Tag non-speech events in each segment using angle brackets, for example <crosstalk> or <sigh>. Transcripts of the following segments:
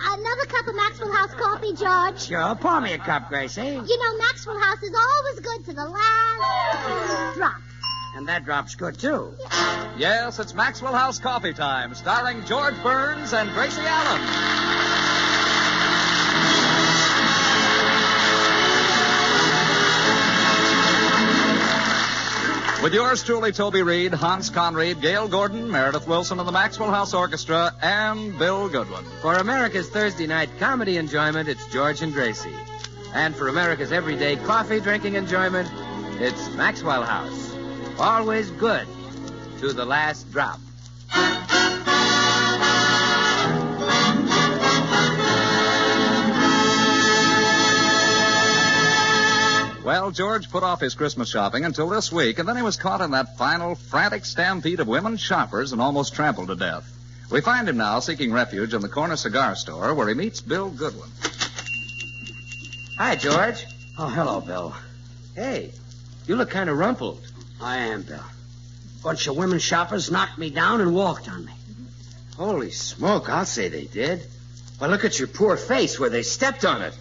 Another cup of Maxwell House coffee, George. Sure, pour me a cup, Gracie. You know, Maxwell House is always good to the last drop. And that drop's good, too. Yes, it's Maxwell House Coffee Time, starring George Burns and Gracie Allen. With yours truly, Toby Reed, Hans Conried, Gail Gordon, Meredith Wilson, and the Maxwell House Orchestra, and Bill Goodwin. For America's Thursday night comedy enjoyment, it's George and Gracie. And for America's everyday coffee drinking enjoyment, it's Maxwell House. Always good to the last drop. Well, George put off his Christmas shopping until this week, and then he was caught in that final frantic stampede of women shoppers and almost trampled to death. We find him now seeking refuge in the corner cigar store where he meets Bill Goodwin. Hi, George. Oh, hello, Bill. Hey, you look kind of rumpled. I am, Bill. Bunch of women shoppers knocked me down and walked on me. Holy smoke, I'll say they did. Well, look at your poor face where they stepped on it.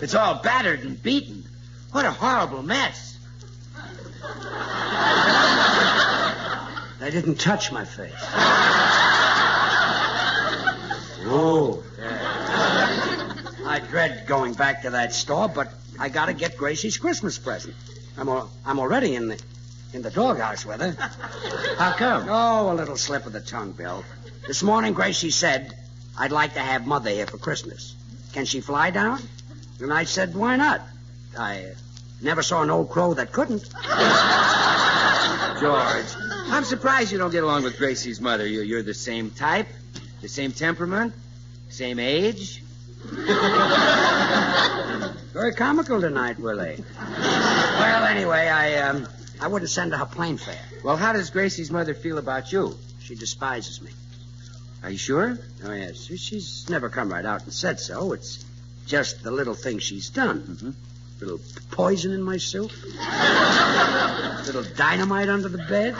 It's all battered and beaten. What a horrible <laughs> mess. They didn't touch my face. Oh, I dread going back to that store, but I gotta get Gracie's Christmas present. I'm al- I'm already in the in the doghouse with her. how come? Oh, a little slip of the tongue, Bill. This morning Gracie said, I'd like to have Mother here for Christmas. Can she fly down? And I said, why not? I uh, never saw an old crow that couldn't. George, I'm surprised you don't get along with Gracie's mother. You're, you're the same type, the same temperament, same age. Very comical tonight, were they? well, anyway, I um, I wouldn't send her her plane fare. Well, how does Gracie's mother feel about you? She despises me. Are you sure? Oh, yes. She- She's never come right out and said so. It's just the little things she's done. Mm-hmm. Little p- poison in my soup. little dynamite under the bed.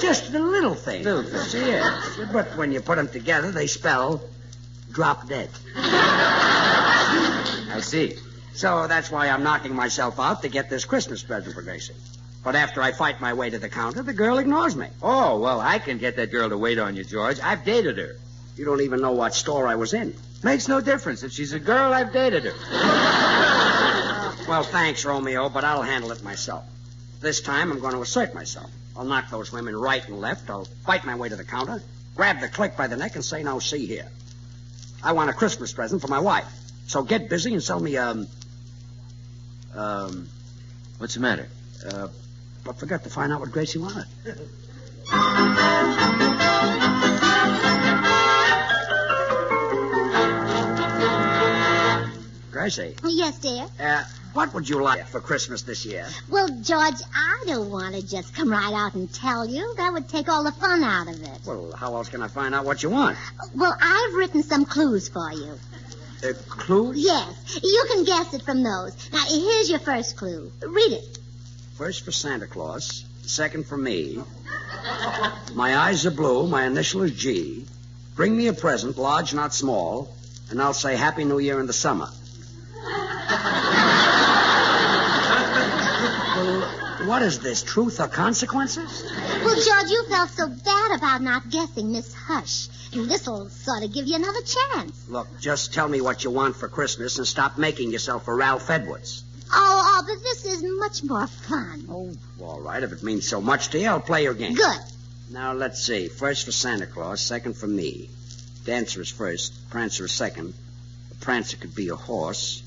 Just the little things. Little things. Yes. But when you put them together, they spell drop dead. I see. So that's why I'm knocking myself out to get this Christmas present for Gracie. But after I fight my way to the counter, the girl ignores me. Oh, well, I can get that girl to wait on you, George. I've dated her. You don't even know what store I was in. Makes no difference. If she's a girl, I've dated her. Well, thanks, Romeo, but I'll handle it myself. This time I'm going to assert myself. I'll knock those women right and left. I'll fight my way to the counter, grab the clerk by the neck, and say, Now, see here. I want a Christmas present for my wife. So get busy and sell me um, Um, what's the matter? Uh, but forgot to find out what Gracie wanted. Gracie, Oh, yes, dear. uh, what would you like for Christmas this year? Well, George, I don't want to just come right out and tell you. That would take all the fun out of it. Well, how else can I find out what you want? Well, I've written some clues for you. Uh, clues? Yes, you can guess it from those. Now, here's your first clue. Read it. First for Santa Claus, second for me. My eyes are blue, my initial is G. Bring me a present, large, not small, and I'll say Happy New Year in the summer. well, what is this, truth or consequences? Well, George, you felt so bad about not guessing Miss Hush. And this'll sort of give you another chance. Look, just tell me what you want for Christmas and stop making yourself for Ralph Edwards. Oh, oh, but this is much more fun. Oh, all right, if it means so much to you, I'll play your game. Good. Now, let's see. First for Santa Claus, second for me. Dancer is first, Prancer is second. A Prancer could be a horse.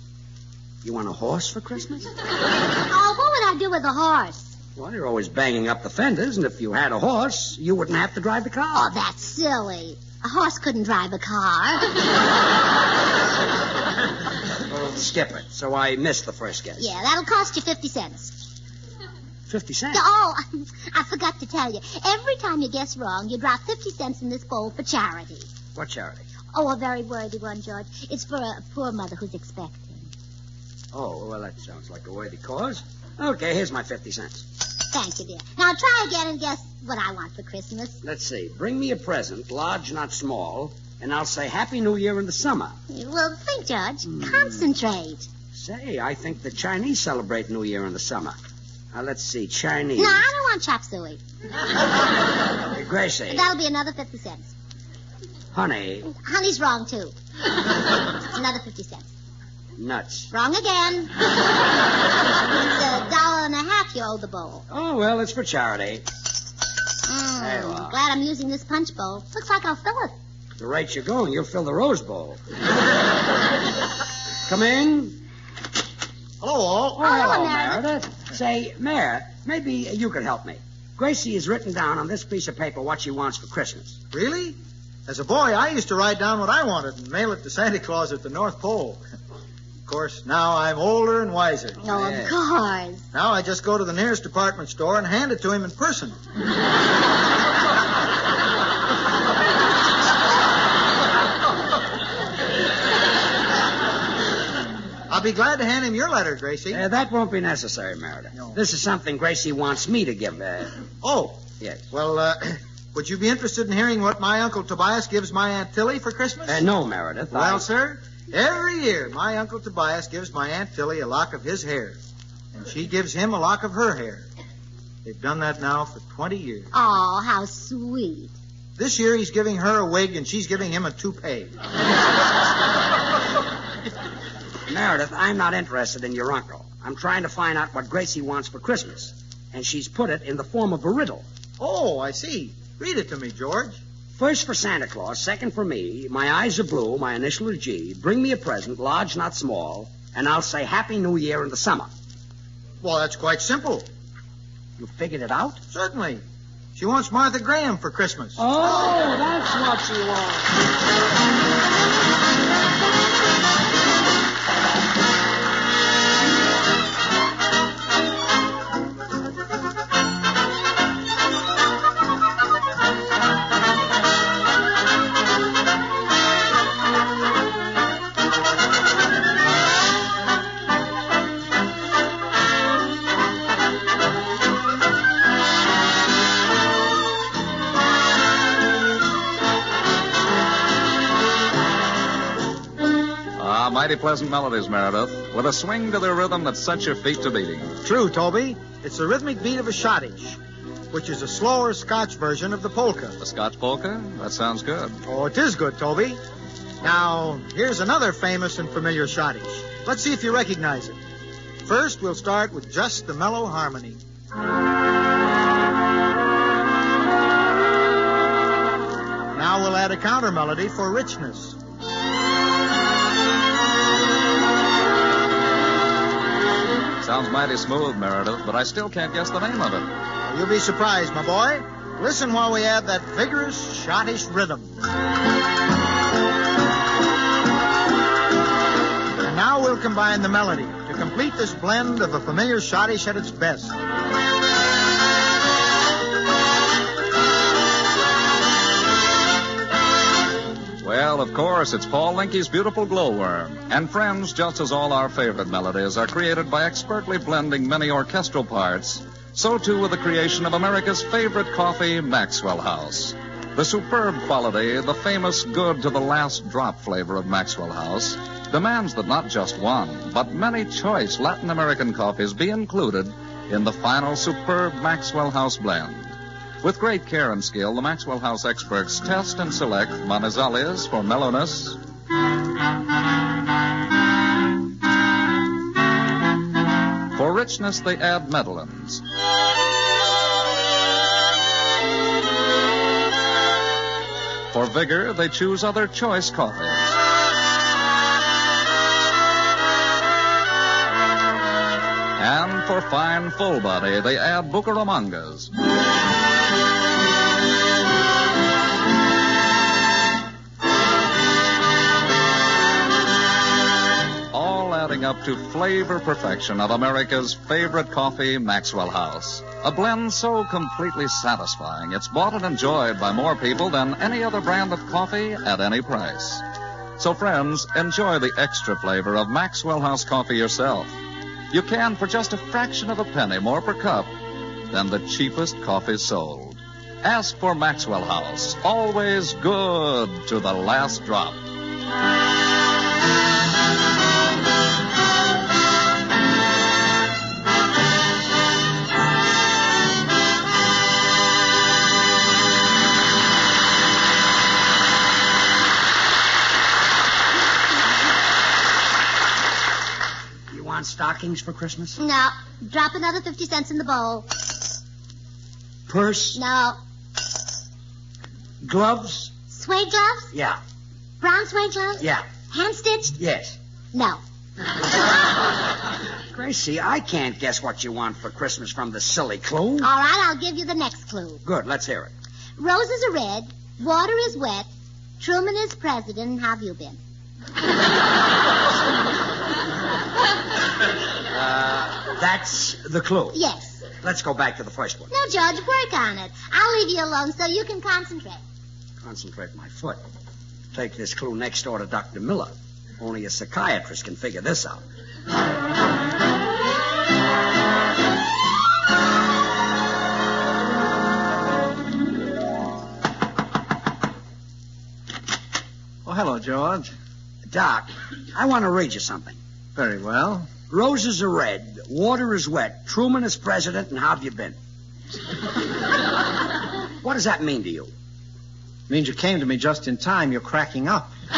You want a horse for Christmas? Oh, what would I do with a horse? Well, you're always banging up the fenders, and if you had a horse, you wouldn't have to drive the Oh, car. that's silly. A horse couldn't drive a car. Well, Oh, skip it. So I missed the first guess. Yeah, that'll cost you 50 cents. 50 cents. Oh, <laughs> I forgot to tell you. Every time you guess wrong, you drop 50 cents in this bowl for charity. What charity? Oh, a very worthy one, George. It's for a poor mother who's expecting. Oh, well, that sounds like a worthy cause. Okay, here's my 50 cents. Thank you, dear. Now try again and guess what I want for Christmas. Let's see. Bring me a present, large, not small, and I'll say Happy New Year in the summer. Hmm. Well, think, Judge. Concentrate. Say, I think the Chinese celebrate New Year in the summer. Now, let's see, Chinese. No, I don't want chop suey. Uh, Gracie, That'll be another 50 cents. honey, Honey's wrong, too. another 50 cents. nuts. Wrong again. <laughs> it's a dollar and a half you owe the bowl. Oh, well, it's for charity. Mm, There you are. Glad I'm using this punch bowl. Looks like I'll fill it. The rate you're going, you'll fill the Rose <laughs> Bowl. Come in. Hello, all. Oh, hello, hello, Meredith. Meredith. Say, Mayor, maybe you could help me. Gracie has written down on this piece of paper what she wants for Christmas. Really? As a boy, I used to write down what I wanted and mail it to Santa Claus at the North Pole. of course, now I'm older and wiser. Oh, Yes. of course. Now I just go to the nearest department store and hand it to him in person. I'll be glad to hand him your letter, Gracie. Uh, that won't be necessary, Meredith. No. This is something Gracie wants me to give. Uh, Oh, yes. well, uh, <clears throat> would you be interested in hearing what my Uncle Tobias gives my Aunt Tilly for Christmas? Uh, no, Meredith. Well, I- sir, every year my Uncle Tobias gives my Aunt Tilly a lock of his hair, and she gives him a lock of her hair. They've done that now for 20 years. Oh, how sweet. This year he's giving her a wig, and she's giving him a toupee. Meredith, I'm not interested in your uncle. I'm trying to find out what Gracie wants for Christmas. And she's put it in the form of a riddle. Oh, I see. Read it to me, George. First for Santa Claus, second for me, my eyes are blue, my initial is G, bring me a present, large, not small, and I'll say Happy New Year in the summer. Well, that's quite simple. You figured it out? Certainly. She wants Martha Graham for Christmas. Oh, that's what she <laughs> wants. Ah, mighty pleasant melodies, Meredith, with a swing to their rhythm that sets your feet to beating. True, Toby. It's the rhythmic beat of a schottische, which is a slower Scotch version of the polka. The Scotch polka? That sounds good. Oh, it is good, Toby. Now, here's another famous and familiar schottish. Let's see if you recognize it. First, we'll start with just the mellow harmony. Now we'll add a counter melody for richness. Sounds mighty smooth, Meredith, but I still can't guess the name of it. You'll be surprised, my boy. Listen while we add that vigorous schottish rhythm. And now we'll combine the melody to complete this blend of a familiar schottish at its best. Well, of course, it's Paul Linky's beautiful glowworm. And friends, just as all our favorite melodies are created by expertly blending many orchestral parts, so too with the creation of America's favorite coffee, Maxwell House. The superb quality, the famous good to the last drop flavor of Maxwell House, demands that not just one, but many choice Latin American coffees be included in the final superb Maxwell House blend. With great care and skill, the Maxwell House experts test and select Manizales for mellowness, for richness they add Medellins, for vigor they choose other choice coffees, and for fine full body they add Bucaramangas. all adding up to flavor perfection of America's favorite coffee, Maxwell House. A blend so completely satisfying, it's bought and enjoyed by more people than any other brand of coffee at any price. So, friends, enjoy the extra flavor of Maxwell House coffee yourself. You can for just a fraction of a penny more per cup than the cheapest coffee sold. Ask for Maxwell House. Always good to the last drop. You want stockings for Christmas? No. Drop another 50 cents in the bowl. Purse? No. Gloves? Suede gloves? Yeah. Brown suede gloves? Yeah. Hand stitched? Yes. No. Gracie, I can't guess what you want for Christmas from the silly clue. All right, I'll give you the next clue. Good, let's hear it. Roses are red, water is wet, Truman is president, and have you been? Uh, That's the clue. Yes. Let's go back to the first one. No, George, work on it. I'll leave you alone so you can concentrate. Concentrate my foot. Take this clue next door to Dr. Miller. Only a psychiatrist can figure this out. Oh, hello, George. Doc, I want to read you something. Very well. Roses are red, water is wet, Truman is president, and how have you been? what does that mean to you? Means you came to me just in time. You're cracking up. No,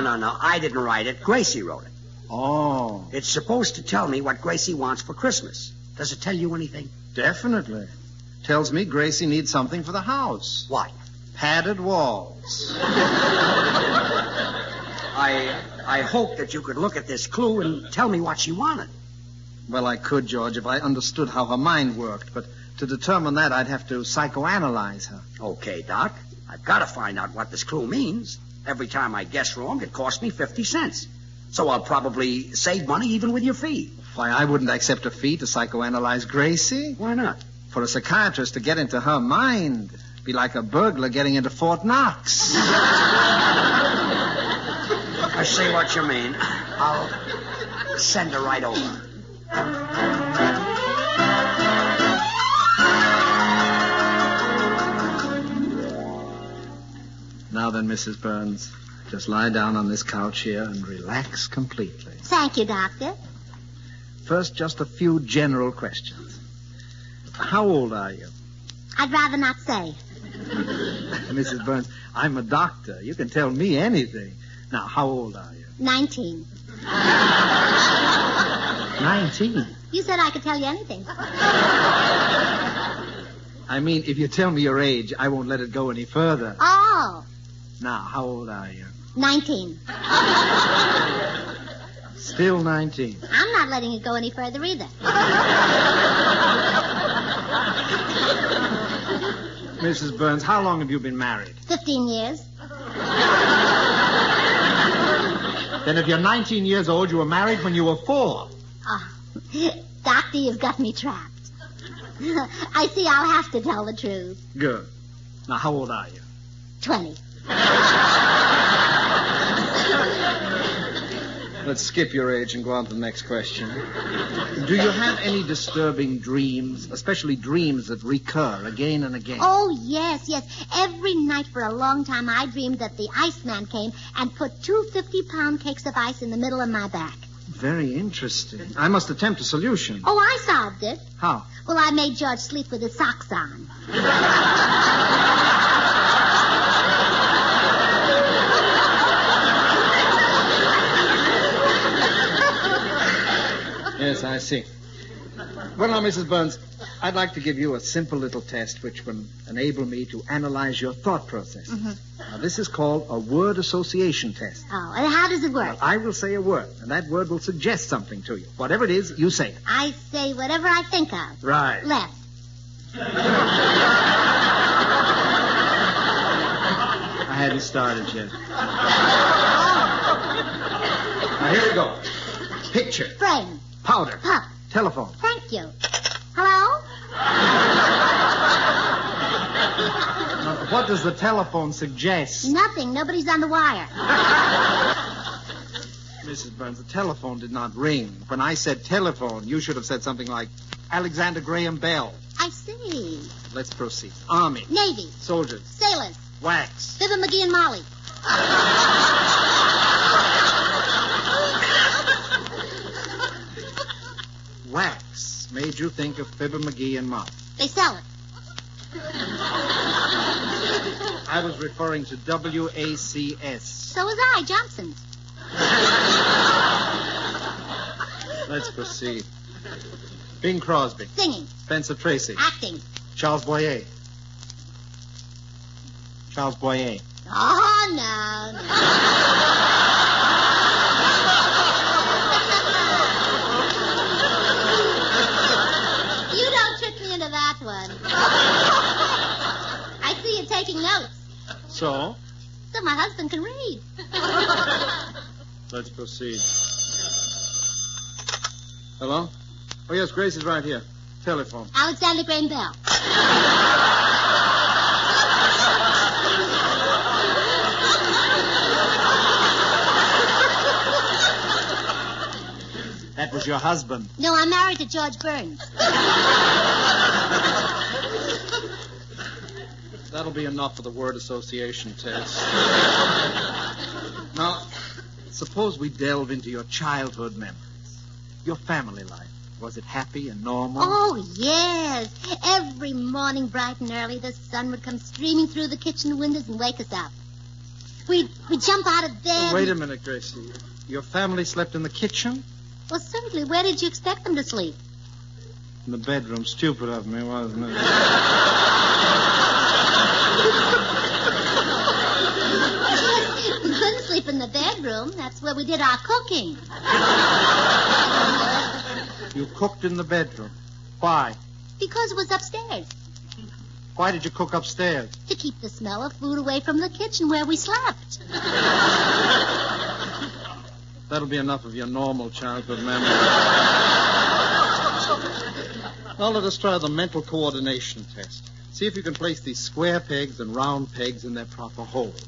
no, no. I didn't write it. Gracie wrote it. Oh, It's supposed to tell me what Gracie wants for Christmas. Does it tell you anything? definitely. Tells me Gracie needs something for the house. Why? Padded walls. I I hope that you could look at this clue and tell me what she wanted. Well, I could, George, if I understood how her mind worked, but to determine that, I'd have to psychoanalyze her. Okay, Doc. I've got to find out what this clue means. Every time I guess wrong, it costs me 50 cents. So I'll probably save money even with your fee. Why, I wouldn't accept a fee to psychoanalyze Gracie. Why not? For a psychiatrist to get into her mind, be like a burglar getting into Fort Knox. I see what you mean. I'll send her right over. Now then, Mrs. Burns, just lie down on this couch here and relax completely. Thank you, Doctor. First, just a few general questions. How old are you? <laughs> I'd rather not say. Mrs. Burns, I'm a doctor. You can tell me anything. Now, how old are you? 19. Nineteen. You said I could tell you anything. I mean, if you tell me your age, I won't let it go any further. Oh, Now, how old are you? 19. Still 19. I'm not letting it go any further either. Mrs. Burns, how long have you been married? 15 years. Then if you're 19 years old, you were married when you were four. Oh, Doctor, you've got me trapped. I see I'll have to tell the truth. Good. Now, how old are you? 20. Let's skip your age and go on to the next question. Do you have any disturbing dreams, especially dreams that recur again and again? Oh, yes, yes. Every night for a long time, I dreamed that the Iceman came and put two 50-pound cakes of ice in the middle of my back. Very interesting. I must attempt a solution. Oh, I solved it. How? Well, I made George sleep with his socks on. Yes, I see. Well, now, Mrs. Burns, I'd like to give you a simple little test which will enable me to analyze your thought process. Now, this is called a word association test. Oh, and how does it work? I will say a word, and that word will suggest something to you. Whatever it is, you say it. I say whatever I think of. Right. Left. <laughs> I hadn't started yet. now, here we go. Picture, Brain. powder, Pup. telephone. Thank you. Hello? Now, what does the telephone suggest? Nothing. Nobody's on the wire. Mrs. Burns, the telephone did not ring. When I said telephone, you should have said something like Alexander Graham Bell. I see. Let's proceed. Army, Navy, soldiers, sailors, wax. Fibber McGee and Molly. Wax made you think of Fibber McGee and Mott. They sell it. I was referring to WACS. So was I, Johnson's. Let's proceed. Bing Crosby, Singing, Spencer Tracy, acting. Charles Boyer. Charles Boyer. Oh, no, no. you don't trick me into that one. I see you taking notes, So, so my husband can read. let's proceed. Hello? Oh, yes, Grace is right here. Telephone. Alexander Graham Bell. That was your husband. No, I'm married to George Burns. That'll be enough for the word association test. now, suppose we delve into your childhood memories. Your family life. Was it happy and normal? Oh, yes. Every morning, bright and early, the sun would come streaming through the kitchen windows and wake us up. We'd, we'd jump out of bed. Oh, wait a minute, Gracie. Your family slept in the kitchen? Well, certainly. Where did you expect them to sleep? In the bedroom. Stupid of me, wasn't it? we couldn't sleep in the bedroom. That's where we did our cooking. You cooked in the bedroom. Why? Because it was upstairs Why did you cook upstairs? to keep the smell of food away from the kitchen where we slept. That'll be enough of your normal childhood memories. now let us try the mental coordination test. See if you can place these square pegs and round pegs in their proper holes.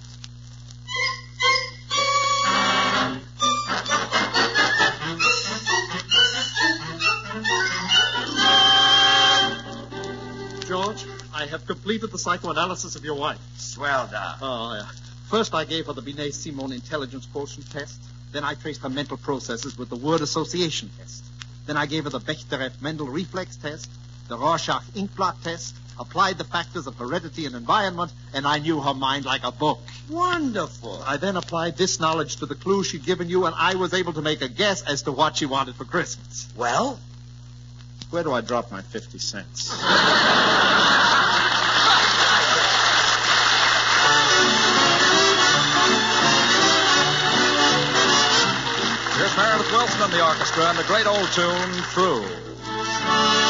George, I have completed the psychoanalysis of your wife. Swell, Doc. Oh, yeah. First, I gave her the Binet Simon intelligence quotient test. Then I traced her mental processes with the word association test. Then I gave her the Bechterev Mendel reflex test, the Rorschach ink blot test, applied the factors of heredity and environment, and I knew her mind like a book. Wonderful. I then applied this knowledge to the clue she'd given you, and I was able to make a guess as to what she wanted for Christmas. Well? Where do I drop my 50 cents? Here's Meredith Wilson and the orchestra and the great old tune, True.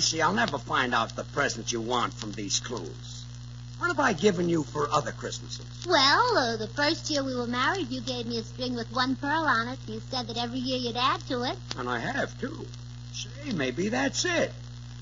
see, I'll never find out the present you want from these clues. What have I given you for other Christmases? Well, uh, the first year we were married, you gave me a string with one pearl on it. You said that every year you'd add to it. And I have, too. Say, maybe that's it.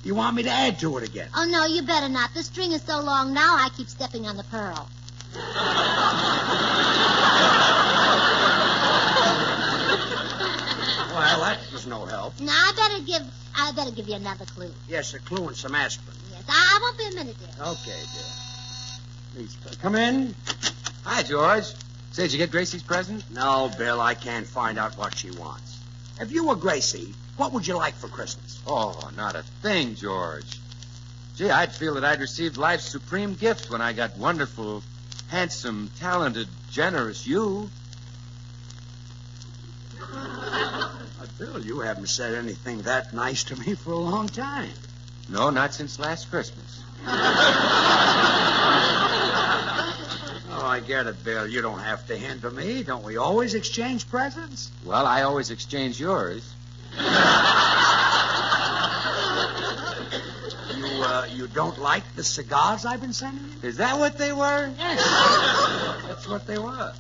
You want me to add to it again? Oh, no, you better not. The string is so long now, I keep stepping on the pearl. <laughs> Well, that was no help. Now, I better give, I better give you another clue. Yes, a clue and some aspirin. Yes, I, I won't be a minute, dear. Okay, dear. Please, uh, come in. Hi, George. Say, did you get Gracie's present? No, Bill, I can't find out what she wants. If you were Gracie, what would you like for Christmas? Oh, not a thing, George. Gee, I'd feel that I'd received life's supreme gift when I got wonderful, handsome, talented, generous you. Uh, Bill, you haven't said anything that nice to me for a long time. No, not since last Christmas. Oh, I get it, Bill. You don't have to hint to me. Don't we always exchange presents? Well, I always exchange yours. You, uh, you don't like the cigars I've been sending you? Is that what they were? That's what they were.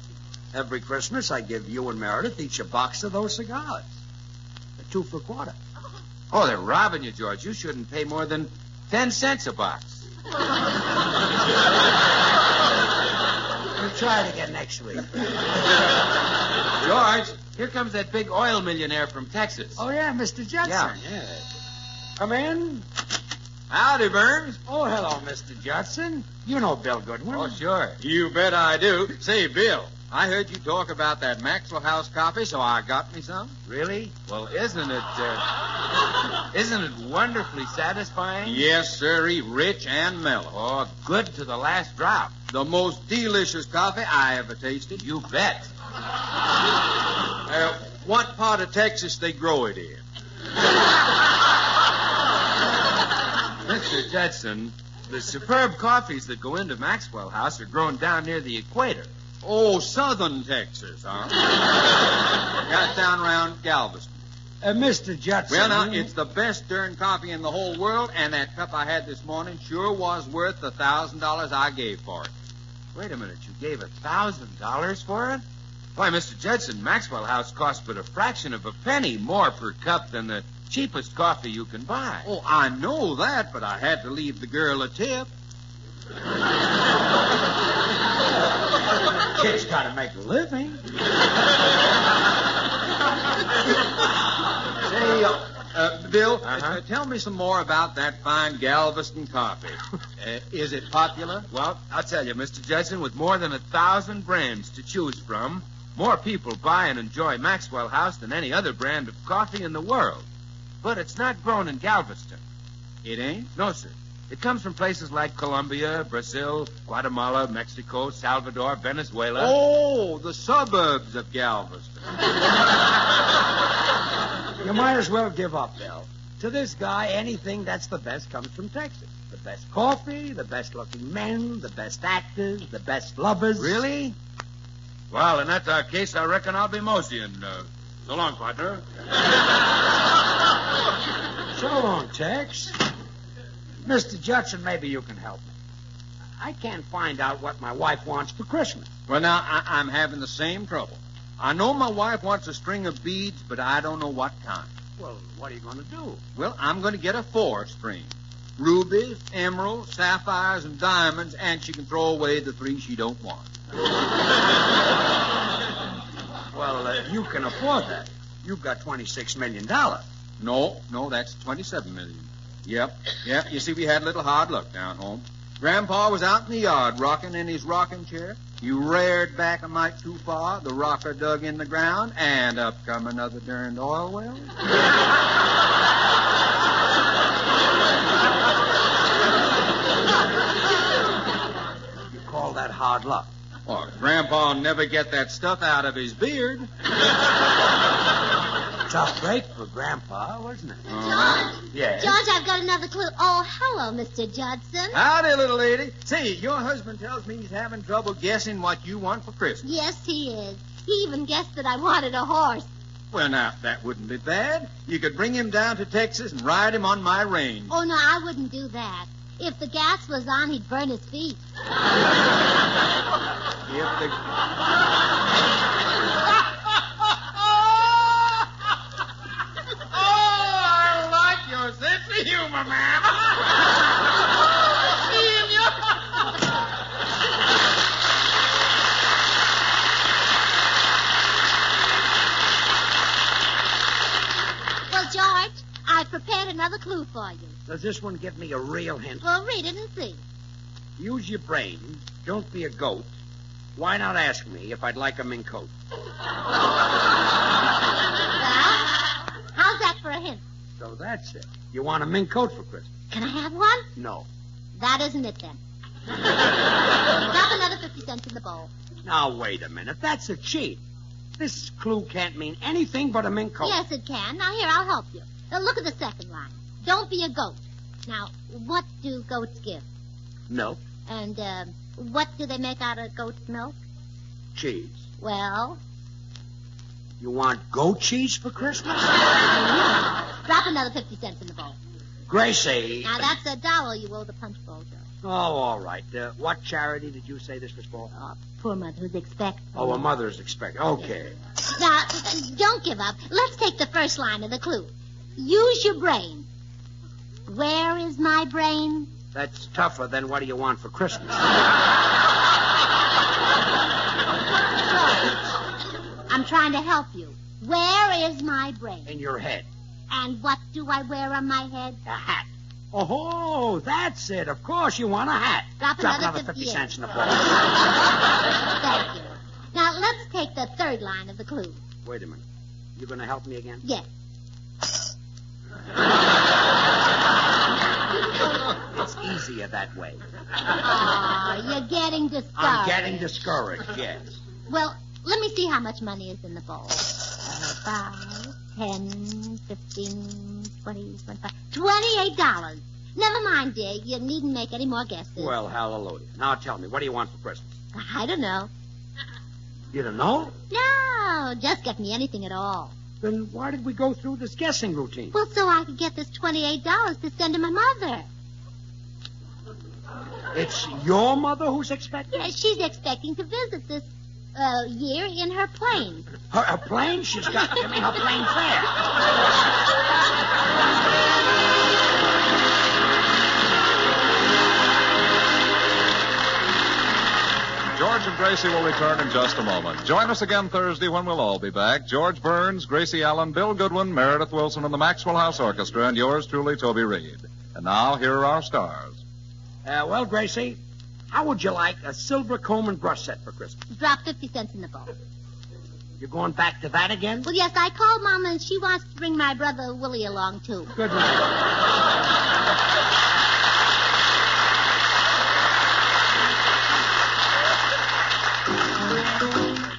Every Christmas, I give you and Meredith each a box of those cigars. They're two for a quarter. Oh, they're robbing you, George. You shouldn't pay more than ten cents a box. We'll try it again next week. George, here comes that big oil millionaire from Texas. Oh, yeah, Mr. Judson. Yeah. Come in. Howdy, Burns. Oh, hello, Mr. Judson. You know Bill Goodwin. Oh, sure. You bet I do. Say, Bill, I heard you talk about that Maxwell House coffee, so I got me some. Really? Well, isn't it, uh, isn't it wonderfully satisfying? Yes, sirree, rich and mellow. Oh, good to the last drop. The most delicious coffee I ever tasted. You bet. Uh, what part of Texas they grow it in? Mr. Judson, the superb coffees that go into Maxwell House are grown down near the equator. Oh, southern Texas, huh? Got down around Galveston. Uh, Mr. Judson. Well, now, it's the best darn coffee in the whole world, and that cup I had this morning sure was worth the thousand dollars I gave for it. Wait a minute, you gave a thousand dollars for it? Why, Mr. Judson, Maxwell House costs but a fraction of a penny more per cup than the cheapest coffee you can buy. Oh, I know that, but I had to leave the girl a tip. Kid's got to make a living. Hey, uh, uh, Bill, uh, Uh-huh. tell me some more about that fine <laughs> Galveston coffee. Uh, is it popular? Well, I'll tell you, Mr. Judson, with more than a thousand brands to choose from, more people buy and enjoy Maxwell House than any other brand of coffee in the world. But it's not grown in Galveston. It ain't? No, sir. It comes from places like Colombia, Brazil, Guatemala, Mexico, Salvador, Venezuela. Oh, the suburbs of Galveston. You might as well give up, Bill. To this guy, anything that's the best comes from Texas. The best coffee, the best looking men, the best actors, the best lovers. Really? Well, in that uh, case, I reckon I'll be moseying. Uh, so long, partner. So long, Tex. Mr. Judson, maybe you can help me. I can't find out what my wife wants for Christmas. Well, now, I- I'm having the same trouble. I know my wife wants a string of beads, but I don't know what kind. Well, what are you going to do? Well, I'm going to get a four string. Rubies, emeralds, sapphires, and diamonds, and she can throw away the three she don't <laughs> want. Well, uh, you can afford that. You've got $26 million. Well, No, no, that's 27 million. Yep, yep. You see, we had a little hard luck down home. Grandpa was out in the yard rocking in his rocking chair. You reared back a mite too far, the rocker dug in the ground, and up come another darned oil well. you call that hard luck. Well, Grandpa'll never get that stuff out of his beard. Tough break for Grandpa, wasn't it? Uh-huh. George, Yes. George, I've got another clue. Oh, hello, Mr. Judson. Howdy, little lady. See, your husband tells me he's having trouble guessing what you want for Christmas. Yes, he is. He even guessed that I wanted a horse. Well, now, that wouldn't be bad. You could bring him down to Texas and ride him on my range. Oh, no, I wouldn't do that. If the gas was on, he'd burn his feet. If the... Oh, Well, George, I've prepared another clue for you. Does this one give me a real hint? Well, read it and see. Use your brain. Don't be a goat. Why not ask me if I'd like a mink coat? Well, how's that for a hint? So that's it. You want a mink coat for Christmas? Can I have one? No. That isn't it, then. Drop another 50 cents in the bowl. Now, wait a minute. That's a cheat. This clue can't mean anything but a mink coat. Yes, it can. Now, here, I'll help you. Now, look at the second line. Don't be a goat. Now, what do goats give? Milk, And um, what do they make out of goat's milk? cheese. Well, You want goat cheese for Christmas? drop another 50 cents in the bowl. Gracie. Now, that's a dollar you owe the punch bowl, George. Oh, all right. Uh, what charity did you say this was for? Oh, poor mother who's expecting. Oh, a mother's expect. Okay. Now, don't give up. Let's take the first line of the clue. Use your brain. Where is my brain? That's tougher than what do you want for Christmas? I'm trying to help you. Where is my brain? In your head. And what do I wear on my head? A hat. Oh, that's it. Of course you want a hat. Drop Drop another another 50 50 in. cents in the bowl. Thank you. Now, let's take the third line of the clue. Wait a minute. You going to help me again? Yes. It's easier that way. Oh, you're getting discouraged. Ah, I'm getting discouraged, yes. Well, let me see how much money is in the bowl. Uh, five, ten, fifteen, twenty, twenty-five, twenty-eight dollars. Never mind, dear. You needn't make any more guesses. Well, hallelujah. Now tell me, what do you want for Christmas? I don't know. You don't know? No, just get me anything at all. Oh? Then why did we go through this guessing routine? Well, so I could get this twenty-eight dollars to send to my mother. It's your mother who's expecting? Yeah, she's expecting to visit this uh, year in her plane. Her, her plane? She's got to give me her plane fare. George and Gracie will return in just a moment. Join us again Thursday when we'll all be back. George Burns, Gracie Allen, Bill Goodwin, Meredith Wilson, and the Maxwell House Orchestra, and yours truly, Toby Reed. And now, here are our stars. Uh, well, Gracie, how would you like a silver comb and brush set for Christmas? Drop fifty cents in the bowl. You're going back to that again? Well, yes, I called Mama, and she wants to bring my brother Willie along too. Good night.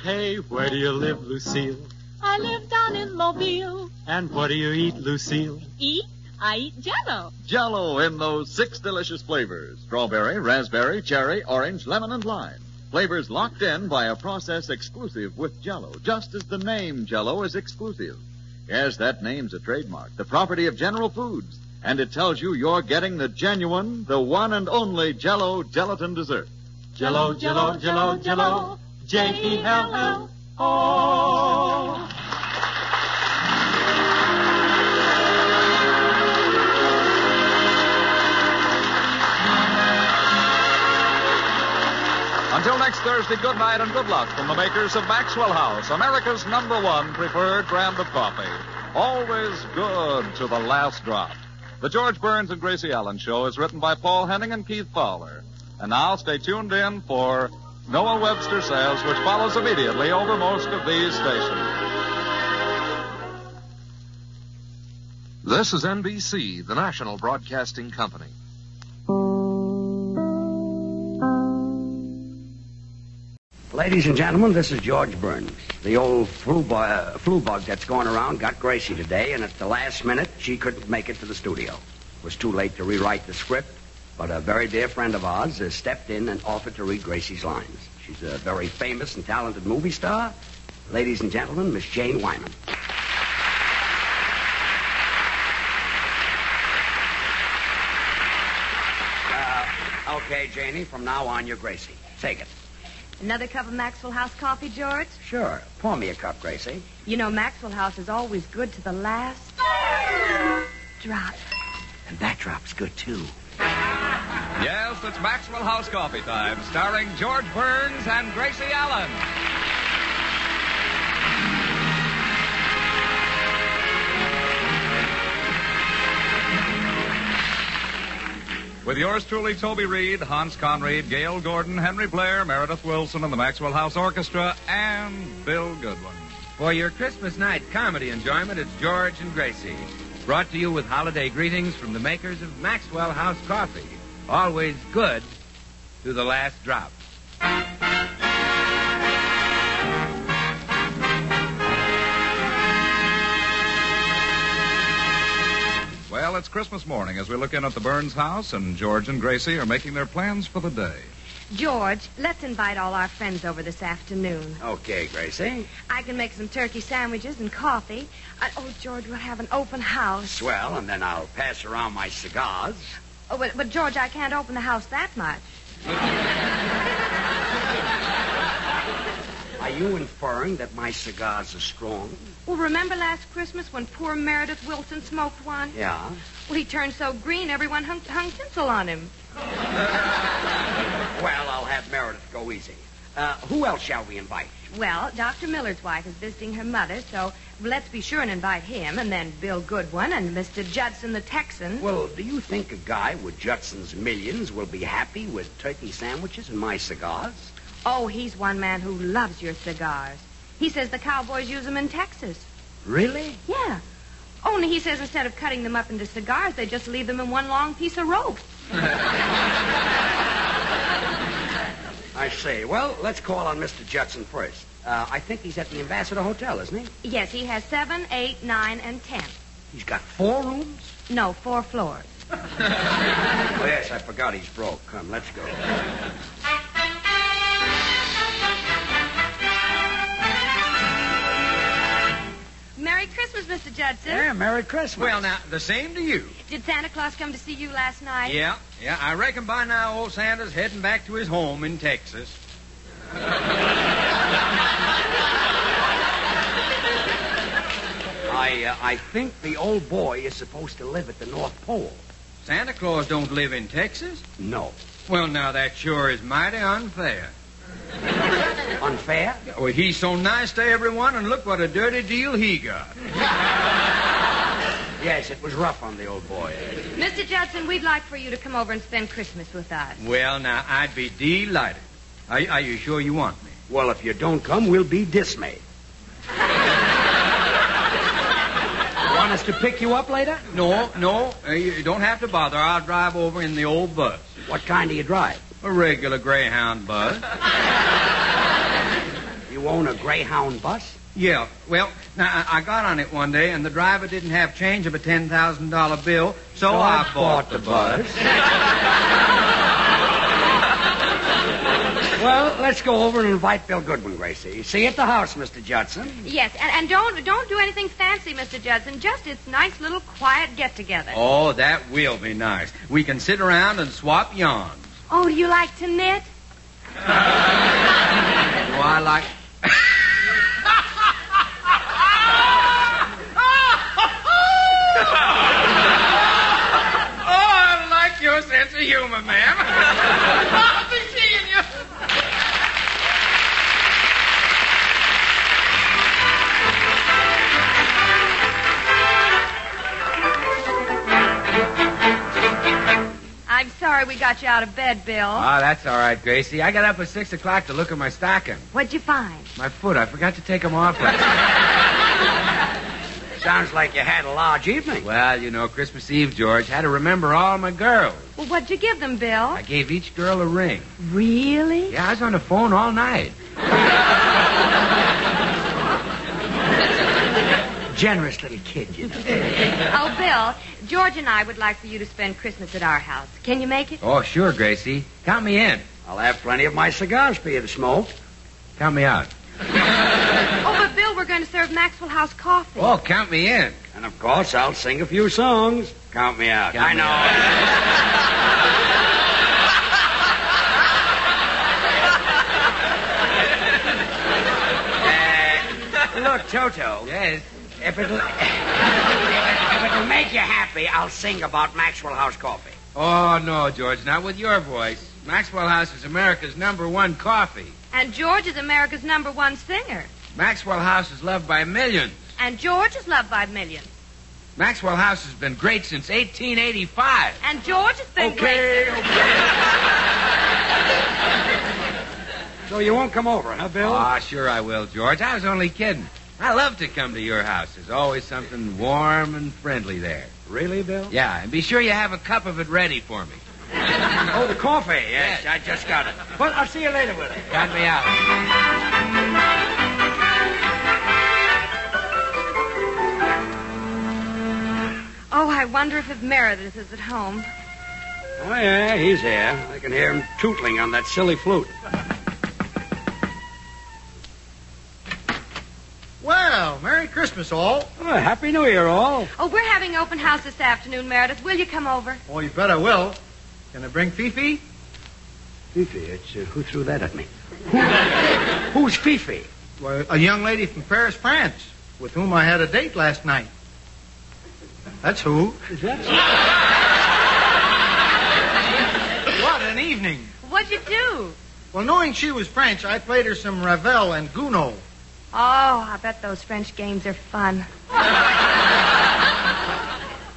Hey, where do you live, Lucille? I live down in Mobile. And what do you eat, Lucille? Eat? I eat jello. Jello in those six delicious flavors strawberry, raspberry, cherry, orange, lemon, and lime. Flavors locked in by a process exclusive with Jello, just as the name Jello is exclusive. Yes, that name's a trademark, the property of General Foods, and it tells you you're getting the genuine, the one and only Jello gelatin dessert. Jello, jello, jello, jello. J-E-L-L. Until next Thursday, good night and good luck from the makers of Maxwell House, America's number one preferred brand of coffee. Always good to the last drop. The George Burns and Gracie Allen Show is written by Paul Henning and Keith Fowler. And now stay tuned in for Noah Webster Says, which follows immediately over most of these stations. This is NBC, the national broadcasting company. Ladies and gentlemen, this is George Burns. The old flu, bu- uh, flu bug that's going around got Gracie today, and at the last minute, she couldn't make it to the studio. It was too late to rewrite the script, but a very dear friend of ours has stepped in and offered to read Gracie's lines. She's a very famous and talented movie star. Ladies and gentlemen, Miss Jane Wyman. Uh, Okay, Janie, from now on, you're Gracie. Take it. Another cup of Maxwell House coffee, George? Sure. Pour me a cup, Gracie. You know, Maxwell House is always good to the last drop. And that drop's good, too. Yes, it's Maxwell House Coffee Time, starring George Burns and Gracie Allen. With yours truly, Toby Reed, Hans Conried, Gail Gordon, Henry Blair, Meredith Wilson, and the Maxwell House Orchestra, and Bill Goodwin. For your Christmas night comedy enjoyment, it's George and Gracie. Brought to you with holiday greetings from the makers of Maxwell House Coffee. Always good to the last drop. Well, it's Christmas morning as we look in at the Burns house, and George and Gracie are making their plans for the day. George, let's invite all our friends over this afternoon. Okay, Gracie. I can make some turkey sandwiches and coffee. Uh, oh, George, we'll have an open house. Swell, and then I'll pass around my cigars. Oh, but, but George, I can't open the house that much. Are you inferring that my cigars are strong? Well, remember last Christmas when poor Meredith Wilson smoked one? Yeah. Well, he turned so green everyone hung, hung tinsel on him. Well, I'll have Meredith go easy. Uh, who else shall we invite? Well, Dr. Miller's wife is visiting her mother, so let's be sure and invite him, and then Bill Goodwin and Mr. Judson the Texan. Well, do you think a guy with Judson's millions will be happy with turkey sandwiches and my cigars? Oh, he's one man who loves your cigars. He says the cowboys use them in Texas. Really? Yeah. Only he says instead of cutting them up into cigars, they just leave them in one long piece of rope. I say. Well, let's call on Mr. Judson first. Uh, I think he's at the Ambassador Hotel, isn't he? Yes, he has seven, eight, nine, and ten. He's got four <laughs> rooms? No, four floors. Oh, yes, I forgot he's broke. Come, let's go. Merry Christmas, Mr. Judson. Yeah, Merry Christmas. Well, now, the same to you. Did Santa Claus come to see you last night? Yeah, yeah. I reckon by now old Santa's heading back to his home in Texas. I, uh, I think the old boy is supposed to live at the North Pole. Santa Claus don't live in Texas. No. Well, now that sure is mighty unfair. Unfair? Well, he's so nice to everyone, and look what a dirty deal he got. <laughs> Yes, it was rough on the old boy. Mr. Judson, we'd like for you to come over and spend Christmas with us. Well, now I'd be delighted. Are, are you sure you want me? Well, if you don't come, we'll be <laughs> dismayed. Want us to pick you up later? No, no. uh, You don't have to bother. I'll drive over in the old bus, What kind do you drive? a regular Greyhound bus. <laughs> You own a Greyhound bus? Yeah. Well, now I, I got on it one day, and the driver didn't have change of a ten thousand dollar bill, so, I bought, the, bus. <laughs> Well, let's go over and invite Bill Goodwin, Gracie. See you at the house, Mr. Judson. Yes, and, and don't don't do anything fancy, Mr. Judson. Just its nice little quiet get together. Oh, that will be nice. We can sit around and swap yarns. Oh, do you like to knit? Oh, I <laughs> like. oh, I like your sense of humor, ma'am. I'll be seeing you. I'm sorry we got you out of bed, Bill. Ah, that's all right, Gracie. I got up at six o'clock to look at my stocking. What'd you find? My foot. I forgot to take 'em off. last- <laughs> Sounds like you had a large evening. well, you know, Christmas Eve, George, had to remember all my girls. Well, what'd you give them, Bill? I gave each girl a ring. Really? Yeah, I was on the phone all night. Generous little kid, you know. <laughs> Oh, Bill, George and I would like for you to spend Christmas at our house. Can you make it? Oh, sure, Gracie. Count me in. I'll have plenty of my cigars for you to smoke. Count me out. Oh, but Bill, we're going to serve Maxwell House coffee. Oh, count me in. And of course, I'll sing a few songs. Count me out. Count I me know. <laughs> Toto. Yes. If it'll, if it'll make you happy, I'll sing about Maxwell House coffee. Oh, no, George, not with your voice. Maxwell House is America's number one coffee. And George is America's number one singer. Maxwell House is loved by millions. And George is loved by millions. Maxwell House has been great since 1885. And George has been Okay, great. So you won't come over, huh, Bill? Ah, sure I will, George. I was only kidding. I love to come to your house. There's always something warm and friendly there. Really, Bill? Yeah, and be sure you have a cup of it ready for <laughs> me. Oh, the coffee. Yes, I just got it. Well, I'll see you later with it. Count me out. Oh, I wonder if Meredith is at home. Oh, yeah, he's here. I can hear him tootling on that silly flute. Well, Merry Christmas, all. Well, Happy New Year, all. Oh, we're having open house this afternoon, Meredith. Will you come over? Oh, you bet I will. Can I bring Fifi? Fifi, it's, uh, who threw that at me? Who's Fifi? Why, a young lady from Paris, France, with whom I had a date last night. That's who. Is that? What an evening. What'd you do? Well, knowing she was French, I played her some Ravel and Gounod. Oh, I bet those French games are fun. Oh,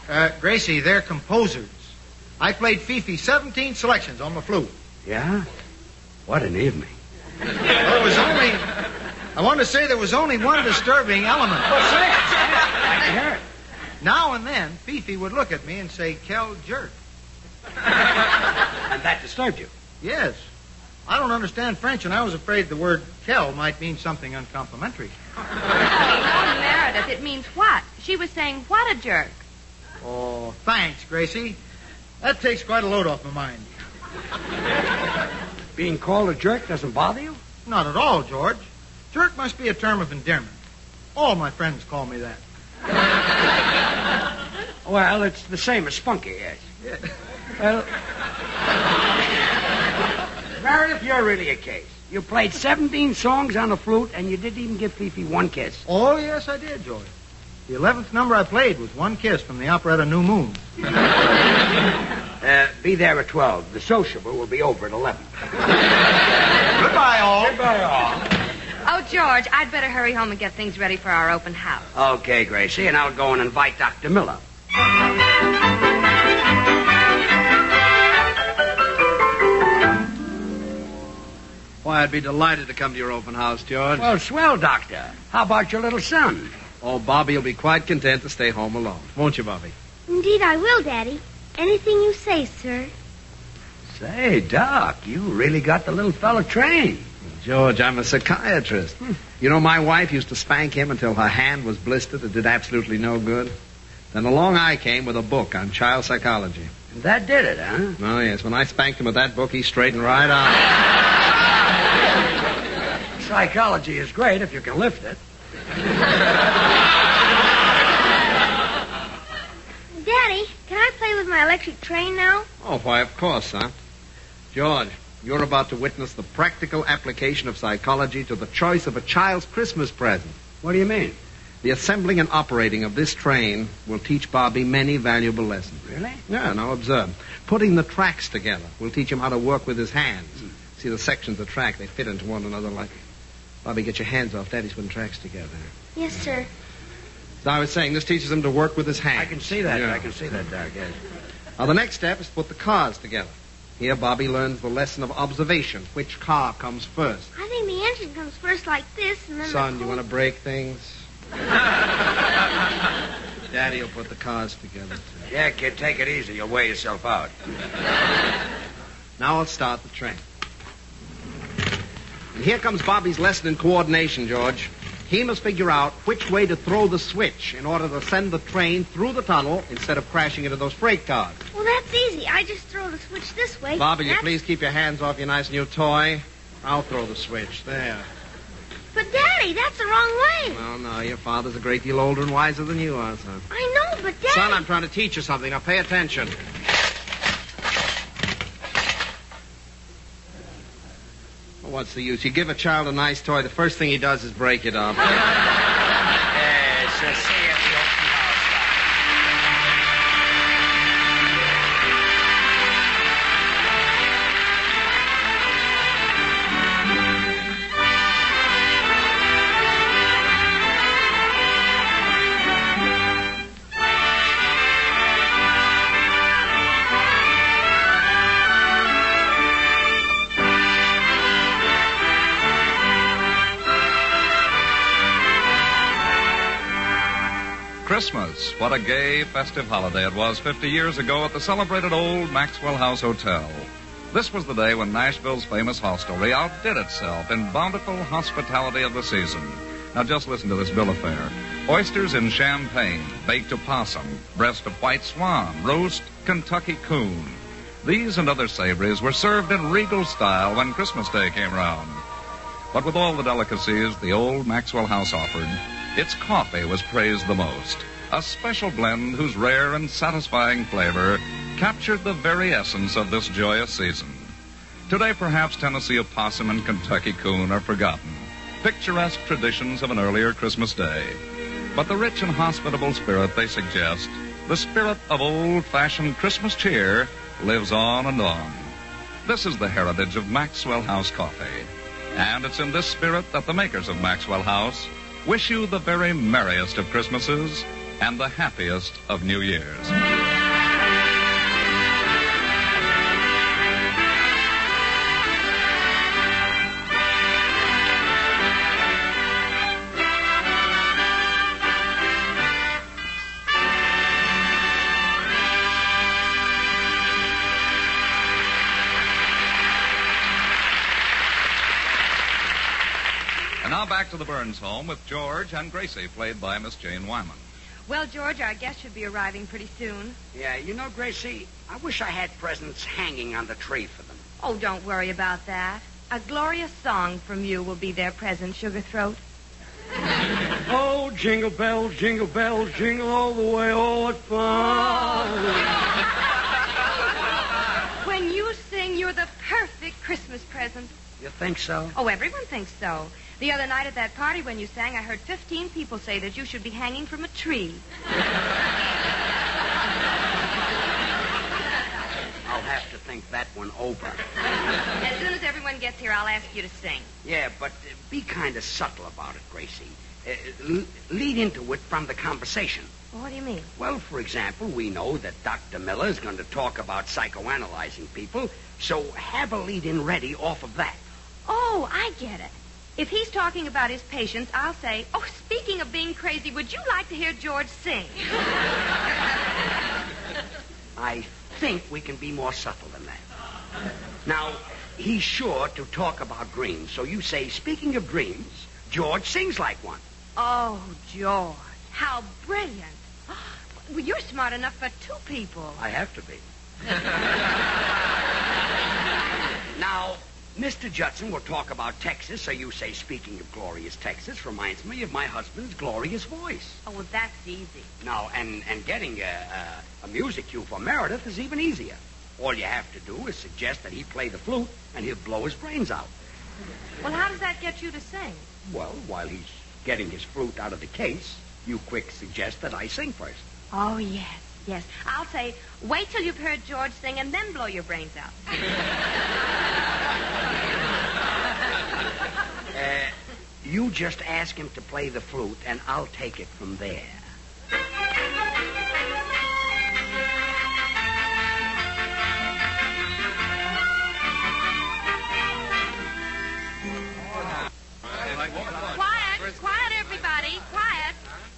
Uh, Gracie, they're composers. I played Fifi 17 selections on the flute. Yeah? What an evening. There was only, I want to say there was only one disturbing element. Oh, Now and then, Fifi would look at me and say, Kel jerk. And that disturbed you. Yes. I don't understand French, and I was afraid the word Kel might mean something uncomplimentary. Oh, Meredith, it means what? She was saying, what a jerk. Oh, thanks, Gracie. That takes quite a load off my mind. <laughs> Being called a jerk doesn't bother you? Not at all, George. Jerk must be a term of endearment. All my friends call me that. <laughs> Well, it's the same as spunky, uh, yes. Well, Meredith, you're really a case. You played 17 songs on the flute, and you didn't even give Fifi one kiss. Oh, yes, I did, George. The 11th number I played was One Kiss from the operetta New Moon. Uh, be there at 12. The sociable will be over at 11. Goodbye, all. Goodbye, all. Oh, George, I'd better hurry home and get things ready for our open house. Okay, Gracie, and I'll go and invite Dr. Miller. Why, I'd be delighted to come to your open house, George. Well, swell, Doctor. How about your little son? Oh, Bobby will be quite content to stay home alone. Won't you, Bobby? Indeed, I will, Daddy. Anything you say, sir. Say, Doc, you really got the little fellow trained. Hmm. George, I'm a psychiatrist. You know, my wife used to spank him until her hand was blistered. It did absolutely no good. Then along I came with a book on child psychology. And that did it, huh? Oh, yes. When I spanked him with that book, he straightened right out. Psychology is great if you can lift it. Daddy, can I play with my electric train now? Oh, why, of course, son. George, you're about to witness the practical application of psychology to the choice of a child's Christmas present. What do you mean? The assembling and operating of this train will teach Bobby many valuable lessons. Really? Yeah, now observe. Putting the tracks together will teach him how to work with his hands. See the sections of track, they fit into one another like. Bobby, get your hands off. Daddy's putting tracks together. Yes, sir. As I was saying, this teaches him to work with his hands. I can see that. Yeah. I can see that, Doc, yes. Now, the next step is to put the cars together. Here, Bobby learns the lesson of observation which car comes first. I think the engine comes first like this, and then Son, the you want to break <laughs> things? Daddy will put the cars together. Yeah, kid, take it easy. You'll wear yourself out. Now I'll start the train. And here comes Bobby's lesson in coordination, George. He must figure out which way to throw the switch in order to send the train through the tunnel instead of crashing into those freight cars. Well, that's easy. I just throw the switch this way. Bob, will you That- please keep your hands off your nice new toy? I'll throw the switch. There. But, Daddy, that's the wrong way. Well, no, your father's a great deal older and wiser than you are, son. I know, but, Daddy. Son, I'm trying to teach you something. Now pay attention. Well, what's the use? You give a child a nice toy, the first thing he does is break it up. Christmas. What a gay, festive holiday it was 50 years ago at the celebrated old Maxwell House Hotel. This was the day when Nashville's famous hostelry outdid itself in bountiful hospitality of the season. Now just listen to this bill of fare. Oysters in champagne, baked opossum, breast of white swan, roast Kentucky coon. These and other savories were served in regal style when Christmas Day came round. But with all the delicacies the old Maxwell House offered, its coffee was praised the most. A special blend whose rare and satisfying flavor captured the very essence of this joyous season. Today, perhaps Tennessee opossum and Kentucky coon are forgotten, picturesque traditions of an earlier Christmas day. But the rich and hospitable spirit they suggest, the spirit of old fashioned Christmas cheer, lives on and on. This is the heritage of Maxwell House Coffee. And it's in this spirit that the makers of Maxwell House wish you the very merriest of Christmases and the happiest of New Year's. And now back to the Burns home with George and Gracie, played by Miss Jane Wyman. Well, George, our guest should be arriving pretty soon. Yeah, you know, Gracie, I wish I had presents hanging on the tree for them. Oh, don't worry about that. A glorious song from you will be their present, Sugarthroat. Oh, jingle bells, jingle bells, jingle all the way. Oh, what fun. When you sing, you're the perfect Christmas present. You think so? Oh, everyone thinks so. The other night at that party when you sang, I heard 15 people say that you should be hanging from a tree. I'll have to think that one over. As soon as everyone gets here, I'll ask you to sing. Yeah, but uh, be kind of subtle about it, Gracie. Uh, l- lead into it from the conversation. What do you mean? Well, for example, we know that Dr. Miller is going to talk about psychoanalyzing people, so have a lead in ready off of that. Oh, I get it. If he's talking about his patients, I'll say, Oh, speaking of being crazy, would you like to hear George sing? I think we can be more subtle than that. Now, he's sure to talk about dreams, so you say, speaking of dreams, George sings like one. Oh, George, how brilliant. <gasps> Well, you're smart enough for two people. I have to be. now, Mr. Judson will talk about Texas, so you say, speaking of glorious Texas, reminds me of my husband's glorious voice. Oh, well, that's easy. Now, and, and getting a, a, a music cue for Meredith is even easier. All you have to do is suggest that he play the flute, and he'll blow his brains out. Well, how does that get you to sing? Well, while he's getting his flute out of the case, you quick suggest that I sing first. Oh, yes, yes. I'll say, wait till you've heard George sing and then blow your brains out. Uh, you just ask him to play the flute, and I'll take it from there. Quiet, quiet, everybody, quiet.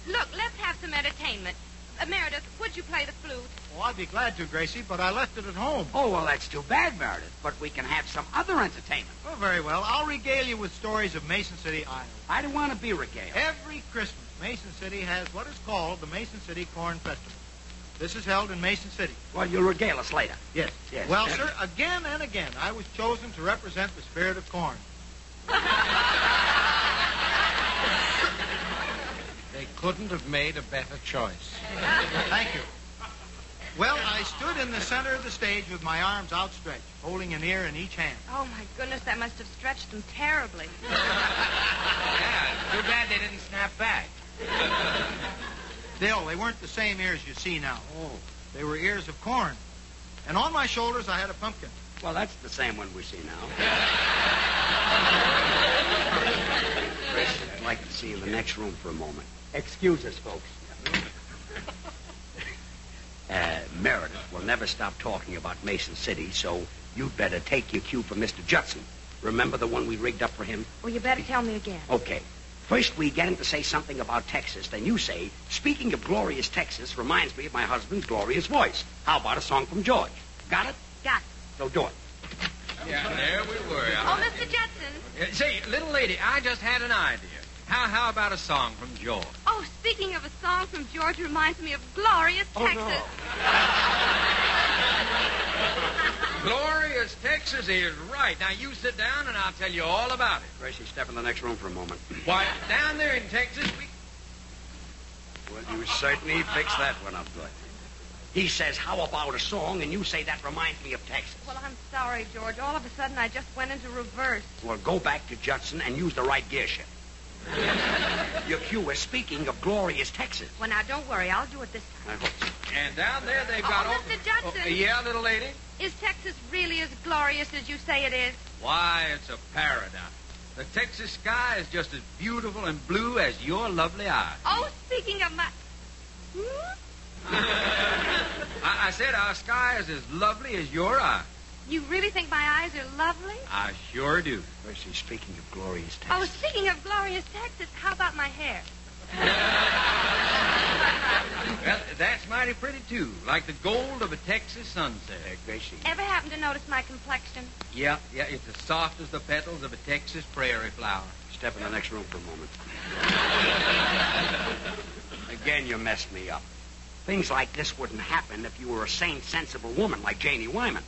Look, let's have some entertainment. Uh, Meredith, would you play the flute? Oh, I'd be glad to, Gracie, but I left it at home. Oh, well, that's too bad, Meredith, but we can have some other entertainment. Well, very well. I'll regale you with stories of Mason City, Iowa. I don't want to be regaled. Every Christmas, Mason City has what is called the Mason City Corn Festival. This is held in Mason City. Well, you'll regale us later. Yes. Yes. Well, sir, again and again, I was chosen to represent the spirit of corn. They couldn't have made a better choice. Thank you. Well, I stood in the center of the stage with my arms outstretched, holding an ear in each hand. Oh, my goodness, that must have stretched them <laughs> terribly. Yeah, too bad they didn't snap back. Still, they weren't the same ears you see now. Oh. They were ears of corn. And on my shoulders, I had a pumpkin. Well, that's the same one we see now. <laughs> Gracie, I'd like to see you in the next room for a moment. Excuse us, folks. Uh, Meredith will never stop talking about Mason City, so you'd better take your cue from Mr. Judson. Remember the one we rigged up for him? Well, you better tell me again. Okay. First, we get him to say something about Texas. Then you say, speaking of glorious Texas reminds me of my husband's glorious voice. How about a song from George? Got it? Got So do it. Yeah, there we were. Oh, Mr. Judson. Uh, Say, little lady, I just had an idea. How, how about a song from George? Oh, speaking of a song from George reminds me of glorious Oh, Texas. <laughs> Glorious Texas is right. Now, you sit down and I'll tell you all about it. Gracie, step in the next room for a moment. Why, down there in Texas, we. Well, you certainly fixed that one up good. He says, how about a song? And you say, that reminds me of Texas. Well, I'm sorry, George. All of a sudden, I just went into reverse. Well, go back to Judson and use the right gear shift. Your cue was speaking of glorious Texas. Well, now, don't worry. I'll do it this time. I hope so. And down there, they've got oh, all. Mr. Judson. Oh, yeah, little lady? Is Texas really as glorious as you say it is? Why, it's a paradise. The Texas sky is just as beautiful and blue as your lovely eyes. Oh, speaking of my... Hmm? I, I said our sky is as lovely as your eyes. You really think my eyes are lovely? I sure do. Mercy, speaking of glorious Texas. Oh, speaking of glorious Texas, how about my hair? Well, that's mighty pretty, too. Like the gold of a Texas sunset. Gracie. Ever happen to notice my complexion? Yeah, yeah, it's as soft as the petals of a Texas prairie flower. Step in the next room for a moment. Again, you messed me up. Things like this wouldn't happen if you were a sane, sensible woman like Janie Wyman.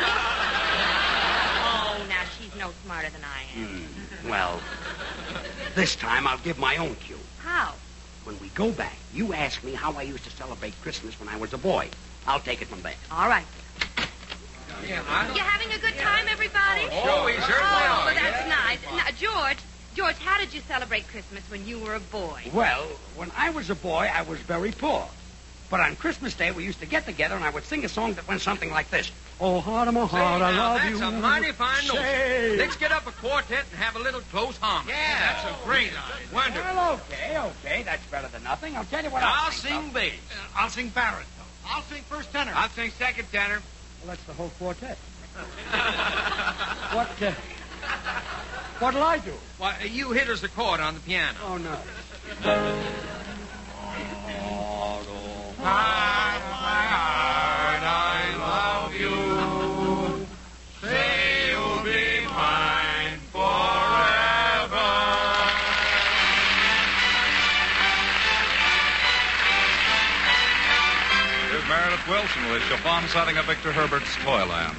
Oh, now she's no smarter than I am. Hmm. Well, this time I'll give my own cue. How? When we go back, you ask me how I used to celebrate Christmas when I was a boy. I'll take it from there. All right. Yeah, I You having a good time, everybody? Oh, we certainly Oh, are, well, that's yeah. nice. Now, George, George, how did you celebrate Christmas when you were a boy? Well, when I was a boy, I was very poor. But on Christmas Day, we used to get together, and I would sing a song that went something like this. Oh, heart of my heart, I now, love that's you. a mighty fine notion. Say. Let's get up a quartet and have a little close harmony. Yeah. that's a great idea. Wonderful. Well, okay, okay, that's better than nothing. I'll tell you what I'll I'll think sing of. Uh, bass. I'll sing baritone. I'll sing first tenor. I'll sing second tenor. Well, that's the whole <laughs> quartet. what, uh, what'll I do? Why, you hit us a chord on the piano. Oh, no. Here's Meredith Wilson with Chiffon setting of Victor Herbert's Toyland.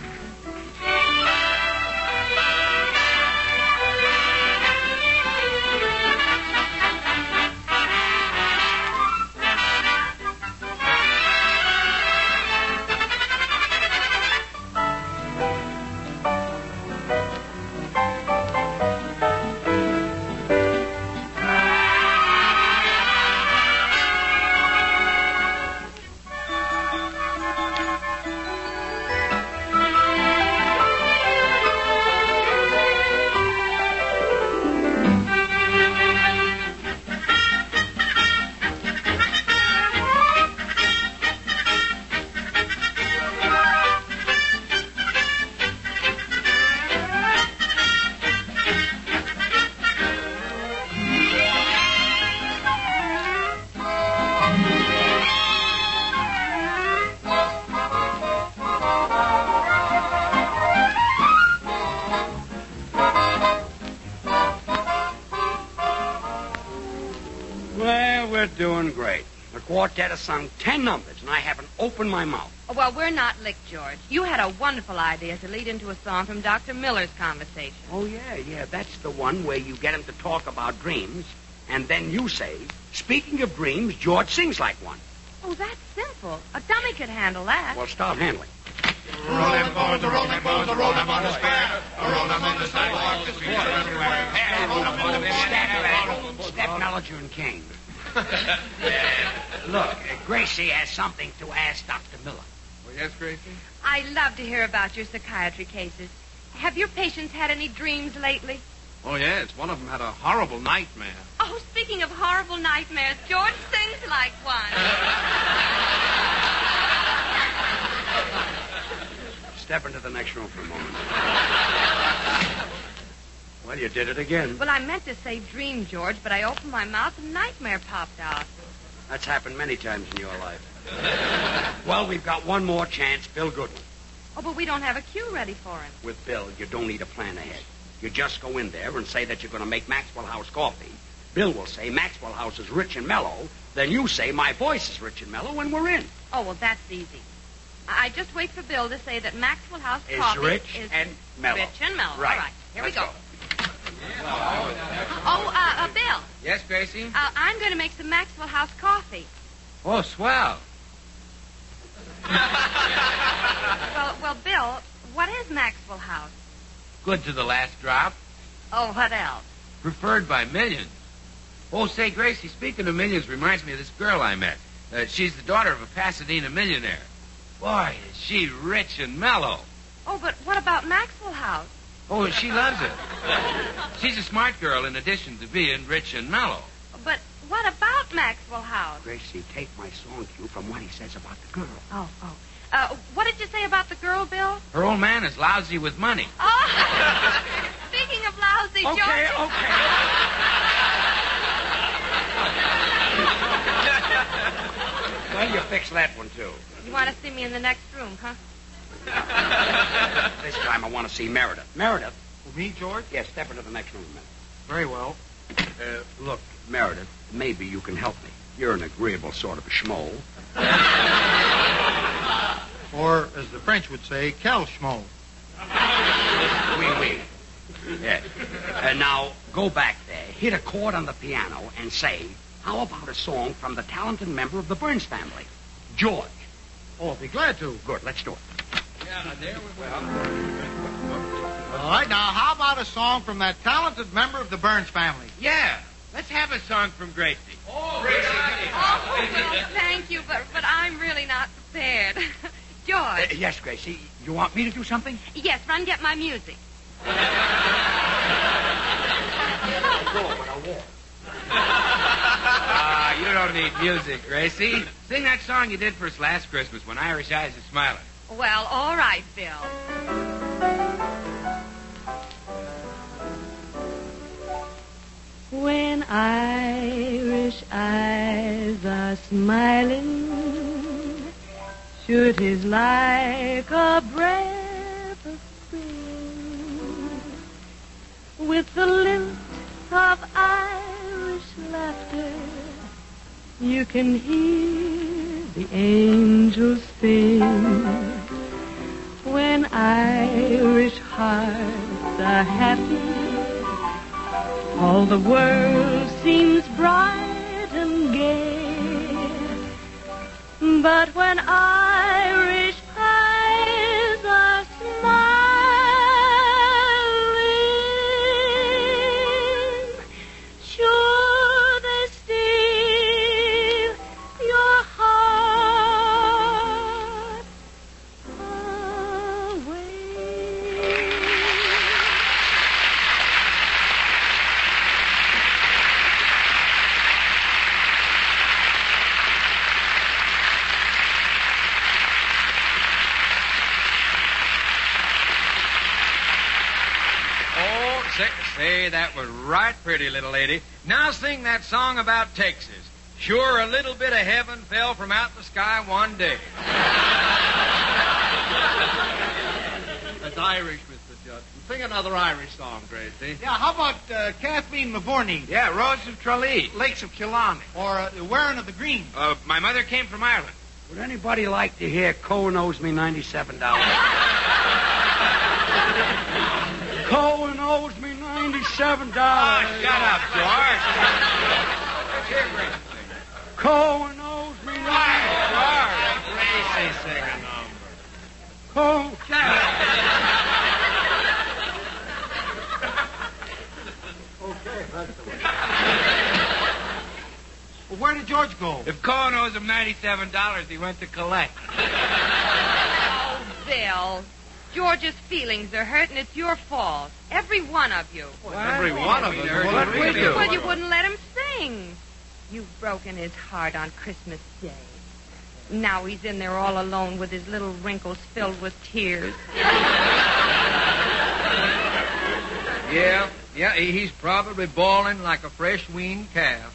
Well, we're doing great. The quartet has sung ten numbers, and I haven't opened my mouth. Oh, well, we're not licked, George. You had a wonderful idea to lead into a song from Dr. Miller's conversation. Oh, yeah, yeah. That's the one where you get him to talk about dreams, and then you say, speaking of dreams, George sings like one. Oh, that's simple. A dummy could handle that. Well, start handling. Rolling bones, the rolling bones, the roll 'em on the square. The roll 'em on the sidewalk, the street, everywhere. Hey, roll 'em on the Step, Step Mellinger and <laughs> King. Look, uh, Gracie has something to ask Dr. Miller. Oh, yes, Gracie? I love to hear about your psychiatry cases. Have your patients had any dreams lately? Oh, yes. One of them had a horrible nightmare. Oh, speaking of horrible nightmares, George sings like one. Step into the next room for a moment. Well, you did it again. Well, I meant to say dream, George, but I opened my mouth and nightmare popped out. That's happened many times in your life. well, we've got one more chance, Bill Goodwin. Oh, but we don't have a cue ready for him. With Bill, you don't need a plan ahead. You just go in there and say that you're going to make Maxwell House coffee. Bill will say Maxwell House is rich and mellow. Then you say my voice is rich and mellow, and we're in. Oh, well, that's easy. I I just wait for Bill to say that Maxwell House Is coffee rich is and mellow. Rich and mellow. Right. All right. Here Let's we go. go. Oh, uh, uh, Bill, Yes, Gracie? uh, I'm going to make some Maxwell House coffee. Oh, swell. Well, well, Bill, what is Maxwell House? Good to the last drop. Oh, what else? Preferred by millions. Oh, say, Gracie, speaking of millions reminds me of this girl I met. Uh, she's the daughter of a Pasadena millionaire. Boy, is she rich and mellow. Oh, but what about Maxwell House? Oh, she loves it. She's a smart girl in addition to being rich and mellow. But what about Maxwell House? Gracie, take my song cue from what he says about the girl. Oh, oh. Uh, what did you say about the girl, Bill? Her old man is lousy with money. Oh, speaking of lousy, Okay, George. <laughs> Well, you fixed that one, too. You want to see me in the next room, huh? This time I want to see Meredith. Meredith? me, George? Yes, step into the next room a Very well. minute. Uh, look, Meredith, maybe you can help me. You're an agreeable sort of schmoll. Or, as the French would say, calchmo. Oui, oui. Yeah. And Uh, now, go back there, hit a chord on the piano, and say, how about a song from the talented member of the Burns family, George? Oh, I'll be glad to. Good, let's do it. Yeah, there we All right, now, how about a song from that talented member of the Burns family? Yeah, let's have a song from Gracie. Oh, Oh, well, thank you, but, but I'm really not prepared. <laughs> Uh, George. yes, Gracie, you want me to do something? Yes, run get my music. Ah, you don't need music, Gracie. Sing that song you did for us last Christmas when Irish Eyes is smiling. Well, all right, Bill. When Irish eyes are smiling, should his like a breath of spring, with the lilt of Irish laughter, you can hear the angels sing. When Irish hearts are happy, all the world seems bright and gay. But when Irish eyes are smiling, sure they steal your heart away. Oh, say, say, that was right pretty, little lady. Now sing that song about Texas. Sure, a little bit of heaven fell from out the sky one day. That's Irish, Mr. Judson. Sing another Irish song, Gracie. Yeah, how about uh, Kathleen Lavorney? Yeah, Rose of Tralee. Lakes of Killarney. Or uh, The Wearing of the Green. Uh, my mother came from Ireland. Would anybody like to hear Cohen owes me ninety-seven <laughs> dollars? Cohen owes me ninety-seven dollars. Ah, shut up, George. Cohen owes me ninety. Gracie sing a number. Cohen. Well, where did George go? If Cohen owes him $97, he went to collect. Oh, Bill. George's feelings are hurt, and it's your fault. Every one of you. Every one of us. Well, what we do. Well, you wouldn't let him sing. You've broken his heart on Christmas Day. Now he's in there all alone with his little wrinkles filled with tears. Yeah, yeah, he- he's probably bawling like a fresh weaned calf.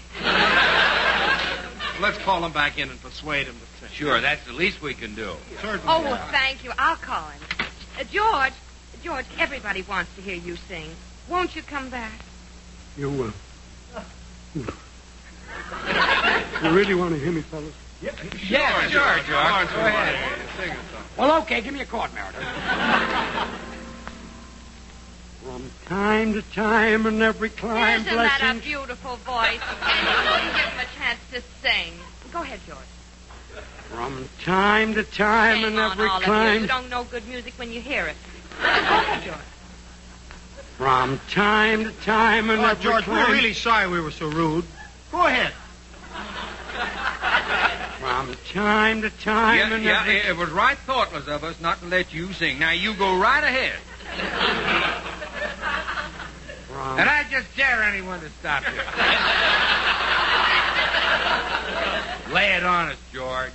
Let's call him back in and persuade him to think. Sure, that's the least we can do. Certainly. Oh, well, thank you. I'll call him. Uh, George, George, everybody wants to hear you sing. Won't you come back? You, uh, you- you really want to hear me, fellas? Yeah, sure, George. George. Go ahead. Sing it. Well, okay, give me a chord, Meredith. From time to time and every clime, Isn't that a blessing. beautiful voice? And you wouldn't give him a chance to sing. Go ahead, George. From time to time and Shame on every all of you. You clime. don't know good music when you hear it. Go ahead, George. From time to time and Oh, every George, clime. we're really sorry we were so rude. Go ahead. From time to time yeah, and yeah, every it- it was right thoughtless of us not to let you sing. Now you go right ahead. From And I just dare anyone to stop you. <laughs> Lay it on us, George.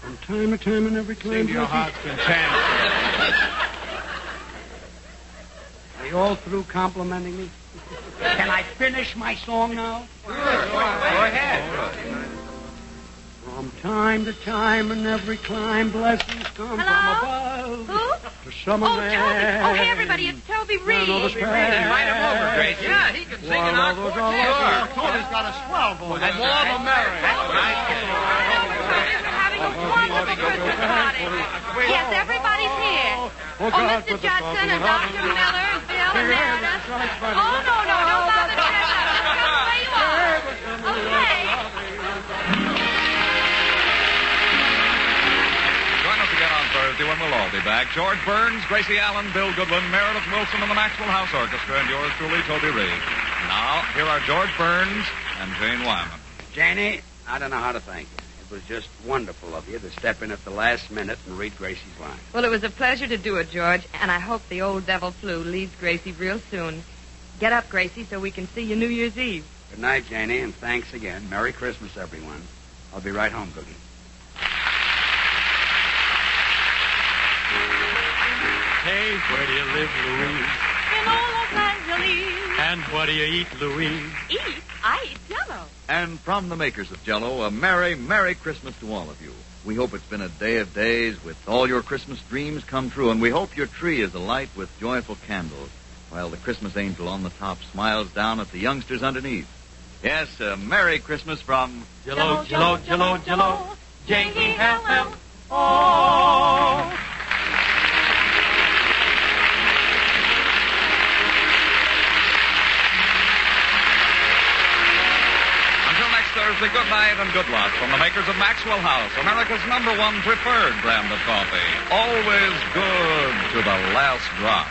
From time to time and every time. Sing to your heart's content. Are you all through complimenting me? Can I finish my song now? Go ahead. From time to time and every clime, blessings come Hello? from above. Who? To some Oh, of Toby. them. Oh, hey, everybody, it's Toby Reed. Toby Reed. Invite him over, Gracie. Yeah, he can sing an encore, too. Sure. Toby's got a swell voice. And more of a Yes, everybody's here. Oh, Mr. Judson and Dr. Miller and Bill and Meredith. Oh, no, no, don't bother Judson. Just the way you are. Okay. Join us again on Thursday when we'll all be back. George Burns, Gracie Allen, Bill Goodwin, Meredith Wilson, and the Maxwell House Orchestra, and yours truly, Toby Reed. Now, here are George Burns and Jane Wyman. Janie, I don't know how to thank you. It was just wonderful of you to step in at the last minute and read Gracie's line. Well, it was a pleasure to do it, George, and I hope the old devil flu leaves Gracie real soon. Get up, Gracie, so we can see you New Year's Eve. Good night, Janie, and thanks again. Merry Christmas, everyone. I'll be right home, Cookie. Hey, where do you live, Louise? In all Los Angeles. And what do you eat, Louise? Eat, I eat jello. And from the makers of Jello, a merry, merry Christmas to all of you. We hope it's been a day of days with all your Christmas dreams come true, and we hope your tree is alight with joyful candles, while the Christmas angel on the top smiles down at the youngsters underneath. Yes, a merry Christmas from Jello, jello, jello, jello. Oh. Janky, help, help. Until next Thursday, good night and good luck from the makers of Maxwell House, America's number one preferred brand of coffee. Always good to the last drop.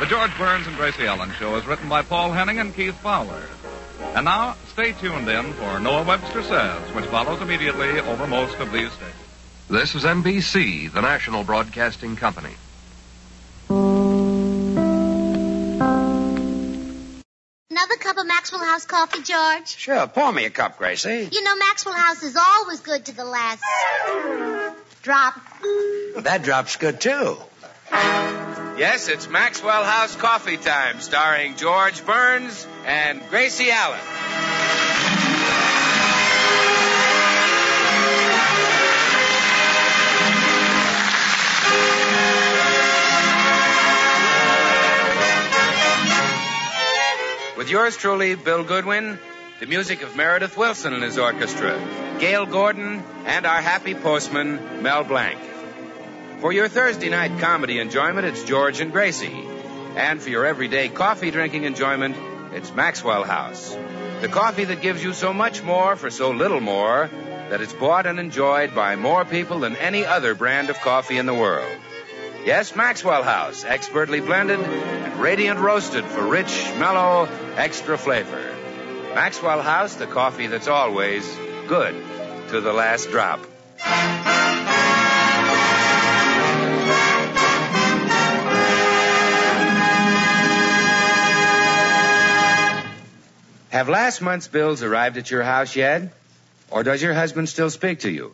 The George Burns and Gracie Allen Show is written by Paul Henning and Keith Fowler. And now, stay tuned in for Noah Webster Says, which follows immediately over most of these stations. This is NBC, the national broadcasting company. Another cup of Maxwell House coffee, George? Sure, pour me a cup, Gracie. You know, Maxwell House is always good to the last drop. That drop's good, too. Yes, it's Maxwell House Coffee Time, starring George Burns and Gracie Allen. With yours truly, Bill Goodwin, the music of Meredith Wilson and his orchestra, Gail Gordon, and our happy postman, Mel Blanc. For your Thursday night comedy enjoyment, it's George and Gracie. And for your everyday coffee drinking enjoyment, it's Maxwell House. The coffee that gives you so much more for so little more that it's bought and enjoyed by more people than any other brand of coffee in the world. Yes, Maxwell House, expertly blended and radiant roasted for rich, mellow, extra flavor. Maxwell House, the coffee that's always good to the last drop. Have last month's bills arrived at your house yet? Or does your husband still speak to you?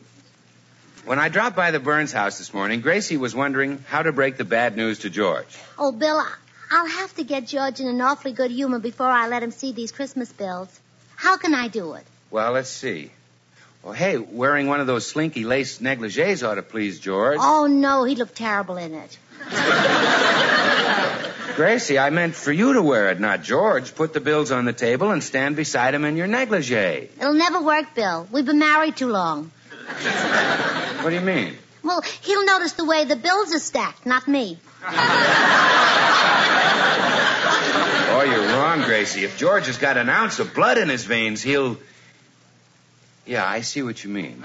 When I dropped by the Burns house this morning, Gracie was wondering how to break the bad news to George. Oh, Bill, I- I'll have to get George in an awfully good humor before I let him see these Christmas bills. How can I do it? Well, let's see. Well, hey, wearing one of those slinky lace negligees ought to please George. Oh, no, he'd look terrible in it. Gracie, I meant for you to wear it, not George. Put the bills on the table and stand beside him in your negligee. It'll never work, Bill. We've been married too long. What do you mean? Well, he'll notice the way the bills are stacked, not me. Oh, you're wrong, Gracie. If George has got an ounce of blood in his veins, he'll. Yeah, I see what you mean.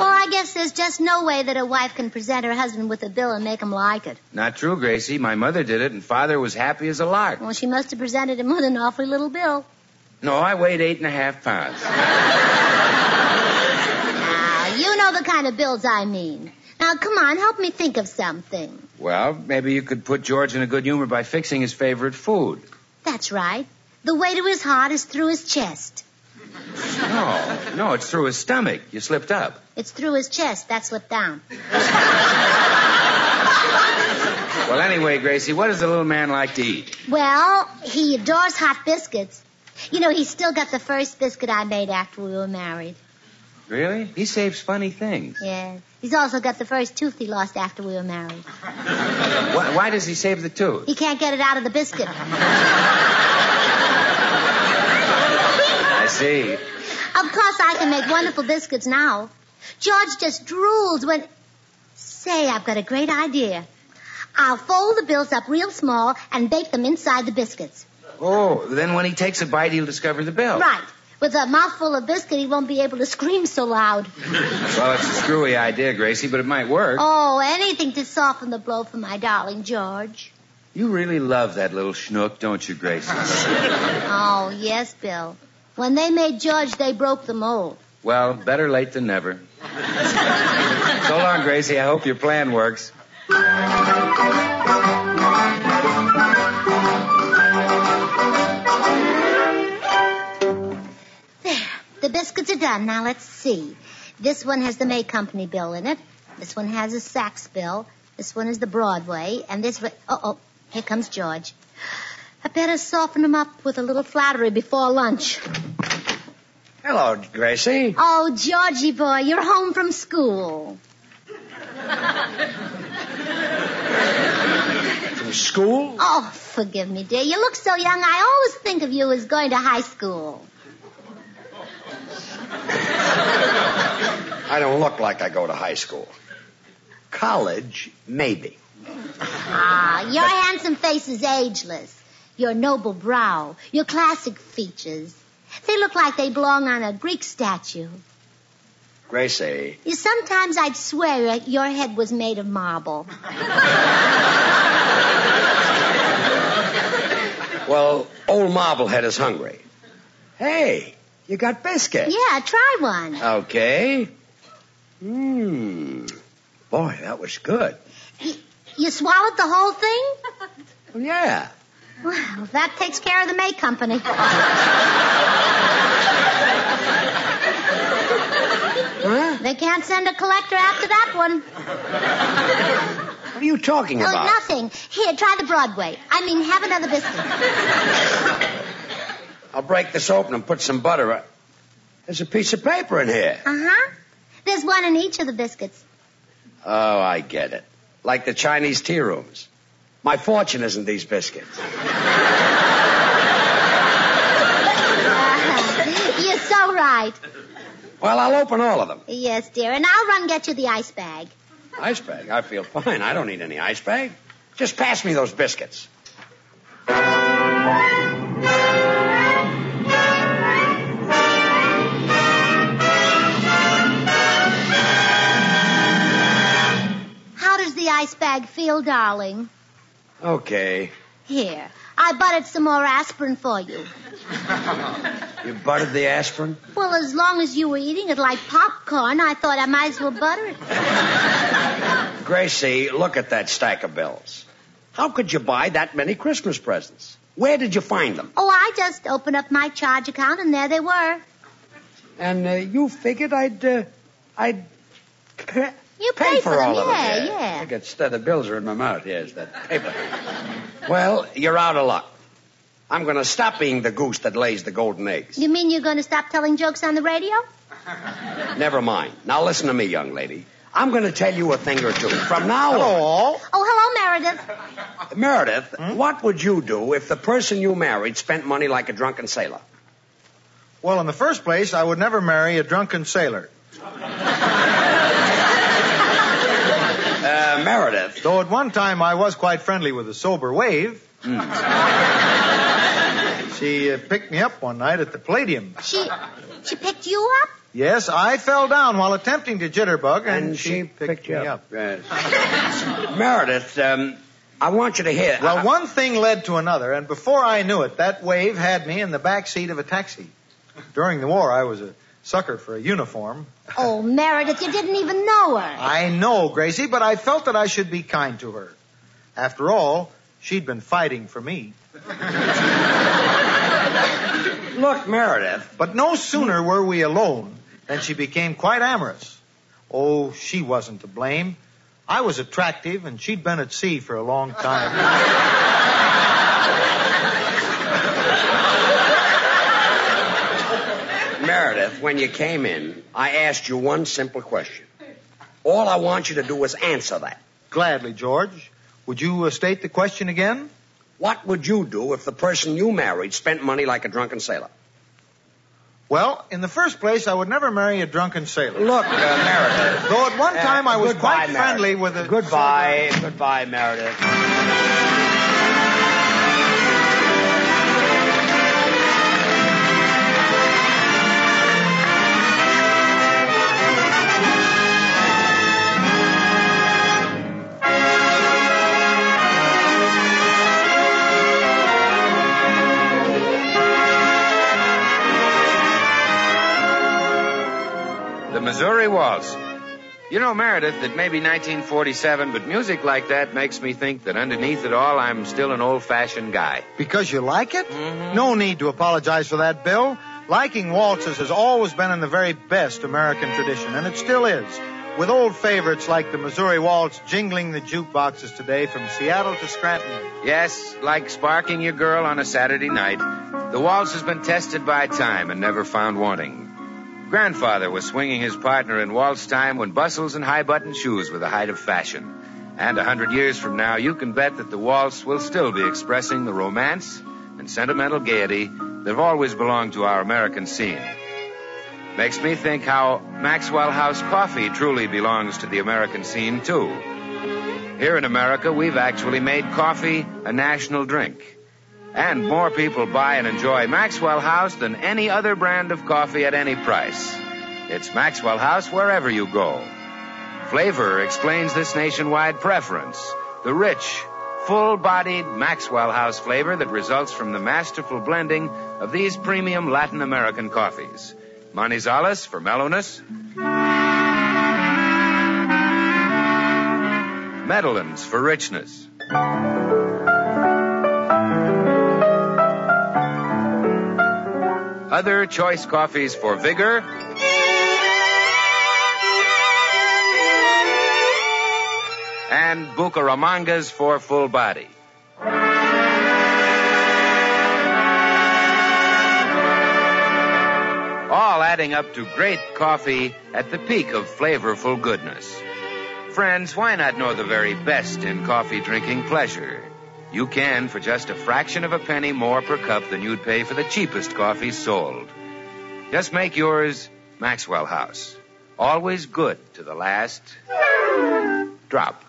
Well, I guess there's just no way that a wife can present her husband with a bill and make him like it. Not true, Gracie. My mother did it, and father was happy as a lark. Well, she must have presented him with an awfully little bill. No, I weighed eight and a half pounds. Now, you know the kind of bills I mean. Now, come on, help me think of something. Well, maybe you could put George in a good humor by fixing his favorite food. That's right. The way to his heart is through his chest. No, no, it's through his stomach. You slipped up. It's through his chest that slipped down. Well, anyway, Gracie, what does the little man like to eat? Well, he adores hot biscuits. You know, he's still got the first biscuit I made after we were married. Really? He saves funny things. Yeah. He's also got the first tooth he lost after we were married. Why, why does he save the tooth? He can't get it out of the biscuit. I see. Of course, I can make wonderful biscuits now. George just drools when. Say, I've got a great idea. I'll fold the bills up real small and bake them inside the biscuits. Oh, then when he takes a bite, he'll discover the bill. Right. With a mouthful of biscuit, he won't be able to scream so loud. Well, it's a screwy idea, Gracie, but it might work. Oh, anything to soften the blow for my darling George. You really love that little schnook, don't you, Gracie? Oh, yes, Bill. When they made George, they broke the mold. well, better late than never. so long, Gracie. I hope your plan works. The biscuits are done. Now let's see. This one has the May Company bill in it. This one has a Saks bill. This one is the Broadway. And this one, oh, oh, here comes George. I better soften him up with a little flattery before lunch. Hello, Gracie. Oh, Georgie boy, you're home from school. From school? Oh, forgive me, dear. You look so young, I always think of you as going to high school. I don't look like I go to high school. College, maybe. Ah, your handsome face is ageless. Your noble brow, your classic features. They look like they belong on a Greek statue. Gracie, You- Sometimes I'd swear your head was made of marble. well, old Marblehead is hungry. Hey, you got biscuit. Yeah, try one. Okay. Mmm. Boy, that was good. You swallowed the whole thing? Yeah. Well, that takes care of the May Company. They can't send a collector after that one. What are you talking Oh, about? nothing. Here, try the Broadway. I mean, have <laughs> another biscuit. I'll break this open and put some butter. on- There's a piece of paper in here. Uh huh. There's one in each of the biscuits. Oh, I get it. Like the Chinese tea rooms. My fortune isn't these biscuits. You're so right. Well, I'll open all of them. Yes, dear. And I'll run get you the ice bag. Ice bag. I feel fine. I don't need any ice bag. Just pass me those biscuits. How does the ice bag feel, darling? Okay. Here. I buttered some more aspirin for you. You buttered the aspirin? Well, as long as you were eating it like popcorn, I thought I might as well butter it. Gracie, look at that stack of bills. How could you buy that many Christmas presents? Where did you find them? Oh, I just opened up my charge account, and there they were. And uh, you figured I'd, uh, I'd You pay, for all them. of it, yeah, yeah. yeah. I could stir the bills are in my mouth. Yes, that paper. well, you're out of luck. I'm going to stop being the goose that lays the golden eggs. You mean you're going to stop telling jokes on the radio? Never mind. Now listen to me, young lady. I'm going to tell you a thing or two. From now on. Oh, hello, Meredith. Meredith, Hmm? what would you do if the person you married spent money like a drunken sailor? Well, in the first place, I would never marry a drunken sailor. Uh, Meredith. Though at one time I was quite friendly with a sober wave. Hmm. she uh, picked me up one night at the Palladium. She she picked you up? Yes, I fell down while attempting to jitterbug, and, she, picked, me up. Yes. Meredith, um, I want you to hear. Well, one thing led to another, and before I knew it, that wave had me in the back seat of a taxi. During the war, I was a sucker for a uniform. Oh, Meredith, you didn't even know her. I know, Gracie, but I felt that I should be kind to her. After all, she'd been fighting for me. <laughs> Look, Meredith. But no sooner were we alone than she became quite amorous. Oh, she wasn't to blame. I was attractive, and she'd been at sea for a long time. <laughs> Meredith, when you came in, I asked you one simple question. All I want you to do is answer that. Gladly, George. Would you uh, state the question again? What would you do if the person you married spent money like a drunken sailor? Well, in the first place, I would never marry a drunken sailor. Look, uh, Meredith. Though at one Uh, time I was goodbye, quite friendly Meredith. with a. <laughs> Goodbye, goodbye, Meredith. The Missouri Waltz. You know, Meredith, it may be 1947, but music like that makes me think that underneath it all, I'm still an old fashioned guy. Because you like it? No need to apologize for that, Bill. Liking waltzes has always been in the very best American tradition, and it still is. With old favorites like the Missouri Waltz jingling the jukeboxes today from Seattle to Scranton. Yes, like sparking your girl on a Saturday night, the waltz has been tested by time and never found wanting. Grandfather was swinging his partner in waltz time when bustles and high button shoes were the height of fashion. And a hundred years from now, you can bet that the waltz will still be expressing the romance and sentimental gaiety that have always belonged to our American scene. Makes me think how Maxwell House coffee truly belongs to the American scene, too. Here in America, we've actually made coffee a national drink. And more people buy and enjoy Maxwell House than any other brand of coffee at any price. It's Maxwell House wherever you go. Flavor explains this nationwide preference. The rich, full bodied Maxwell House flavor that results from the masterful blending of these premium Latin American coffees. Manizales for mellowness, Medellins for richness. Other choice coffees for vigor. And Bucaramangas for full body. All adding up to great coffee at the peak of flavorful goodness. Friends, why not know the very best in coffee drinking pleasure? You can for just a fraction of a penny more per cup than you'd pay for the cheapest coffee sold. Just make yours Maxwell House. Always good to the last drop.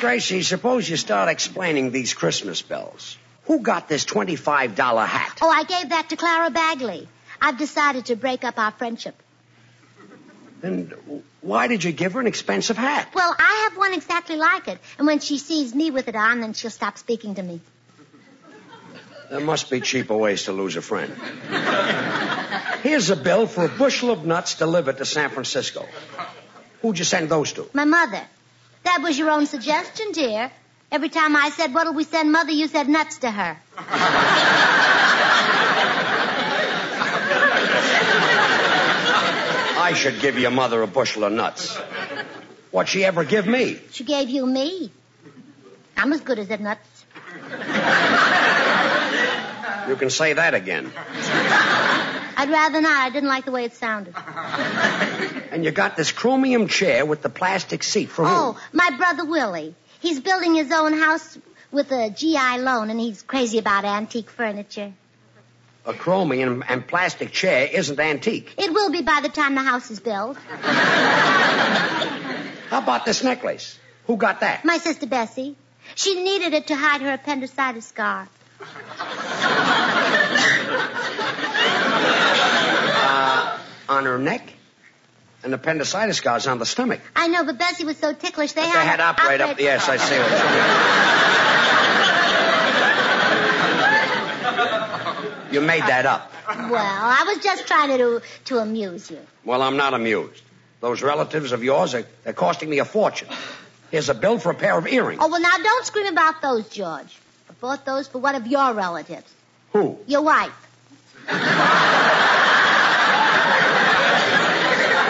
Gracie, suppose you start explaining these Christmas bells. Who got this $25 hat? Oh, I gave that to Clara Bagley. I've decided to break up our friendship. And why did you give her an expensive hat? Well, I have one exactly like it, and when she sees me with it on, then she'll stop speaking to me. There must be cheaper ways to lose a friend. Here's a bill for a bushel of nuts delivered to San Francisco. Who'd you send those to? My mother. That was your own suggestion, dear. Every time I said, what'll we send mother, you said nuts to her. I should give your mother a bushel of nuts. What'd she ever give me? She gave you me. I'm as good as a nut. You can say that again. I'd rather not. I didn't like the way it sounded. And you got this chromium chair with the plastic seat from Oh, my brother Willie. He's building his own house with a GI loan, and he's crazy about antique furniture. A chromium and plastic chair isn't antique. It will be by the time the house is built. How about this necklace? Who got that? My sister Bessie. She needed it to hide her appendicitis scar. Uh, on her neck? An appendicitis scar's on the stomach. I know, but Bessie was so ticklish they They had had, her operate up. operate- Yes, I see what you mean. You made that up. <laughs> Well, I was just trying to do, to amuse you. Well, I'm not amused. Those relatives of yours are they're costing me a fortune. Here's a bill for a pair of earrings. Oh well, now don't scream about those, George. I bought those for one of your relatives. Who? Your wife.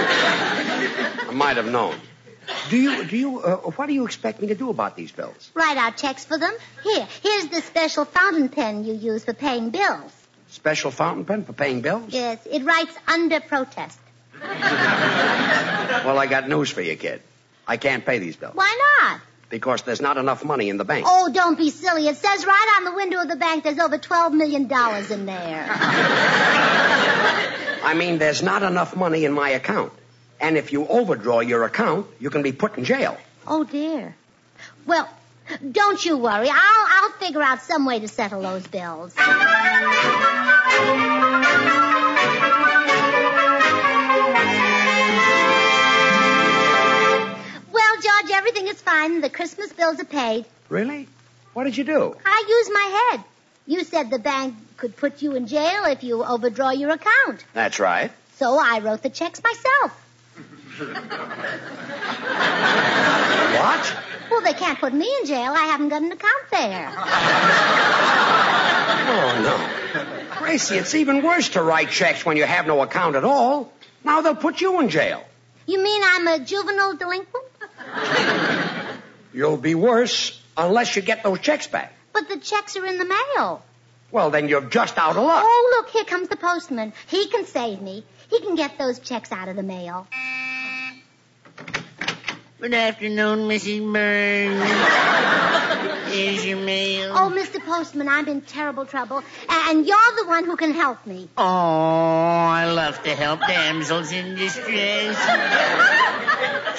I might have known. Do you do you uh, what do you expect me to do about these bills? Write out checks for them. Here, here's the special fountain pen you use for paying bills. Special fountain pen for paying bills? Yes, it writes under protest. Well, I got news for you, kid. I can't pay these bills Why not? because there's not enough money in the bank. Oh, don't be silly. It says right on the window of the bank there's over $12 million in there. I mean, there's not enough money in my account. And if you overdraw your account, you can be put in jail. oh, dear. Well, don't you worry. I'll, I'll figure out some way to settle those bills. Well, George, everything is fine. The Christmas bills are paid. Really? What did you do? I used my head. You said the bank could put you in jail if you overdraw your account. That's right. So I wrote the checks myself. What? Well, they can't put me in jail. I haven't got an account there. Oh, no. Gracie, it's even worse to write checks when you have no account at all. Now they'll put you in jail. You mean I'm a juvenile delinquent? You'll be worse unless you get those checks back. But the checks are in the mail. Well, then you're just out of luck. Oh, look, here comes the postman. He can save me. He can get those checks out of the mail. Good afternoon, Mrs. Burns. Here's your mail. Oh, Mr. Postman, I'm in terrible trouble, a- and you're the one who can help me. Oh, I love to help damsels in distress.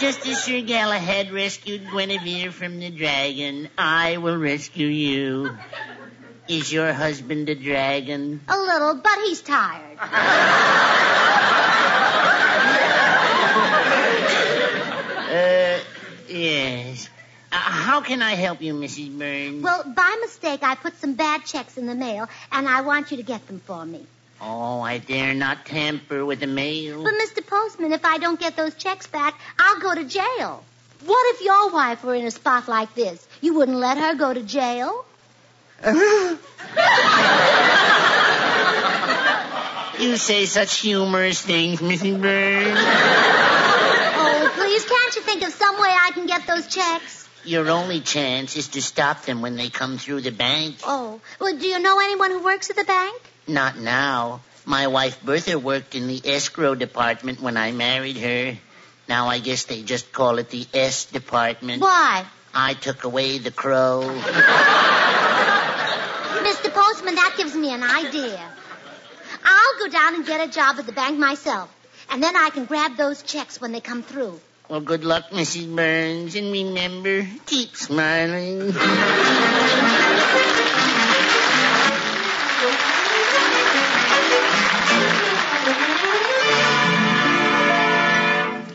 Just as Sir Galahad rescued Guinevere from the dragon, I will rescue you. Is your husband a dragon? A little, but he's tired. Uh, yes. Uh, how can I help you, Mrs. Burns? Well, by mistake, I put some bad checks in the mail, and I want you to get them for me. Oh, I dare not tamper with the <laughs> mail. But, Mr. Postman, if I don't get those checks back, I'll go to jail. What if your wife were in a spot like this? You wouldn't let her go to jail? You say such humorous things, Mrs. Burns. Oh, please, can't you think of some way I can get those checks? Your only chance is to stop them when they come through the bank. Oh, well, do you know anyone who works at the bank? Not now. My wife Bertha worked in the escrow department when I married her. Now I guess they just call it the S department. Why? I took away the crow. Mr. Postman, that gives me an idea. I'll go down and get a job at the bank myself, and then I can grab those checks when they come through. Well, good luck, Mrs. Burns, and remember, keep smiling.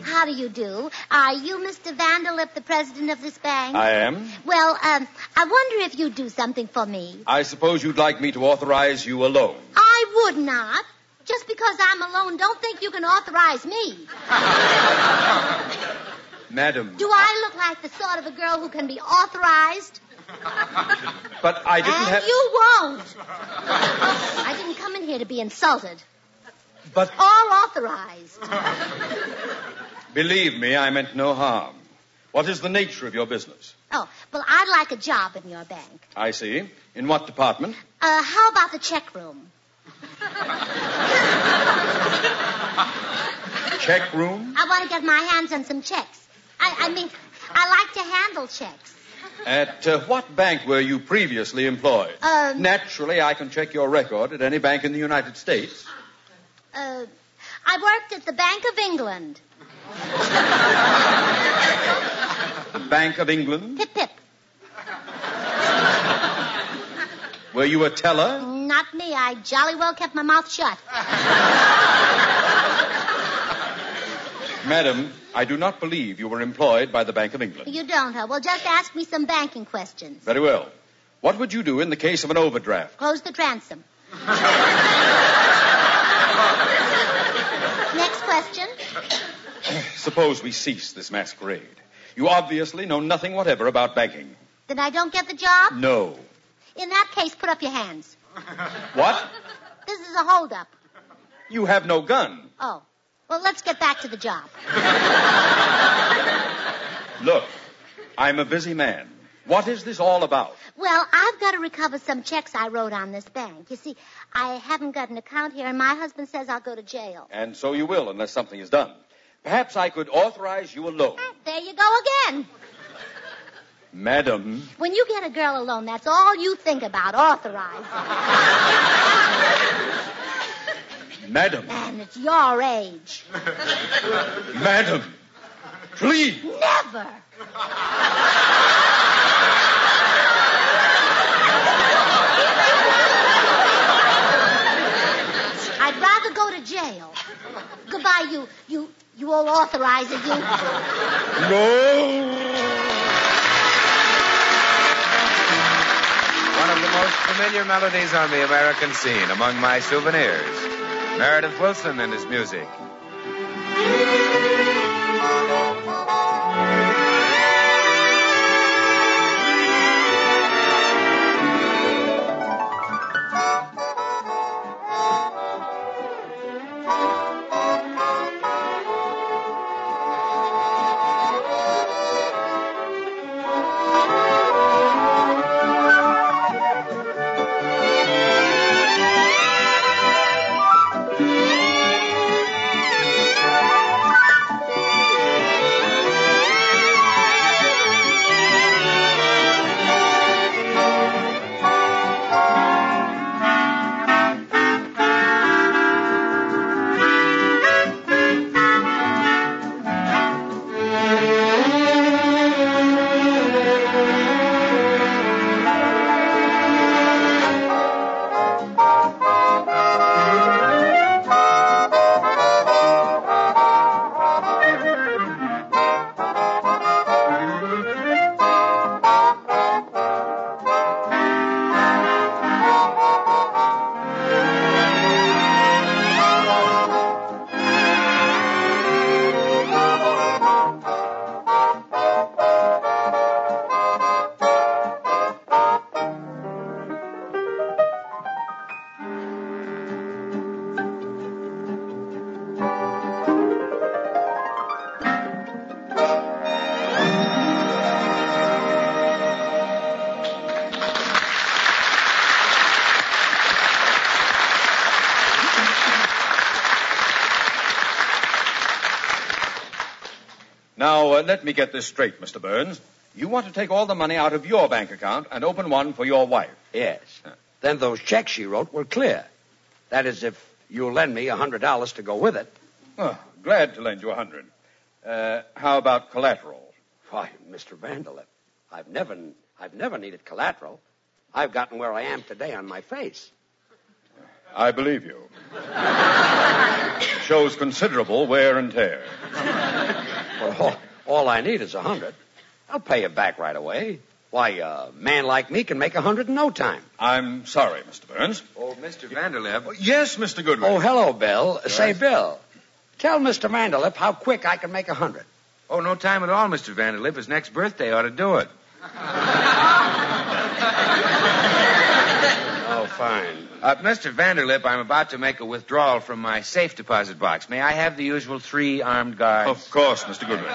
How do you do? Are you Mr. Vanderlip, the president of this bank? I am. Well, um, I wonder if you'd do something for me. I suppose you'd like me to authorize you a loan. I would not. Just because I'm alone, don't think you can authorize me. Madam, Do I look like the sort of a girl who can be authorized? but I didn't and have. you won't. I didn't come in here to be insulted. But All authorized. believe me, I meant no harm. What is the nature of your business? Oh, well, I'd like a job in your bank. I see. In what department? Uh, how about the check room? Check room? I want to get my hands on some checks. I, I mean, I like to handle checks. At uh, what bank were you previously employed? Um, Naturally, I can check your record at any bank in the United States. Uh, I worked at the Bank of England. The Bank of England? Pip pip. Were you a teller? Not me. I jolly well kept my mouth shut. Madam, I do not believe you were employed by the Bank of England. You don't, huh? Well, just ask me some banking questions. Very well. What would you do in the case of an overdraft? Close the transom. Next question. <clears throat> Suppose we cease this masquerade. You obviously know nothing whatever about banking. Then I don't get the job? No. In that case, put up your hands. What? This is a holdup. You have no gun. Oh. Well, let's get back to the job. Look, I'm a busy man. What is this all about? Well, I've got to recover some checks I wrote on this bank. You see, I haven't got an account here, and my husband says I'll go to jail. And so you will, unless something is done. Perhaps I could authorize you a loan. There you go again. Madam, When you get a girl alone, that's all you think about, authorized. madam, And it's your age. madam, please. <laughs> Never. I'd rather go to jail. Goodbye, you, you, you all authorizer, you. One of the most familiar melodies on the American scene among my souvenirs. Meredith Wilson and his music. Now, uh, let me get this straight, Mr. Burns. You want to take all the money out of your bank account and open one for your wife. Yes. Then those checks she wrote were clear. That is, if you'll lend me a hundred dollars to go with it. Oh, glad to lend you a hundred. Uh, how about collateral? Why, Mr. Vanderlip, I've never, I've never needed collateral. I've gotten where I am today on my face. I believe you. Shows considerable wear and tear. Well, all, all I need is a hundred. I'll pay you back right away. Why, a man like me can make a hundred in no time. I'm sorry, Mr. Burns. Oh, Mr. Vanderlip. Yes, Mr. Goodwin. Oh, hello, Bill. Say, Bill, tell Mr. Vanderlip how quick I can make a hundred. Oh, no time at all, Mr. Vanderlip. His next birthday ought to do it. Oh, fine. Uh, Mr. Vanderlip, I'm about to make a withdrawal from my safe deposit box. May I have the usual three armed guards? Of course, Mr. Goodwin.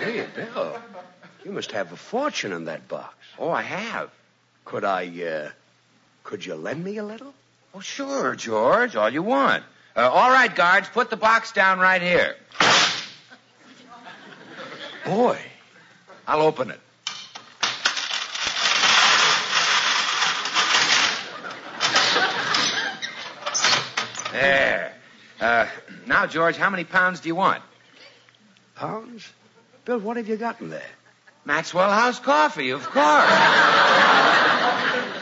Gee, Bill, you must have a fortune in that box. Oh, I have. Could I, uh, could you lend me a little? Oh, sure, George, all you want. Uh, all right, guards, put the box down right here. Boy, I'll open it. There. Uh, now, George, how many pounds do you want? Pounds? Bill, what have you gotten there? Maxwell House coffee, of course.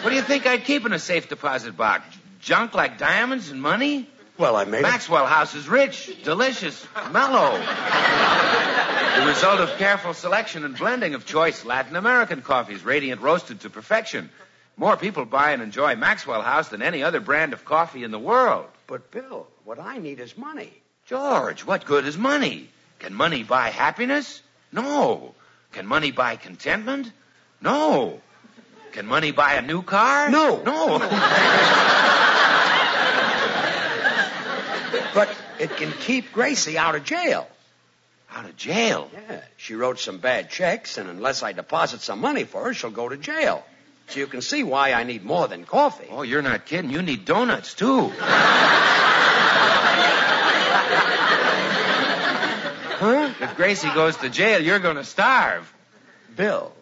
what do you think I'd keep in a safe deposit box? Junk like diamonds and money? Well, I made it. Maxwell House is rich, delicious, mellow. the result of careful selection and blending of choice Latin American coffees, radiant roasted to perfection. More people buy and enjoy Maxwell House than any other brand of coffee in the world. But, Bill, what I need is money. George, what good is money? Can money buy happiness? No. Can money buy contentment? No. Can money buy a new car? No. <laughs> No. But it can keep Gracie out of jail. Out of jail. Yeah, she wrote some bad checks, and unless I deposit some money for her, she'll go to jail. So you can see why I need more than coffee. Oh, you're not kidding. You need donuts, too. Huh? If Gracie goes to jail, you're going to starve. Bill,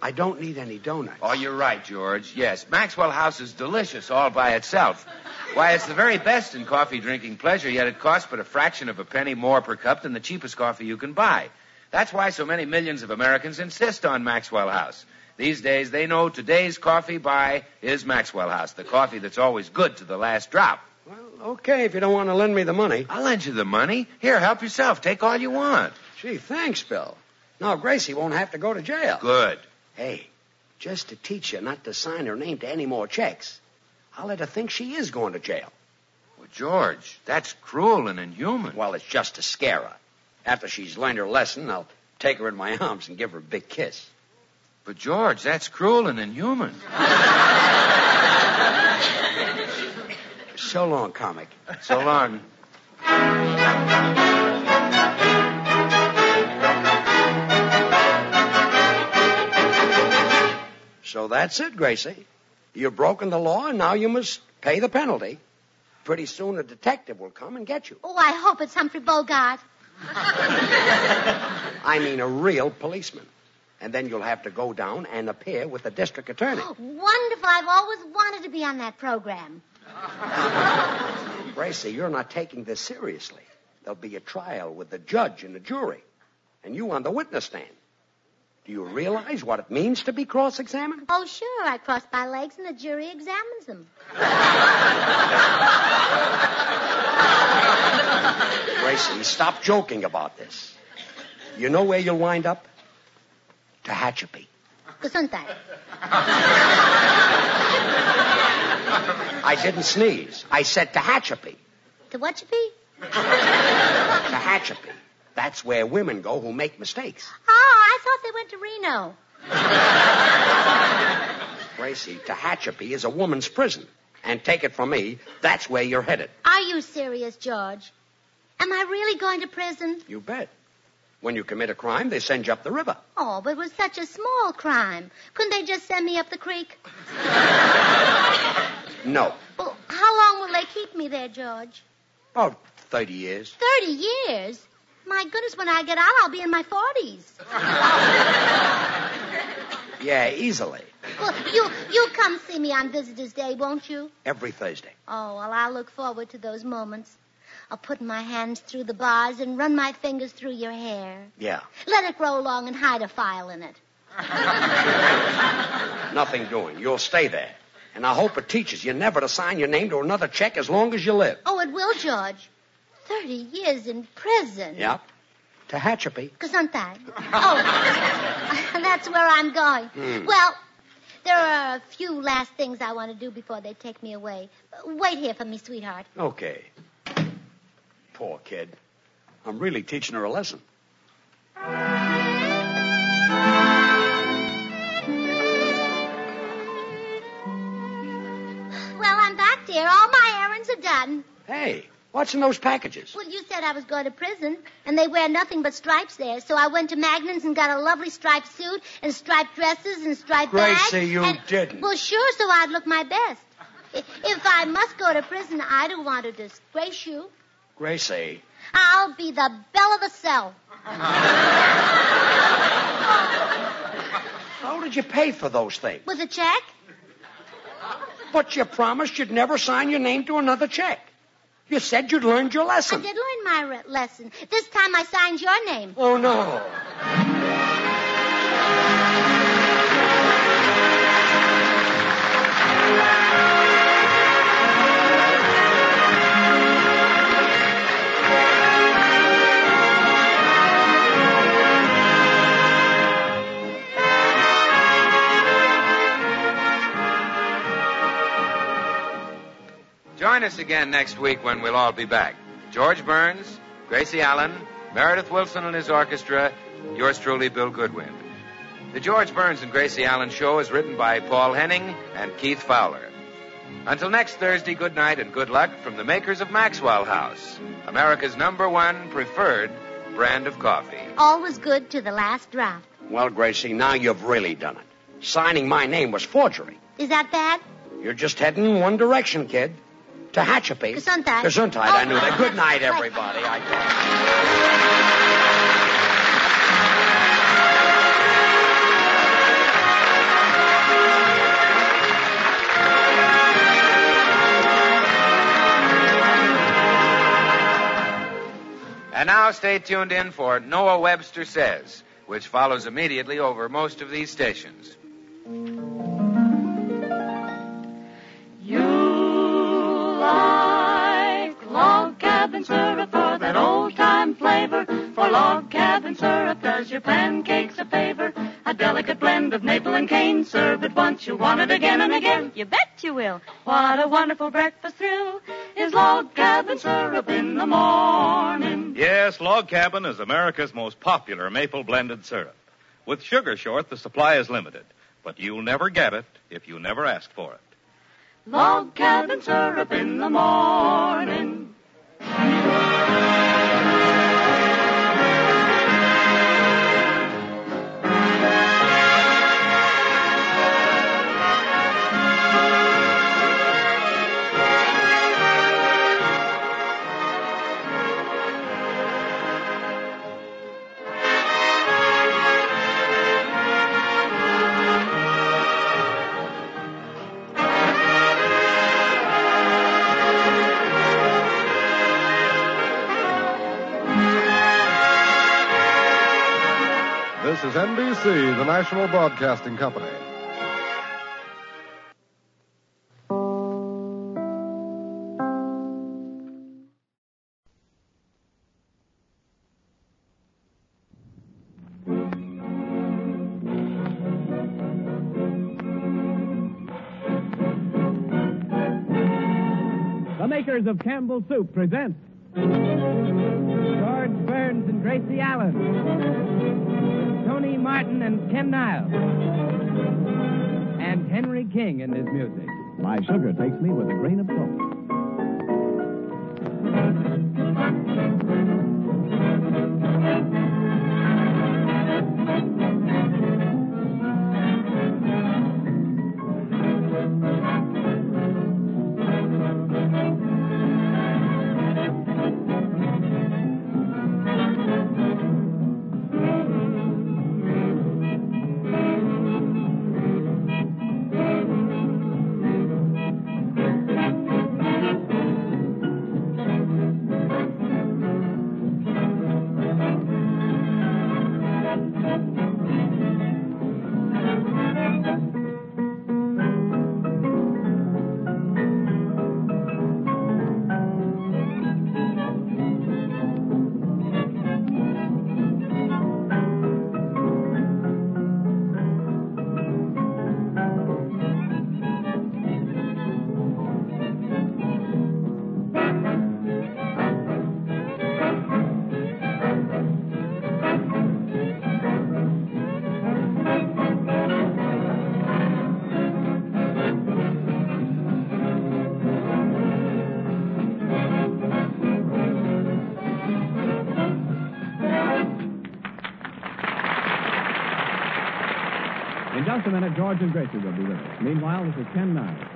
I don't need any donuts. Oh, you're right, George. Yes, Maxwell House is delicious all by itself. Why, it's the very best in coffee drinking pleasure, yet it costs but a fraction of a penny more per cup than the cheapest coffee you can buy. That's why so many millions of Americans insist on Maxwell House. These days, they know today's coffee buy is Maxwell House, the coffee that's always good to the last drop. Well, okay, if you don't want to lend me the money. I'll lend you the money. Here, help yourself. Take all you want. Gee, thanks, Bill. Now Gracie won't have to go to jail. Good. Hey, just to teach her not to sign her name to any more checks, I'll let her think she is going to jail. Well, George, that's cruel and inhuman. Well, it's just to scare her. After she's learned her lesson, I'll take her in my <laughs> arms and give her a big kiss. But, George, that's cruel and inhuman. So long, comic. So long. So that's it, Gracie. You've broken the law, and now you must pay the penalty. Pretty soon a detective will come and get you. Oh, I hope it's Humphrey Bogart. I mean, a real policeman. And then you'll have to go down and appear with the district attorney. Wonderful. I've always wanted to be on that program. Gracie, you're not taking this seriously. There'll be a trial with the judge and the jury, and you on the witness stand. Do you realize what it means to be cross examined? Oh, sure. I cross my legs and the jury examines them. Gracie, stop joking about this. You know where you'll wind up? Tehachapi. Gesundheit. I didn't sneeze. I said Tehachapi. To what you be? Oh, Tehachapi. That's where women go who make mistakes. Oh, I thought they went to Reno. Gracie, Tehachapi is a woman's prison. And take it from me, that's where you're headed. Are you serious, George? Am I really going to prison? You bet. When you commit a crime, they send you up the river. Oh, but it was such a small crime. Couldn't they just send me up the creek? No, Well, how long will they keep me there, George? about 30 years. Thirty years? My goodness, when I get out, I'll be in my forties. Yeah, easily. Well, you you'll come see me on Visitors' Day, won't you? Every Thursday. Oh, well, I'll look forward to those moments. I'll put my hands through the bars and run my fingers through your hair. Yeah, Let it grow long and hide a file in it. nothing doing. You'll stay there. And I hope it teaches you never to sign your name to another check as long as you live. Oh, it will, George. Thirty years in prison. Yep. Tehachapi. Gesundheit. Oh, <laughs> that's where I'm going. Hmm. Well, there are a few last things I want to do before they take me away. Wait here for me, sweetheart. Okay. Poor kid. I'm really teaching her a lesson. Well, I'm back, dear. All my errands are done. Hey, what's in those packages? Well, you said I was going to prison, and they wear nothing but stripes there. So I went to Magnan's and got a lovely striped suit and striped dresses and striped bags. Gracie, you and- didn't. Well, sure, so I'd look my best. I- If I must go to prison, I don't want to disgrace you. Gracie. I'll be the belle of the cell. How did you pay for those things? With a check? But you promised you'd never sign your name to another check. You said you'd learned your lesson. I did learn my re- lesson. This time I signed your name. Oh, no. Join us again next week when we'll all be back. George Burns, Gracie Allen, Meredith Wilson and his orchestra, yours truly, Bill Goodwin. The George Burns and Gracie Allen show is written by Paul Henning and Keith Fowler. Until next Thursday, good night and good luck from the makers of Maxwell House, America's number one preferred brand of coffee. Always good to the last drop. Well, Gracie, now you've really done it. Signing my name was forgery. Is that bad? You're just heading in one direction, kid. Tehachapi. Gesundheit. Gesundheit, I knew Oh. that. Good night, everybody. I And now stay tuned in for Noah Webster Says, which follows immediately over most of these stations. like log cabin syrup for that old time flavor. For log cabin syrup does your pancakes a favor. A delicate blend of maple and cane. Serve it once, you want it again and again. You bet you will. What a wonderful breakfast thrill is log cabin syrup in the morning. Yes, Log Cabin is America's most popular maple blended syrup. With sugar short, the supply is limited, but you'll never get it if you never ask for it. Log cabin syrup in the morning. This is NBC, the national broadcasting company. The makers of Campbell Soup present George Burns and Gracie Allen, with Tony Martin and Ken Niles, and Henry King in his music. My sugar takes me with a grain of salt. Thank you. just a minute, George and Gracie will be with us. Meanwhile, this is Ken Nye.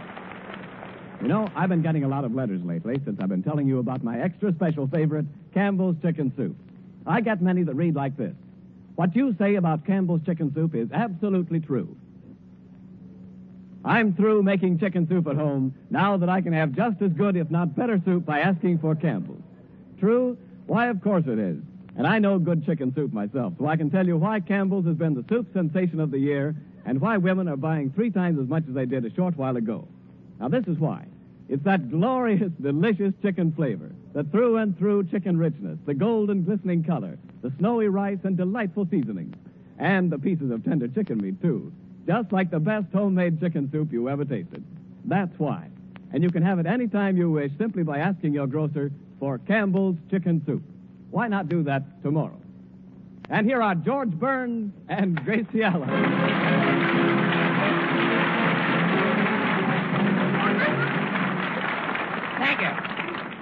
You know, I've been getting a lot of letters lately since I've been telling you about my extra special favorite, Campbell's Chicken Soup. I get many that read like this What you say about Campbell's Chicken Soup is absolutely true. I'm through making chicken soup at home now that I can have just as good, if not better, soup by asking for Campbell's. True? Why, of course it is. And I know good chicken soup myself, so I can tell you why Campbell's has been the soup sensation of the year and why women are buying three times as much as they did a short while ago. Now, this is why. It's that glorious, delicious chicken flavor, the through and through chicken richness, the gold and glistening color, the snowy rice and delightful seasonings, and the pieces of tender chicken meat, too just like the best homemade chicken soup you ever tasted. That's why. And you can have it any time you wish simply by asking your grocer for Campbell's Chicken Soup. Why not do that tomorrow? And here are George Burns and Gracie Allen. Thank you.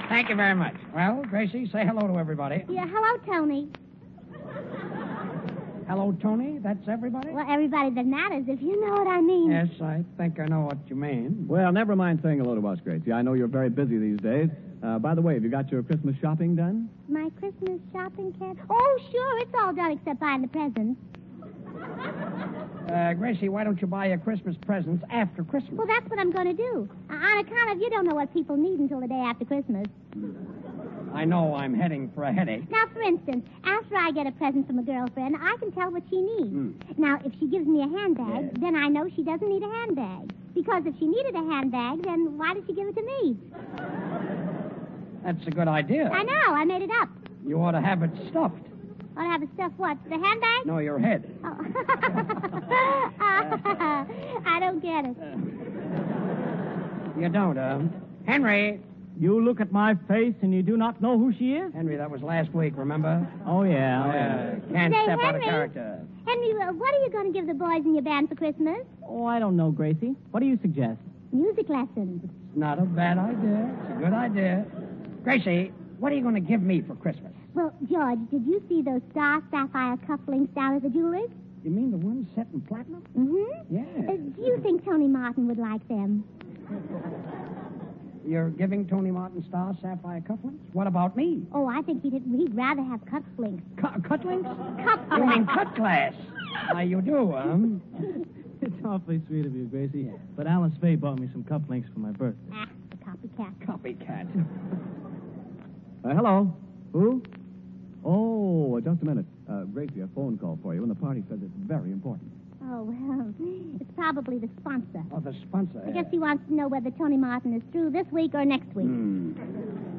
Thank you very much. Well, Gracie, say hello to everybody. Yeah, hello, Tony. Hello, Tony. That's everybody? Well, everybody that matters, if you know what I mean. Yes, I think I know what you mean. Well, never mind saying hello to us, Gracie. I know you're very busy these days. Uh, by the way, have you got your Christmas shopping done? My Christmas shopping cart? Oh, sure, it's all done except buying the presents. Uh, Gracie, why don't you buy your Christmas presents after Christmas? Well, that's what I'm going to do. Uh, on account of you don't know what people need until the day after Christmas. I know I'm heading for a headache. Now, for instance, after I get a present from a girlfriend, I can tell what she needs. Mm. Now, if she gives me a handbag, Yes. then I know she doesn't need a handbag. Because if she needed a handbag, then why did she give it to me? That's a good idea. I know, I made it up. You ought to have it stuffed. I'll have a stuff what? The handbag? No, your head. Oh. <laughs> I don't get it. Uh, You don't, uh. Henry! You look at my face and you do not know who she is? Henry, that was last week, remember? Oh, yeah. Yeah. uh, Can't Say, step out of Henry. character. Henry, uh, what are you going to give the boys in your band for Christmas? Oh, I don't know, Gracie. What do you suggest? Music lessons. It's not a bad idea. It's a good idea. Gracie, what are you going to give me for Christmas? Well, George, did you see those star sapphire cufflinks down at the jeweler's? You mean the ones set in platinum? Mm-hmm. Yeah. Uh, do you think Tony Martin would like <laughs> them? You're giving Tony Martin Star Sapphire cufflinks? What about me? Oh, I think he'd, he'd rather have cufflinks. Cu- cutlings? Cufflinks. You mean cut glass? Ah, you do, um. It's awfully sweet of you, Gracie. But Alice Faye bought me some cufflinks for my birthday. Ah, the copycat. Copycat. Uh, hello. Who? Oh, just a minute. Uh, Gracie, a phone call for you, and the party says it's very important. Oh, well, <laughs> it's probably the sponsor. Oh, the sponsor. I guess he wants to know whether Tony Martin is through this week or next week. Hmm.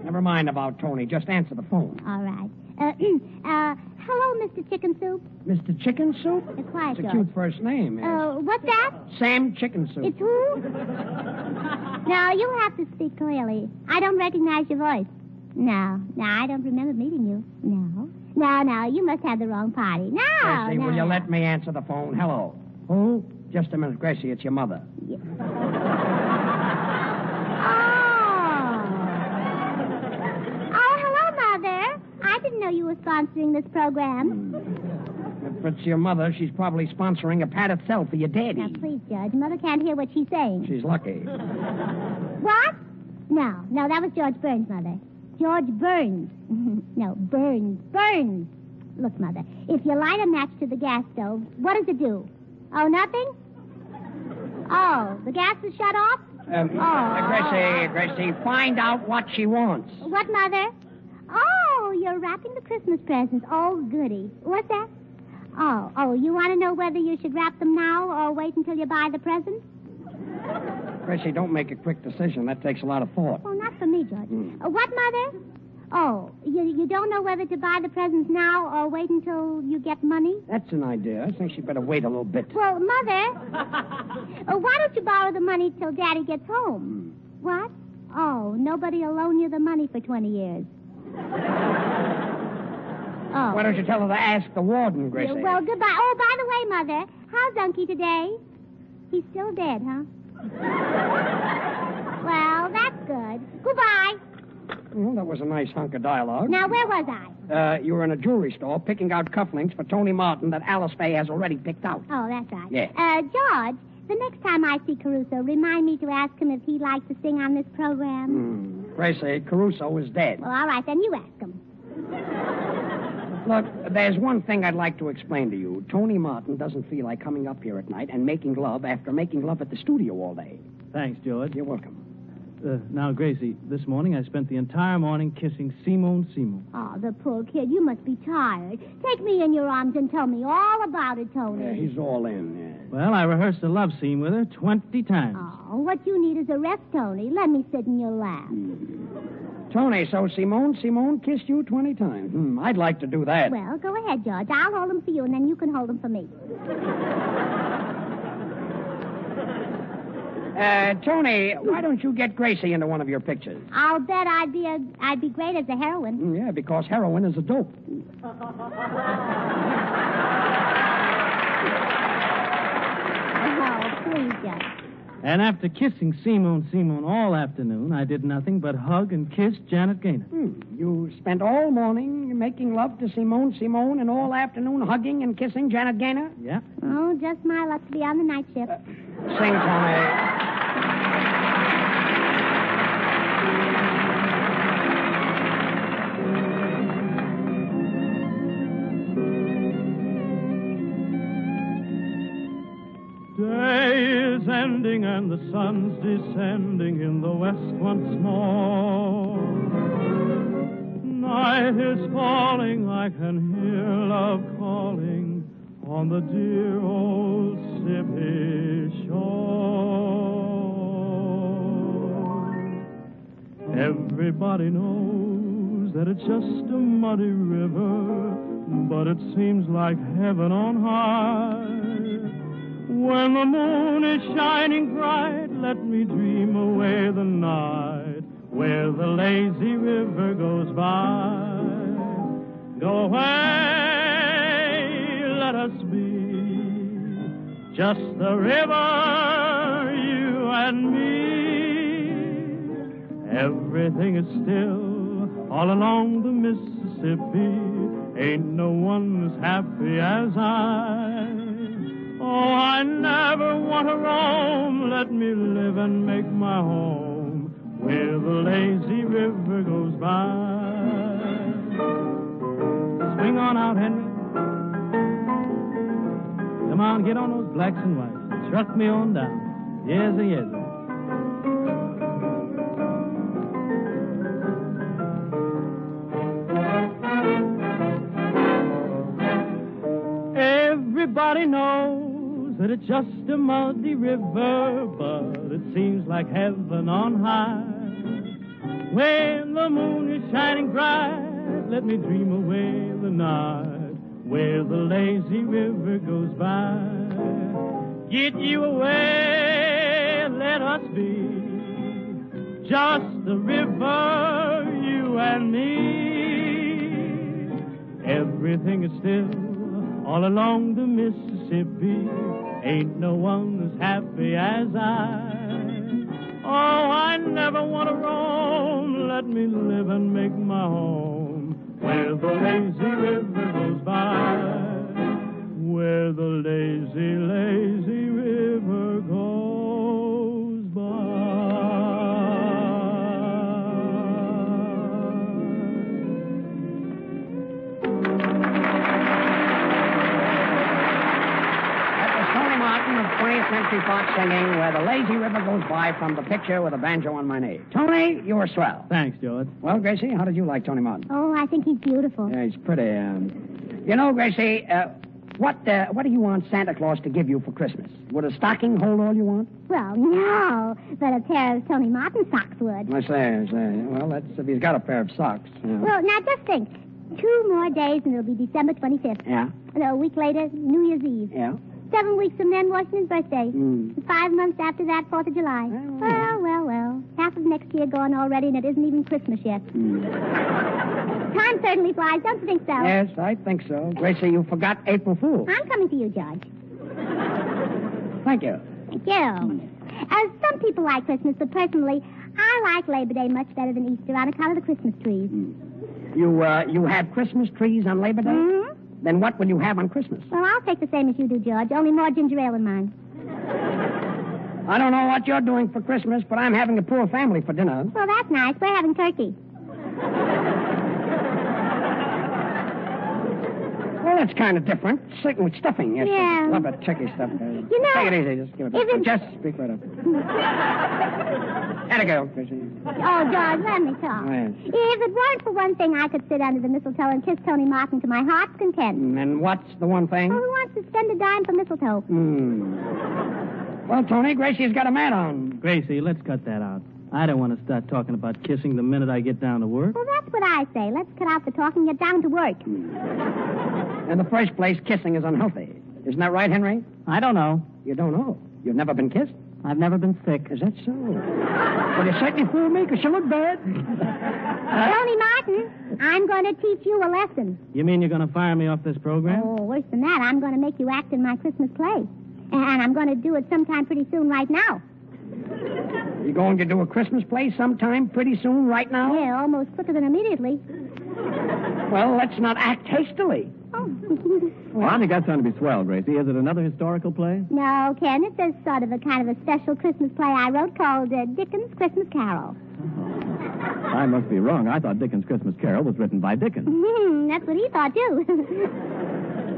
Never mind about Tony. Just answer the phone. All right. Uh, <clears throat> uh, hello, Mr. Chicken Soup. Mr. Chicken Soup? Uh, quiet, It's a George. cute first name. yes. Uh, <laughs> what's that? Sam Chicken Soup. It's who? no, you'll have to speak clearly. I don't recognize your voice. No, no, I don't remember meeting you. No. No, no, you must have the wrong party. No, Gracie, no. will you let me answer the phone? Hello. Who? Just a minute, Gracie. It's your mother. Oh. Oh, hello, Mother. I didn't know you were sponsoring this program. If it's your mother, she's probably sponsoring a pat itself for your daddy. Now, please, George, Mother can't hear what she's saying. She's lucky. <laughs> What? No, no, that was George Burns, Mother. George Burns. <laughs> no, Burns. Burns. Look, Mother, if you light a match to the gas stove, what does it do? Oh, nothing? Oh, the gas is shut off? Um, Oh, uh, Gracie, oh. Gracie, find out what she wants. What, Mother? Oh, you're wrapping the Christmas presents. Oh, goody. What's that? Oh, oh, you want to know whether you should wrap them now or wait until you buy the presents? Gracie, don't make a quick decision. That takes a lot of thought. Well, not for me, George. Uh, what, Mother? Oh, you, you don't know whether to buy the presents now or wait until you get money? That's an idea. I think she'd better wait a little bit. Well, Mother, uh, why don't you borrow the money till Daddy gets home? What? Oh, nobody will loan you the money for 20 years. oh. Why don't you tell her to ask the warden, Gracie? Yeah, Well, goodbye. Oh, by the way, Mother, how's Unky today? He's still dead, <laughs> huh? well, that's good. Goodbye. Well, that was a nice hunk of dialogue. Now, where was I? Uh, you were in a jewelry store picking out cufflinks for Tony Martin that Alice Faye has already picked out. Oh, that's right. Yeah. Uh, George, the next time I see Caruso, remind me to ask him if he'd like to sing on this program. Gracie, Caruso is dead. Well, all right, then you ask him. Look, there's one thing I'd like to explain to you. Tony Martin doesn't feel like coming up here at night and making love after making love at the studio all day. Thanks, George. You're welcome. Uh, now, Gracie, this morning I spent the entire morning kissing Simone Simone. Oh, the poor kid, you must be tired. Take me in your arms and tell me all about it, Tony. all in. Well, I rehearsed the love scene with her 20 times. Oh, what you need is a rest, Tony. Let me sit in your lap. Hmm. Tony, so Simone, Simone kissed you 20 times. Hmm, I'd like to do that. Well, go ahead, George. I'll hold them for you, and then you can hold them for me. Uh, Tony, why don't you get Gracie into one of your pictures? I'll bet I'd be a, I'd be great as a heroine. <laughs> Mm, Yeah, because heroin is a dope. Oh, please, George. And after kissing Simone Simone all afternoon, I did nothing but hug and kiss Janet Gaynor. Hmm, You spent all morning making love to Simone, Simone, and all afternoon hugging and kissing Janet Gaynor? Yeah. Oh, just my luck to be on the night shift. Sing, Tony. Day is ending and the sun's descending in the west once more. Night is falling, I can hear love calling on the dear old Sippy shore. Everybody knows that it's just a muddy river, but it seems like heaven on high. When the moon is shining bright, let me dream away the night where the lazy river goes by. Go away, let us be just the river, you and me. Everything is still all along the Mississippi. Ain't no one as happy as I. Oh, I never want to roam. Let me live and make my home where the lazy river goes by. Swing on out, Henry. Come on, get on those blacks and whites. Truck me on down. Yes, yes. Everybody knows that it's just a muddy river, but it seems like heaven on high. When the moon is shining bright, let me dream away the night where the lazy river goes by. Get you away, let us be just the river, you and me. Everything is still all along the Mississippi. Ain't no one as happy as I. Oh, I never want to roam. Let me live and make my home where the lazy river goes by. Where the lazy, lazy river goes by. Tony Martin of 20th Century Fox singing Where the Lazy River Goes By from the picture with a banjo on my knee. Tony, you were swell. Thanks, George. Well, Gracie, how did you like Tony Martin? Oh, I think he's beautiful. Yeah, he's pretty. Um... You know, Gracie, uh, what uh, what do you want Santa Claus to give you for Christmas? Would a stocking hold all you want? Well, no, but a pair of Tony Martin socks would. I say, I say. Well, that's if he's got a pair of socks. Yeah. Well, now just think. Two more days and it'll be December 25th. yeah. No, a week later, New Year's Eve. Yeah. Seven weeks from then, Washington's birthday. Mm. Five months after that, Fourth of July. Well, well, well. Half of next year gone already, and it isn't even Christmas yet. Hmm. Time certainly flies, don't you think so? Yes, I think so. Gracie, you forgot April Fool. I'm coming to you, George. Thank you. Thank you. Uh, some people like Christmas, but personally, I like Labor Day much better than Easter on account of the Christmas trees. Hmm. You, uh, you have Christmas trees on Labor Day? Mhm. Then what will you have on Christmas? Well, I'll take the same as you do, George, only more ginger ale in mine. I don't know what you're doing for Christmas, but I'm having a poor family for dinner. Well, that's nice. We're having turkey. Well, that's kind of different. Sick with stuffing. Yes, Yeah. I love that turkey stuff. uh, You know- Take it easy. Just give it up. Even- Just speak right up. There you go, Chrissy. Oh, George, let me talk. Yes. If it weren't for one thing, I could sit under the mistletoe and kiss Tony Martin to my heart's content. And what's the one thing? Well, who wants to spend a dime for mistletoe? Hmm. Well, Tony, Gracie's got a man on. Hmm. Gracie, let's cut that out. I don't want to start talking about kissing the minute I get down to work. Well, that's what I say. Let's cut out the talk and get down to work. Hmm. In the first place, kissing is unhealthy. Isn't that right, Henry? I don't know. You don't know? You've never been kissed? I've never been sick. Is that so? well, you certainly fooled me, 'cause you look bad. Tony Martin, I'm going to teach you a lesson. You mean you're going to fire me off this program? Oh, worse than that, I'm going to make you act in my Christmas play. And I'm going to do it sometime pretty soon, right now. You going to do a Christmas play sometime pretty soon, right now? Yeah, almost quicker than immediately. Well, let's not act hastily. Oh. Well, I think that's going to be swell, Gracie. Is it another historical play? No, Ken, it's a sort of a kind of a special Christmas play I wrote called uh, Dickens' Christmas Carol. I must be wrong. I thought Dickens' Christmas Carol was written by Dickens. Mhm, That's what he thought, too.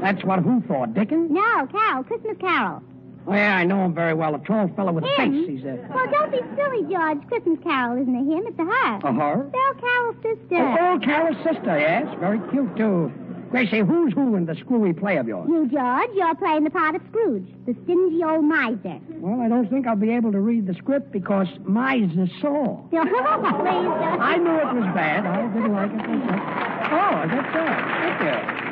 <laughs> That's what who for, Dickens? no, Carol, Christmas Carol. Oh, yeah, I know him very well. A tall fellow with a Him? face. He's uh, a... Well, don't be silly, George. Christmas Carol isn't a him, it's a her. A her? Belle Carol's sister. Oh, old Carol's sister, yes. Very cute, too. Gracie, who's who in the screwy play of yours? You, George, you're playing the part of Scrooge, the stingy old miser. Well, I don't think I'll be able to read the script because mine's a <laughs> saw. Please, George. Oh, I knew it was bad. I didn't like it. Oh, that's all. Thank you.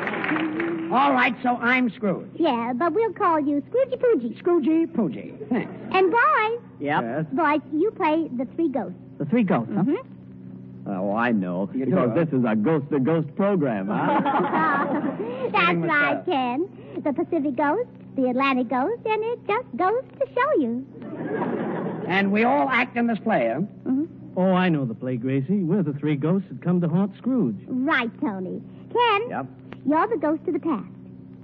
All right, so I'm Scrooge. Yeah, but we'll call you Scroogey Poogie. Scroogey Poogie. Thanks. And boys, Yes. boys, you play the three ghosts. The three ghosts, huh? Mhm. Oh, I know. You do, because huh? this is a ghost to ghost program, huh? That's right, Ken. The Pacific Ghost, the Atlantic Ghost, and it just goes to show you. And we all act in this play, huh? Mm-hmm. Oh, I know the play, Gracie. We're the three ghosts that come to haunt Scrooge. Right, Tony. Ken, Yep. you're the ghost of the past.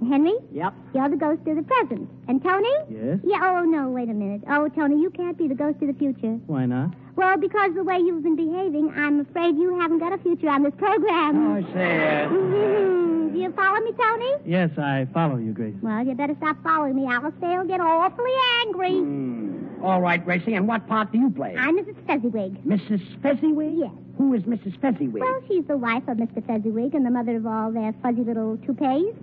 Henry? Yep. You're the ghost of the present. And Tony? Yes? Yeah, oh, no, wait a minute. Oh, Tony, you can't be the ghost of the future. Why not? Well, because the way you've been behaving, I'm afraid you haven't got a future on this Oh, program. I see. Mhm. Do <laughs> you follow me, Tony? Yes, I follow you, Gracie. Well, you better stop following me, Alice. They'll get awfully angry. Hmm. All right, Gracie, and what part do you play? I'm Mrs. Fezziwig. Mrs. Fezziwig? Yes. Who is Mrs. Fezziwig? Well, she's the wife of Mr. Fezziwig and the mother of all their fuzzy little toupees.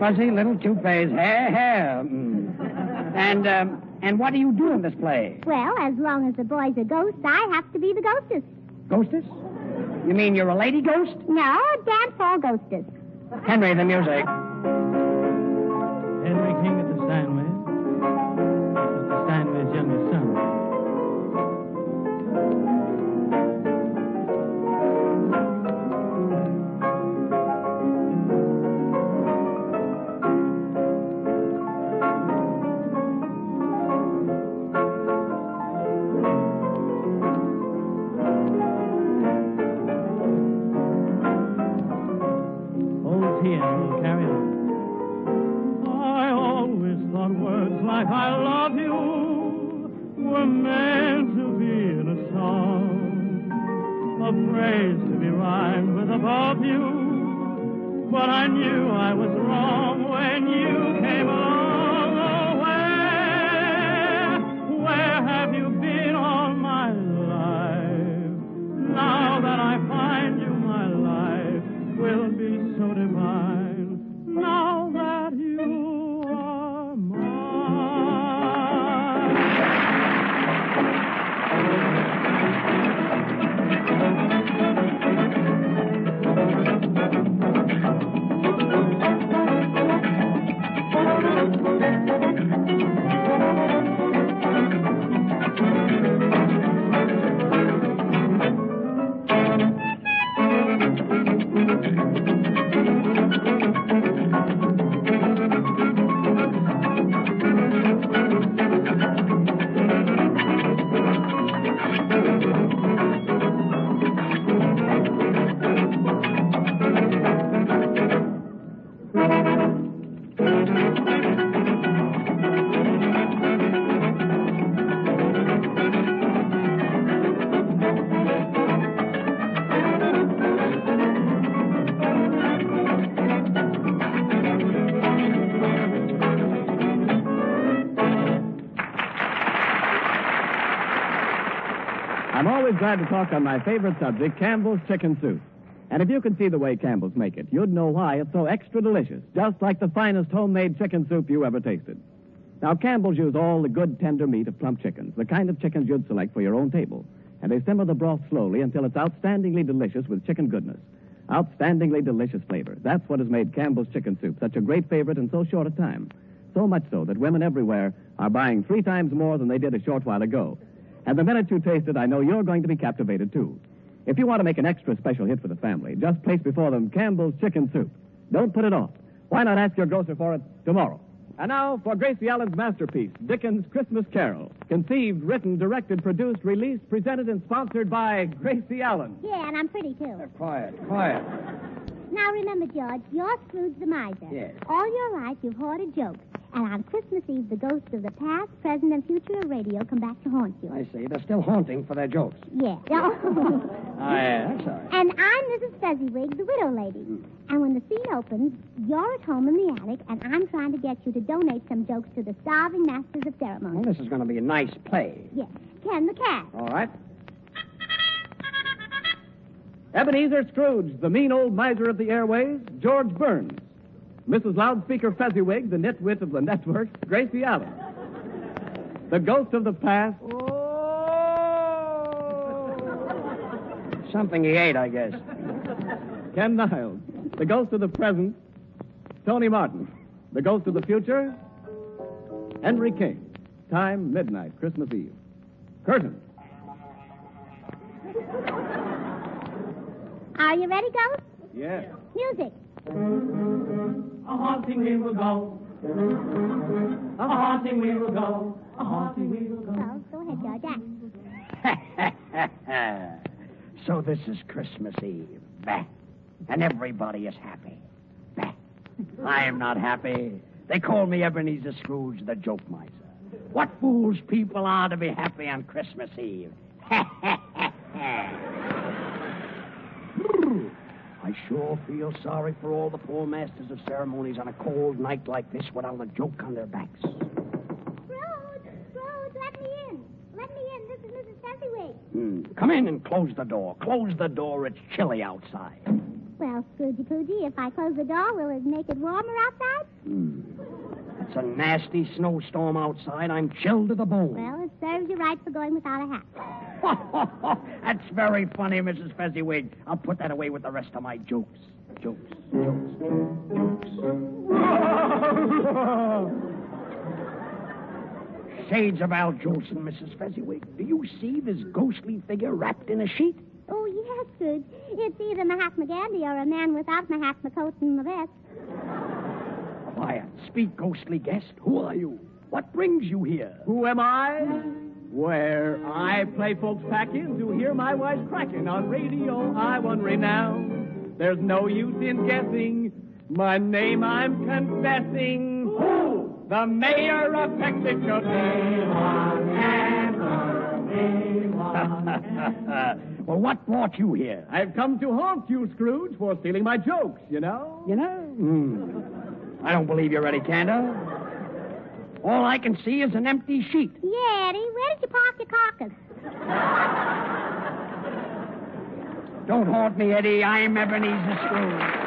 Fuzzy little toupees. Hair, hair. Mm. And, um, and what do you do in this play? Well, as long as the boy's a ghost, I have to be the ghostess. Ghostess? You mean you're a lady ghost? No, a dance hall ghostess. Henry, the music. Henry King of the Steinways. Mr. Steinway's youngest son. Old T and will carry on. I always thought words like I love you were meant to be in a song. A phrase to be rhymed with above you. But I knew I was wrong when you came along. Oh, where, where have you been all my life? Now that I find you, my life will be so divine. Now that you are mine. Well, I'm always glad to talk on my favorite subject, Campbell's chicken soup. And if you could see the way Campbell's make it, you'd know why it's so extra delicious, just like the finest homemade chicken soup you ever tasted. Now, Campbell's use all the good, tender meat of plump chickens, the kind of chickens you'd select for your own table. And they simmer the broth slowly until it's outstandingly delicious with chicken goodness. Outstandingly delicious flavor. That's what has made Campbell's chicken soup such a great favorite in so short a time. So much so that women everywhere are buying three times more than they did a short while ago. And the minute you taste it, I know you're going to be captivated too. If you want to make an extra special hit for the family, just place before them Campbell's chicken soup. Don't put it off. Why not ask your grocer for it tomorrow? And now for Gracie Allen's masterpiece, Dickens' Christmas Carol. Conceived, written, directed, produced, released, presented, and sponsored by Gracie Allen. Yeah, and I'm pretty, Uh, too. Quiet, quiet. Now, remember, George, you're Scrooge the miser. Yes. All your life, you've hoarded jokes. And on Christmas Eve, the ghosts of the past, present, and future of radio come back to haunt you. I see. They're still haunting for their jokes. Yeah. Oh. yeah, that's all right. and I'm Mrs. Fezziwig, the widow lady. And when the scene opens, you're at home in the attic, and I'm trying to get you to donate some jokes to the starving masters of ceremony. Well, this is going to be a nice play. Yes. Ken the cat. All right. Ebenezer Scrooge, the mean old miser of the airways, George Burns. Mrs. Loudspeaker Fezziwig, the nitwit of the network, Gracie Allen. The ghost of the past, Oh. Something he ate, I guess. Ken Niles. The ghost of the present, Tony Martin. The ghost of the future, Henry King. Time, midnight, Christmas Eve. Curtain. Are you ready, Ghost? Yes. Music. A haunting we will go. A haunting we will go. A haunting we will <laughs> go. Oh, go ahead, George. Act. <laughs> so this is Christmas Eve. Bah. And everybody is happy. Bah. I am not happy. They call me Ebenezer Scrooge, the joke miser. What fools people are to be happy <laughs> on Christmas Eve. <laughs> I sure feel sorry for all the poor masters of ceremonies on a cold night like this without a joke on their backs. Scrooge, Scrooge, let me in. Let me in. This is Mrs. Fezziwig. Hmm. Come in and close the door. Close the door. It's chilly outside. Well, Scroogey Poogey, if I close the door, will it make it warmer outside? Hmm. It's a nasty snowstorm outside. I'm chilled to the bone. Well, it serves you right for going without a hat. <laughs> That's very funny, Mrs. Fezziwig. I'll put that away with the rest of my jokes. Jokes. <laughs> Shades of Al Jolson, Mrs. Fezziwig. Do you see this ghostly figure wrapped in a sheet? Oh, yes, Scrooge. It's either Mahatma Gandhi or a man without Mahatma coat and a vest. Quiet. Speak, ghostly guest. Who are you? What brings you here? Who am I? Where I play folks pack in to hear my voice cracking on radio I won renown. There's no use in guessing. My name I'm confessing. Who? The mayor of Mexico. <laughs> well, what brought you here? I've come to haunt you, Scrooge, for stealing my jokes, you know? You know? Hmm. I don't believe you're ready, Candace. All I can see is an empty sheet. Yeah, Eddie, where did you park your carcass? Don't haunt me, Eddie. I'm Ebenezer Scrooge.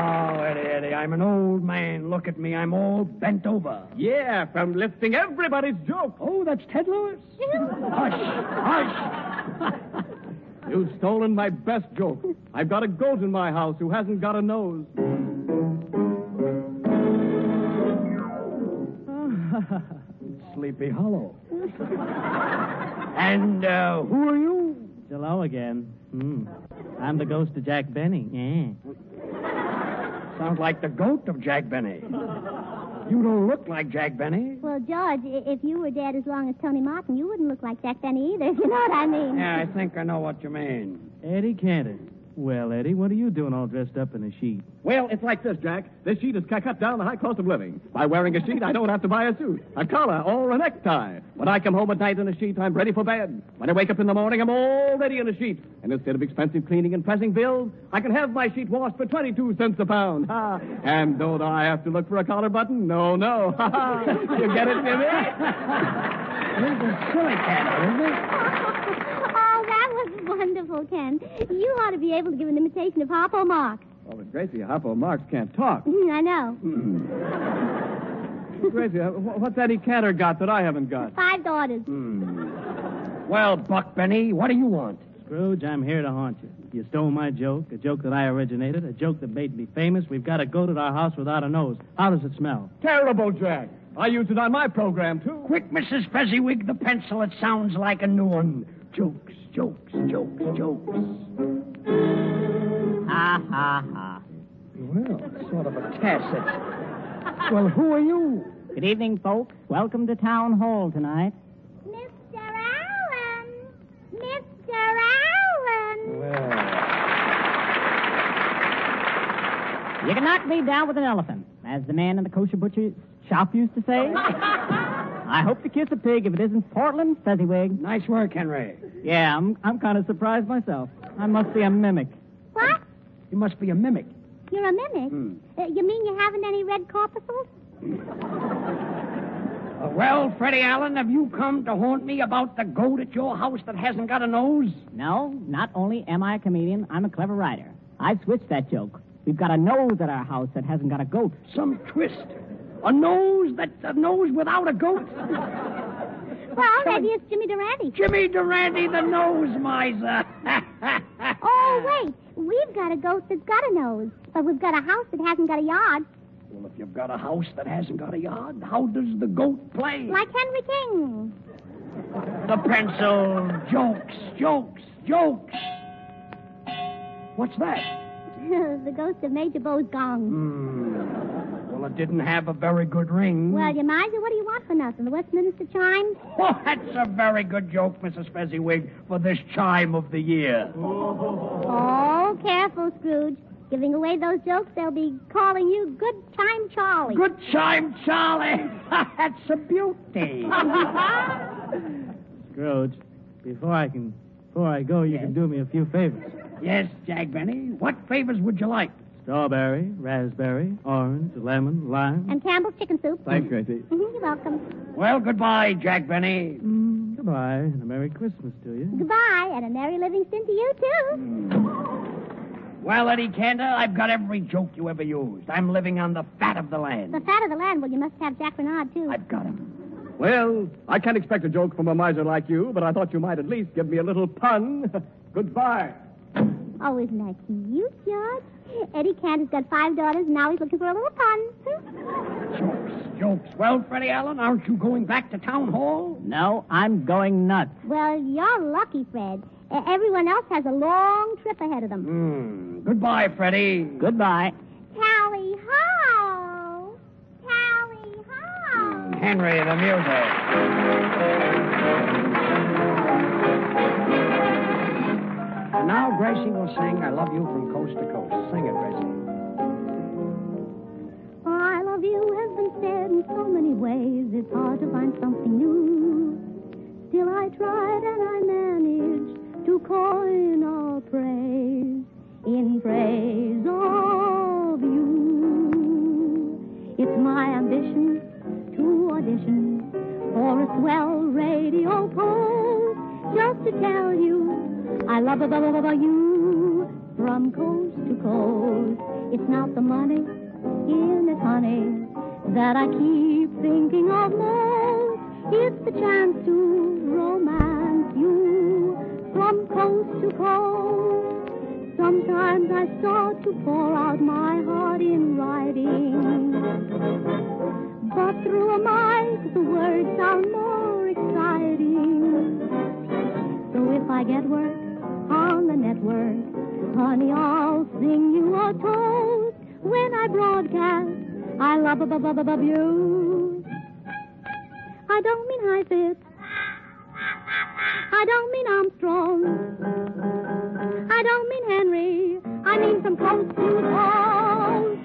Oh, Eddie, Eddie, I'm an old man. Look at me. I'm all bent over. Yeah, from lifting everybody's joke. Oh, that's Ted Lewis? Hush, hush. You've stolen my best joke. I've got a goat in my house who hasn't got a nose. Sleepy Hollow. and uh, who are you? Hello again. Hmm. I'm the ghost of Jack Benny. Yeah. <laughs> Sounds like the goat of Jack Benny. You don't look like Jack Benny. Well, George, i- if you were dead as long as Tony Martin, <laughs> you wouldn't look like Jack Benny either, if you know what I mean. Yeah, I think I know what you mean. Eddie Cantor. Well, Eddie, what are you doing all dressed up in a sheet? Well, it's like this, Jack. This sheet has ca- cut down the high cost of living. By wearing a sheet, I don't have to buy a suit, a collar, or a necktie. When I come home at night in a sheet, I'm ready for bed. When I wake up in the morning, I'm already in a sheet. And instead of expensive cleaning and pressing bills, I can have my sheet washed for 22 cents a pound. Ha! And don't I have to look for a collar button? No, no. Ha ha! You get it, Jimmy? Silly cat, isn't it? Oh, that was wonderful, Ken. You ought to be able to give an imitation of Hoppo Marx. <laughs> Oh, but Gracie, Hoppo Marx can't talk. Hmm, I know. Gracie, uh, wh- what's that he canter got that I haven't got? Five daughters. Well, Buck Benny, what do you want? Scrooge, I'm here to haunt you. You stole my joke, a joke that I originated, a joke that made me famous. We've got a goat at our house without a nose. How does it smell? Terrible, Jack. I used it on my program, too. Quick, Mrs. Fezziwig, the pencil. It sounds like a new one. Jokes, jokes, jokes, jokes. Ha ha ha. Well, sort of a Tacit. Well, who are you? Good evening, folks. Welcome to Town Hall tonight. Mr. Allen! Mr. Allen! You can knock me down with an elephant, as the man in the kosher butcher's shop used to say. I hope to kiss a pig if it isn't Portland Fezziwig. Nice work, Henry. Yeah, I'm, I'm kind of surprised myself. I must be a mimic. What? You must be a mimic. You're a mimic? Hmm. Uh, you mean you haven't any red corpuscles? Uh, well, Freddie Allen, have you come to haunt me about the goat at your house that hasn't got a nose? No, not only am I a comedian, I'm a clever writer. I switched that joke. We've got a nose at our house that hasn't got a goat. Some twist. A nose that's a nose without a goat? Well, maybe it's Jimmy Durante. Jimmy Durante, the nose miser. <laughs> oh, wait. We've got a goat that's got a nose, but we've got a house that hasn't got a yard, Well, if you've got a house that hasn't got a yard, how does the goat play? like Henry King. <laughs> The pencil. Jokes, jokes, jokes. What's that? the ghost of Major Bow's gong. Hmm. Well, it didn't have a very good ring. Well, you miser, what do you want for nothing? The Westminster chimes? Oh, that's a very good joke, Mrs. Fezziwig, for this chime of the year. Oh, careful, Scrooge. Giving away those jokes, they'll be calling you Good Time Charlie. Good chime, Charlie. <laughs> that's a <laughs> beauty. Scrooge, before I can, before I go, you can do me a few favors. <laughs> yes, Jag Benny. What favors would you like? Strawberry, raspberry, orange, lemon, lime. and Campbell's chicken soup. Thanks, Gracie. Mhm, You're welcome. Well, goodbye, Jag Benny. Goodbye, and a Merry Christmas to you. Goodbye, and a Merry Livingston to you, too. Mm. Well, Eddie Cantor, I've got every joke you ever used. I'm living on the fat of the land. The fat of the land, well, you must have Jack Renard, too. I've got him. Well, I can't expect a joke from a miser like you, but I thought you might at least give me a little pun. <laughs> Goodbye. Oh, isn't that cute, George? Eddie Cantor's got five daughters, and now he's looking for a little pun. Jokes. Well, Freddie Allen, aren't you going back to town hall? No, I'm going nuts. well, you're lucky, Fred. E- everyone else has a long trip ahead of them. Hmm. Goodbye, Freddie. Goodbye. Tally ho! Tally ho! Henry, the music. Now Gracie will sing I Love You from Coast to Coast. Sing it, Gracie. Oh, I love you has been said in so many ways, it's hard to find something new. Still, I tried and I managed to coin all praise in praise of you. It's my ambition to audition for a swell radio post just to tell you I love you from coast to coast. It's not the money in it, honey, that I keep thinking of most. It's the chance to romance you from coast to coast. Sometimes I start to pour out my heart in writing. But through a mic, the words sound more exciting. So if I get work on the network, honey, I'll sing you a toast when I broadcast. I love above, above, above you. I don't mean high fits. I don't mean Armstrong. I don't mean Henry. shining from coast to coast.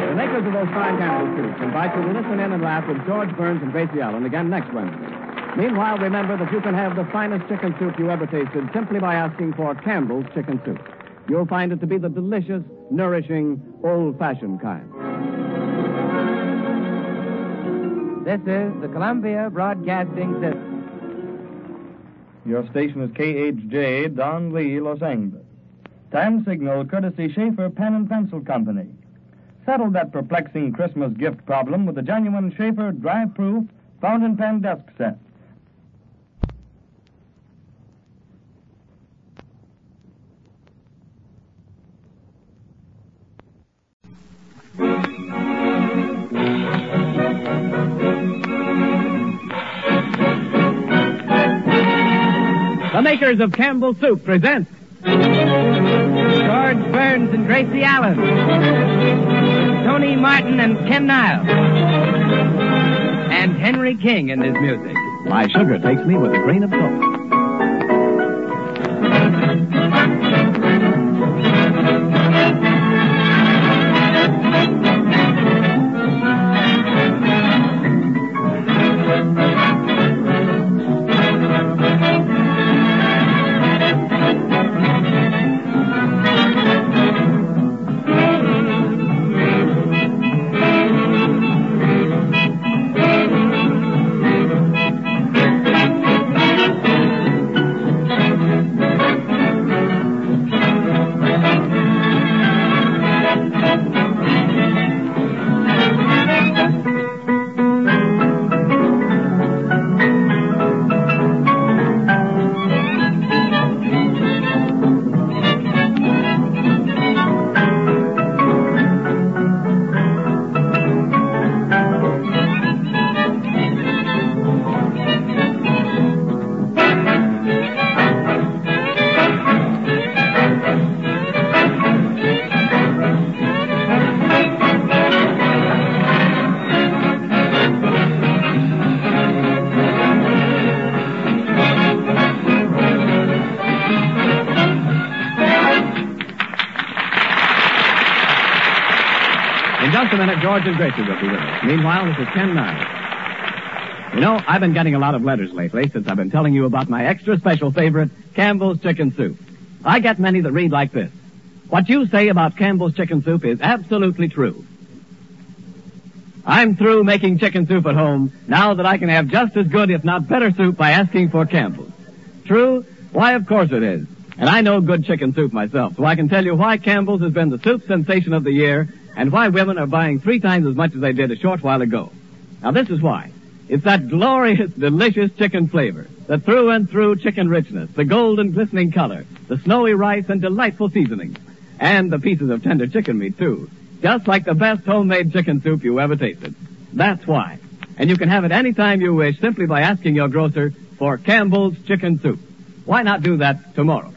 The makers of those fine Campbell soups invite you to listen in and laugh with George Burns and Gracie Allen again next Wednesday. Meanwhile, remember that you can have the finest chicken soup you ever tasted simply by asking for Campbell's chicken soup. You'll find it to be the delicious, nourishing, old-fashioned kind. This is the Columbia Broadcasting System. Your station is KHJ, Don Lee, Los Angeles. Time signal courtesy Schaefer Pen and Pencil Company. Settle that perplexing Christmas gift problem with the genuine Schaefer dry proof fountain pen desk set. The makers of Campbell Soup present George Burns and Gracie Allen, Tony Martin and Ken Niles, and Henry King in his music. My sugar takes me with a grain of salt. In just a minute, George and Gracie will be with us. Meanwhile, this is Ken Niles. You know, I've been getting a lot of letters lately since I've been telling you about my extra special favorite, Campbell's Chicken Soup. I get many that read like this. What you say about Campbell's Chicken Soup is absolutely true. I'm through making chicken soup at home now that I can have just as good, if not better soup by asking for Campbell's. True? Why, of course it is. And I know good chicken soup myself, so I can tell you why Campbell's has been the soup sensation of the year and why women are buying three times as much as they did a short while ago. Now this is why. It's that glorious, delicious chicken flavor, the through and through chicken richness, the gold and glistening color, the snowy rice and delightful seasonings, and the pieces of tender chicken meat too. Just like the best homemade chicken soup you ever tasted. That's why. And you can have it any time you wish simply by asking your grocer for Campbell's Chicken Soup. Why not do that tomorrow?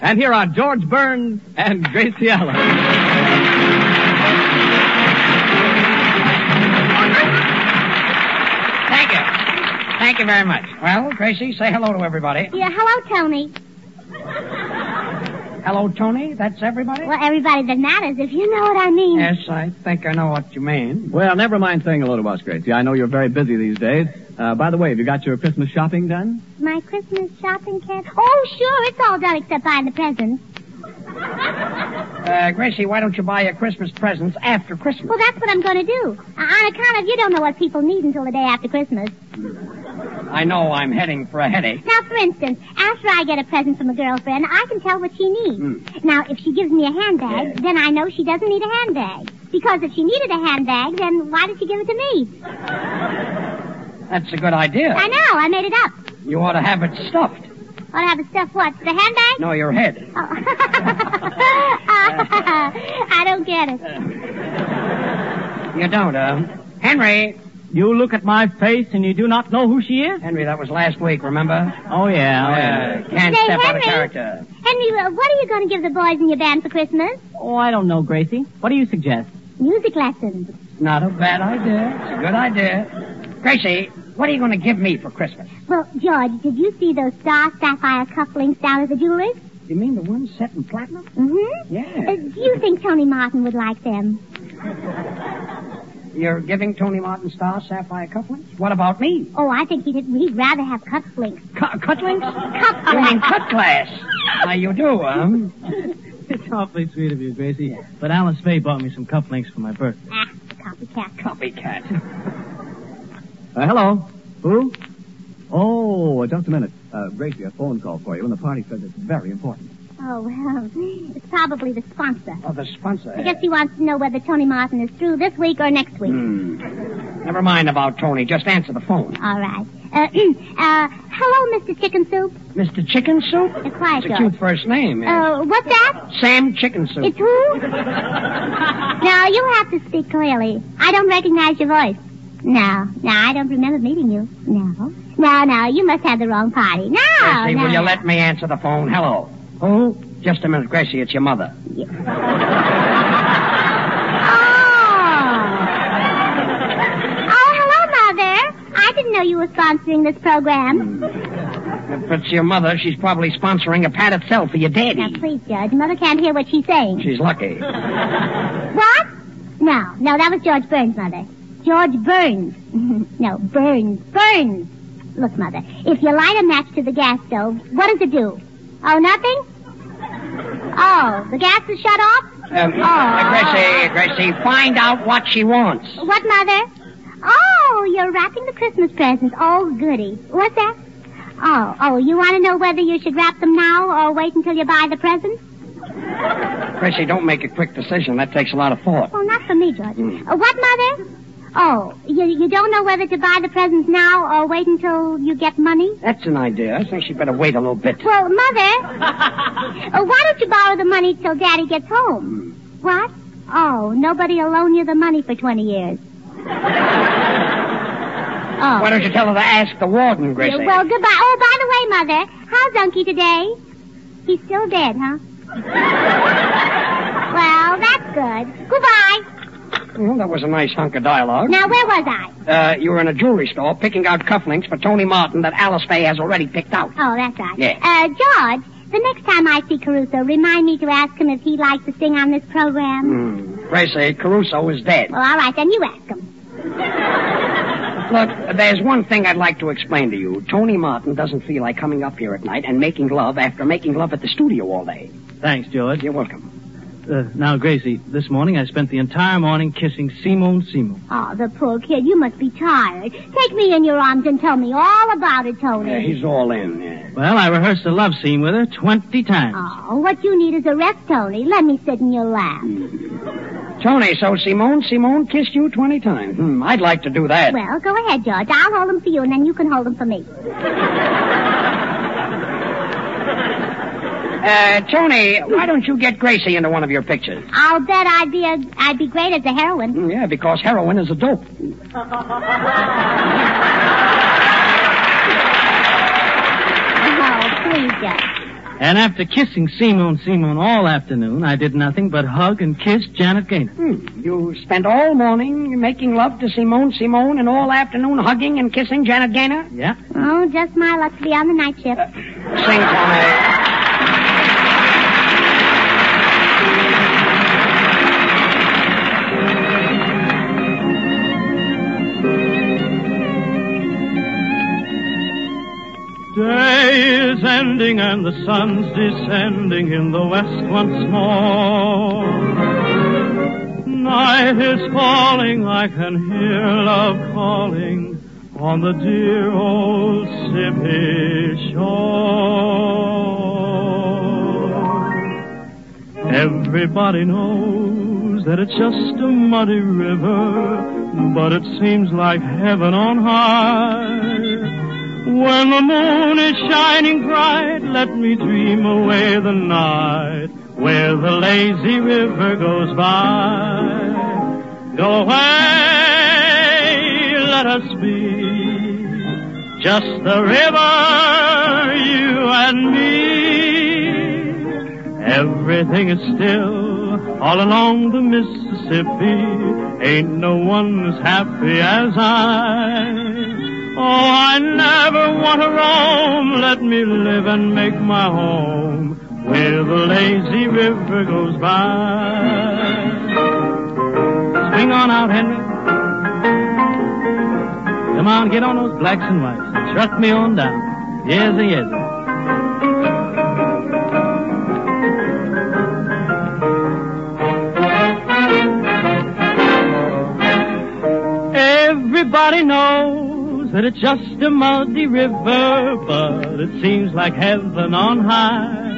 And here are George Burns and Gracie Allen. Thank you. Thank you very much. Well, Gracie, say hello to everybody. Yeah, hello, Tony. Hello, Tony. That's everybody? Well, everybody that matters, if you know what I mean. Yes, I think I know what you mean. Well, never mind saying hello to us, Gracie. I know you're very busy these days. Uh, by the way, have you got your Christmas shopping done? My Christmas shopping, Ken? Oh, sure, it's all done except buying the presents. Uh, Gracie, why don't you buy your Christmas presents after Christmas? Well, that's what I'm going to do. Uh, on account of you don't know what people need until the day <laughs> after Christmas. I know I'm heading for a headache. Now, for instance, after I get a present from a girlfriend, I can tell what she needs. Hmm. Now, if she gives me a handbag, then I know she doesn't need a handbag. Because if she needed a handbag, then why did she give it to me? That's a good idea. I know, I made it up. You ought to have it stuffed. I'll have a stuff what? The handbag? Oh. No, your <laughs> head. I don't get it. You don't, uh. Henry! You look at my face and you do not know who she is? Henry, that was last week, remember? Oh, yeah. Oh, yeah. yeah. Can't Say, step out Henry. of character. Henry, uh, what are you going to give the boys in your band for Christmas? Oh, I don't know, Gracie. What do you suggest? Music lessons. Not a bad idea. It's a good idea. Gracie, what are you going to give me for Christmas? Well, George, did you see those star sapphire cufflinks down at the jeweler's? You mean the ones set in platinum? Mm-hmm. Yeah. Uh, do you think Tony Martin would like them? You're giving Tony Martin star sapphire cufflinks? What about me? Oh, I think he'd, he'd rather have cufflinks. Cu- cutlinks? Cufflinks. You mean cut glass? Ah, you do, um. <laughs> It's awfully sweet of you, Gracie. But Alice Faye bought me some cufflinks for my birthday. Ah, copycat. Copycat. Uh, hello. Who? Oh, just a minute. Uh, Gracie, a phone call for you, and the party says it's very important. Oh, well, it's probably the sponsor. Oh, the sponsor. I guess he wants to know whether Tony Martin is through this week or next week. Hmm. Never mind about Tony. Just answer the phone. All right. Uh, <clears throat> uh, hello, Mr. Chicken Soup. Mr. Chicken Soup? Uh, It's quiet, a George. cute first name. eh? Uh, what's that? Sam Chicken Soup. <laughs> It's who? now, you have to speak clearly. I don't recognize your voice. No, no, I don't remember meeting you. No. No, no, you must have the wrong party. No, Gracie, no. will you let me answer the phone? Hello. Who? Just a minute, Gracie. It's your mother. Oh, hello, Mother. I didn't know you were sponsoring this program. Hmm. If it's your mother, she's probably sponsoring a padded cell for your Now, daddy. please, Judge, Mother can't hear what she's saying. She's <laughs> lucky. What? No, no, that was George Burns, Mother. George Burns. no, Burns, Burns. Look, Mother, if you light a match to the gas stove, what does it do? Oh, nothing? Oh, the gas is shut off? Oh. Um, uh, Gracie, Gracie, find out what she wants. What, Mother? Oh, you're wrapping the Christmas presents. Oh, goody. What's that? Oh, oh, you want to know whether you should wrap them now or wait until you buy the presents? Gracie, don't make a quick decision. That takes a lot of thought. Oh, not for me, George. Uh, what, Mother? Oh, you, you don't know whether to buy the presents now or wait until you get money? That's an idea. I think she'd better wait a little bit. Well, Mother, uh, why don't you borrow the money till Daddy gets home? What? Oh, nobody will loan you the money for 20 years. oh. Why don't you tell her to ask the warden, Gracie? Yeah, well, goodbye. Oh, by the way, Mother, how's Unky today? He's still dead, huh? well, that's good. Goodbye. Well, that was a nice hunk of dialogue. Now, where was I? Uh, you were in a jewelry store picking out cufflinks for Tony Martin that Alice Faye has already picked out. Oh, that's right. Yeah. Uh, George, the next time I see Caruso, remind me to ask him if he'd like to sing on this program. Gracie, Caruso is dead. Well, all right, then you ask him. Look, there's one thing I'd like to explain to you. Tony Martin doesn't feel like coming up here at night and making love after making love at the studio all day. Thanks, George. You're welcome. Uh, now, Gracie, this morning I spent the entire morning kissing Simone Simone. Oh, the poor kid, you must be tired. Take me in your arms and tell me all about it, Tony. all in, yeah. Ah. Well, I rehearsed the love scene with her 20 times. Oh, what you need is a rest, Tony. Let me sit in your lap. Mm, Tony, so Simone, Simone kissed you 20 times. Hmm, I'd like to do that. Well, go ahead, George. I'll hold them for you, and then you can hold them <laughs> for me. Uh, Tony, why don't you get Gracie into one of your pictures? I'll bet I'd be a, I'd be great as <laughs> a heroine. Hmm, Yeah, because heroin is a dope. Oh, please, George. And after kissing Simone Simone all afternoon, I did nothing but hug and kiss Janet Gaynor. Hmm, You spent all morning making love to Simone, Simone, and all afternoon hugging and kissing Janet Gaynor? Uh, Yeah. Oh, just my luck to be on the night shift. Sing, Tony. Day is ending and the sun's descending in the west once more. Night is falling, I can hear love calling on the dear old Sippy shore. Everybody knows that it's just a muddy river, but it seems like heaven on high. When the moon is shining bright, let me dream away the night where the lazy river goes by. Go away, let us be just the river, you and me. Everything is still all along the Mississippi. Ain't no one as happy as I. Oh, I never want to roam. Let me live and make my home where the lazy river goes by. Swing on out, Henry. Come on, get on those blacks and whites and shut me on down. Yes, yes. Everybody knows that it's just a muddy river, but it seems like heaven on high.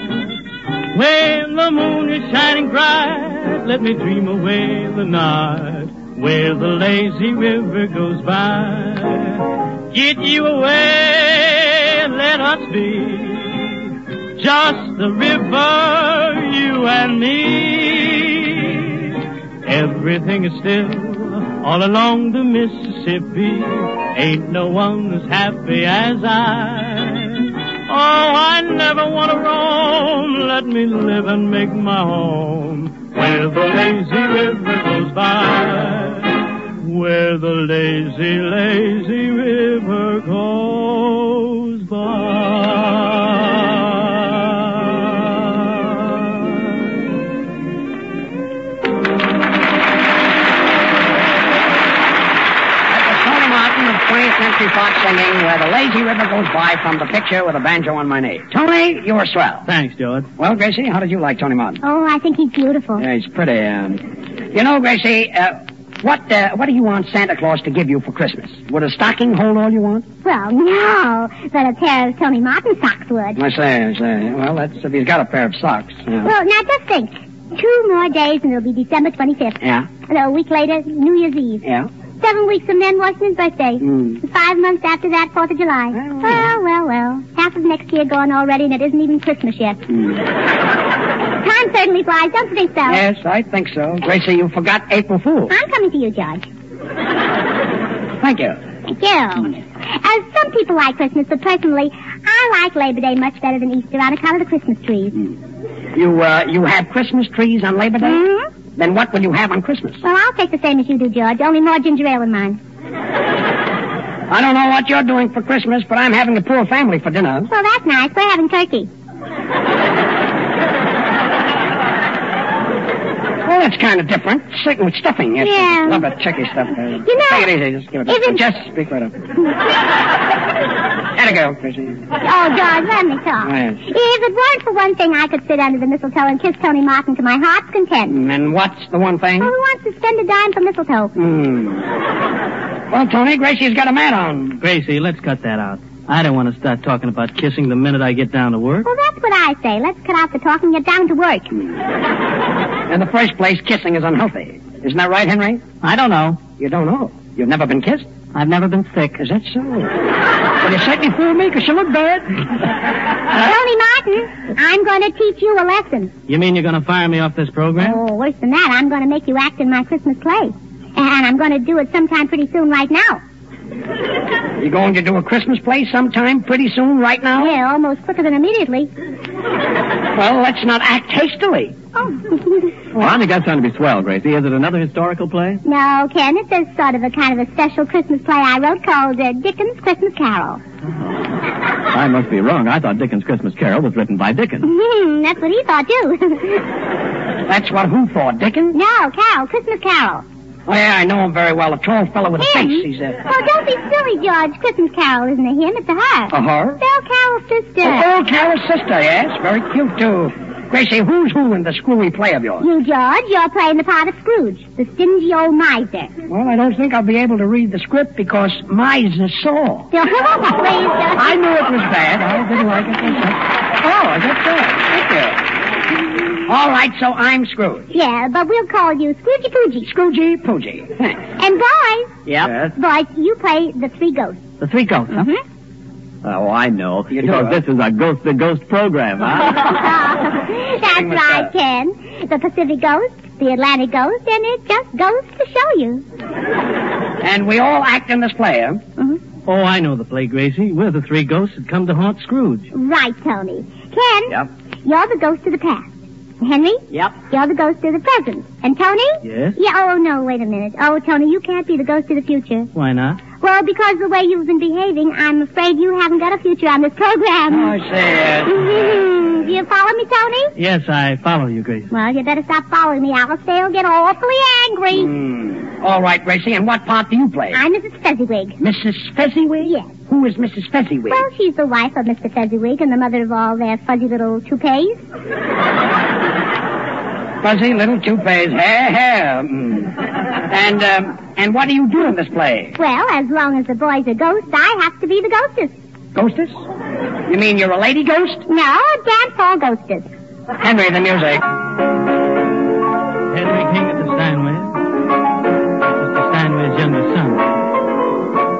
When the moon is shining bright, let me dream away the night where the lazy river goes by. Get you away and let us be just the river, you and me. Everything is still all along the Mississippi. Ain't no one as happy as I. Oh, I never want to roam. Let me live and make my home where the lazy river goes by. Where the lazy, lazy river goes by. Tony Martin of 20th Century Fox singing Where the Lazy River Goes By from the picture with a banjo on my knee. Tony, you were swell. Thanks, George. Well, Gracie, how did you like Tony Martin? Oh, I think he's beautiful. Yeah, he's pretty. Um, you know, Gracie, uh, what uh, what do you want Santa Claus to give you for Christmas? Would a stocking hold all you want? Well, no, but a pair of Tony Martin socks would. I say, I say. Well, that's if he's got a pair of socks. Yeah. Well, now just think. Two more days and it'll be December 25th. Yeah. And a week later, New Year's Eve. Yeah. Seven weeks from then, Washington's birthday. Mm. Five months after that, Fourth of July. Well, well, well. Half of next year gone already, and it isn't even Christmas yet. Time certainly flies, don't you think so? Hmm. Yes, I think so. Gracie, you forgot April Fool. I'm coming to you, George. Thank you. Thank you. As some people like Christmas, but personally, I like Labor Day much better than Easter on account of the Christmas trees. Hmm. You uh, you have Christmas trees on Labor Day. Mm-hmm. Then what will you have on Christmas? Well, I'll take the same as you do, George, only more ginger ale in mine. I don't know what you're doing for Christmas, but I'm having a poor family for dinner. Well, that's nice. We're having turkey. Well, that's kind of different. Sick with stuffing. Yes. Yeah. Love that chicky stuff. Uh, you know- Take it easy. Just give it. Isn't- Just speak right up. There you go, Gracie. Oh, George, let me talk. Yes. If it weren't for one thing, I could sit under the mistletoe and kiss Tony Martin to my heart's content. And what's the one thing? Hmm. Well, who wants to spend a dime for mistletoe? Well, Tony, Gracie's got a man on. Gracie, let's cut that out. I don't want to start talking about kissing the minute I get down to work. Well, that's what I say. Let's cut out the talk and get down to work. In the first place, kissing is unhealthy. Isn't that right, Henry? I don't know. You don't know? You've never been kissed? I've never been sick. Is that so? well, you certainly fooled me, 'cause you look bad. Tony Martin, I'm going to teach you a lesson. You mean you're going to fire me off this program? Oh, worse than that, I'm going to make you act in my Christmas play. And I'm going to do it sometime pretty soon right now. You going to do a Christmas play sometime pretty soon, right now? Yeah, almost quicker than immediately. Well, let's not act hastily. Oh. Well, I think that's going to be swell, Gracie. Is it another historical play? <laughs> no, Ken, it's a sort of a kind of a special Christmas play I wrote called uh, Dickens' Christmas Carol. <laughs> I must be wrong. I thought Dickens' Christmas Carol was written by Dickens. Hmm, that's what he thought, too. <laughs> That's what who thought, Dickens? no, Carol, Christmas Carol. Oh, yeah, I know him very well. A tall fellow with a Him? face. He's a... Oh, don't be silly, George. Christmas Carol isn't a him, it's a her. A her? Belle Carol's sister. Oh, old Carol's sister, yes. Very cute, too. Gracie, who's who in the screwy play of yours? You, George, you're playing the part of Scrooge, the stingy old miser. Well, I don't think I'll be able to read the script because mine's a saw. Please, George. I knew it was bad. I didn't like it. Oh, is that so? Thank you. All right, so I'm Scrooge. Yeah, but we'll call you Scroogey Poogey. Scroogey Poogey. Thanks. And boys, Yes. boys, you play the <laughs> three ghosts. The Three Ghosts, huh? Mm-hmm. Oh, I know. because do, huh? this is a ghost to ghost program, huh? That's Sing with right, us. Ken. The Pacific ghost, the Atlantic ghost, and it just goes to show you. And we all act in this play, huh? Mm-hmm. Oh, I know the play, Gracie. We're the three ghosts that come to haunt Scrooge. Right, Tony. Ken, Yep. you're the ghost of the past. Henry? Yep. You're the ghost of the present. And Tony? Yes? Yeah, oh, no, wait a minute. Oh, Tony, you can't be the ghost of the future. Why not? Well, because of the way you've been behaving, I'm afraid you haven't got a future on this program. Oh, I say that. Mhm. Do you follow me, Tony? Yes, I follow you, Grace. Well, you better stop following me, Alice. They'll get awfully angry. Hmm. All right, Gracie, and what part do you play? I'm Mrs. Fezziwig. Mrs. Fezziwig? Yes. Who is Mrs. Fezziwig? Well, she's the wife of Mr. Fezziwig and the mother of all their fuzzy little toupees. Fuzzy little toupees. Hair, hair. Mm. And, um, and what do you do in this play? Well, as long as the boy's a ghost, I have to be the ghostess. Ghostess? You mean you're a lady ghost? No, a dance hall ghostess. Henry, the music. Henry King of the Steinways. Mr. Steinway's younger son.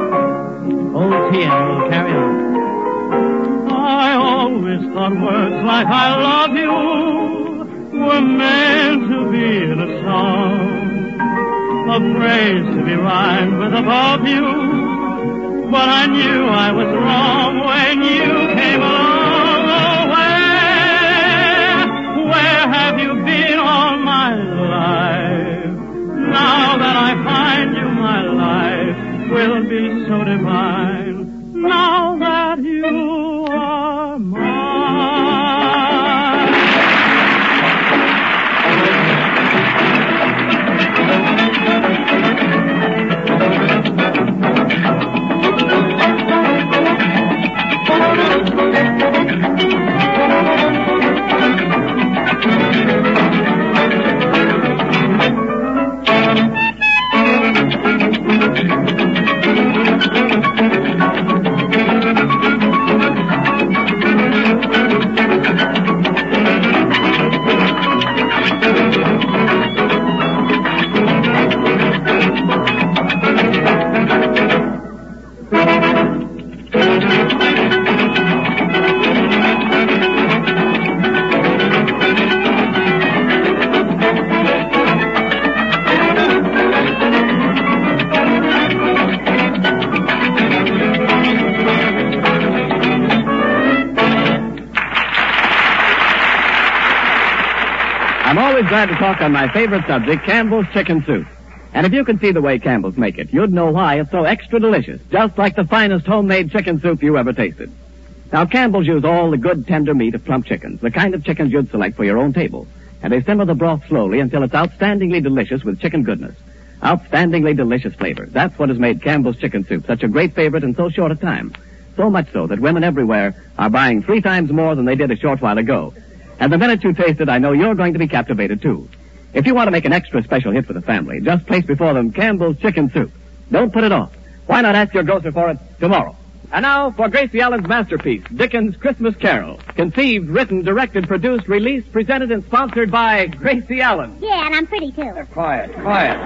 Old T and will carry on. I always thought words like I love you were meant to be in a song. A phrase to be rhymed with above you. But I knew I was wrong when you came along. Oh, where, where have you been all my life? Now that I find you, my life will be so divine. Now that you are I'm always glad to talk on my favorite subject, Campbell's chicken soup. And if you could see the way Campbell's make it, you'd know why it's so extra delicious, just like the finest homemade chicken soup you ever tasted. Now, Campbell's use all the good tender meat of plump chickens, the kind of chickens you'd select for your own table. And they simmer the broth slowly until it's outstandingly delicious with chicken goodness. Outstandingly delicious flavor. That's what has made Campbell's chicken soup such a great favorite in so short a time. So much so that women everywhere are buying three times more than they did a short while ago. And the minute you taste it, I know you're going to be captivated too. If you want to make an extra special hit for the family, just place before them Campbell's chicken soup. Don't put it off. Why not ask your grocer for it tomorrow? And now for Gracie Allen's masterpiece, Dickens' Christmas Carol. Conceived, written, directed, produced, released, presented, and sponsored by Gracie Allen. Yeah, and I'm pretty too. Quiet, quiet.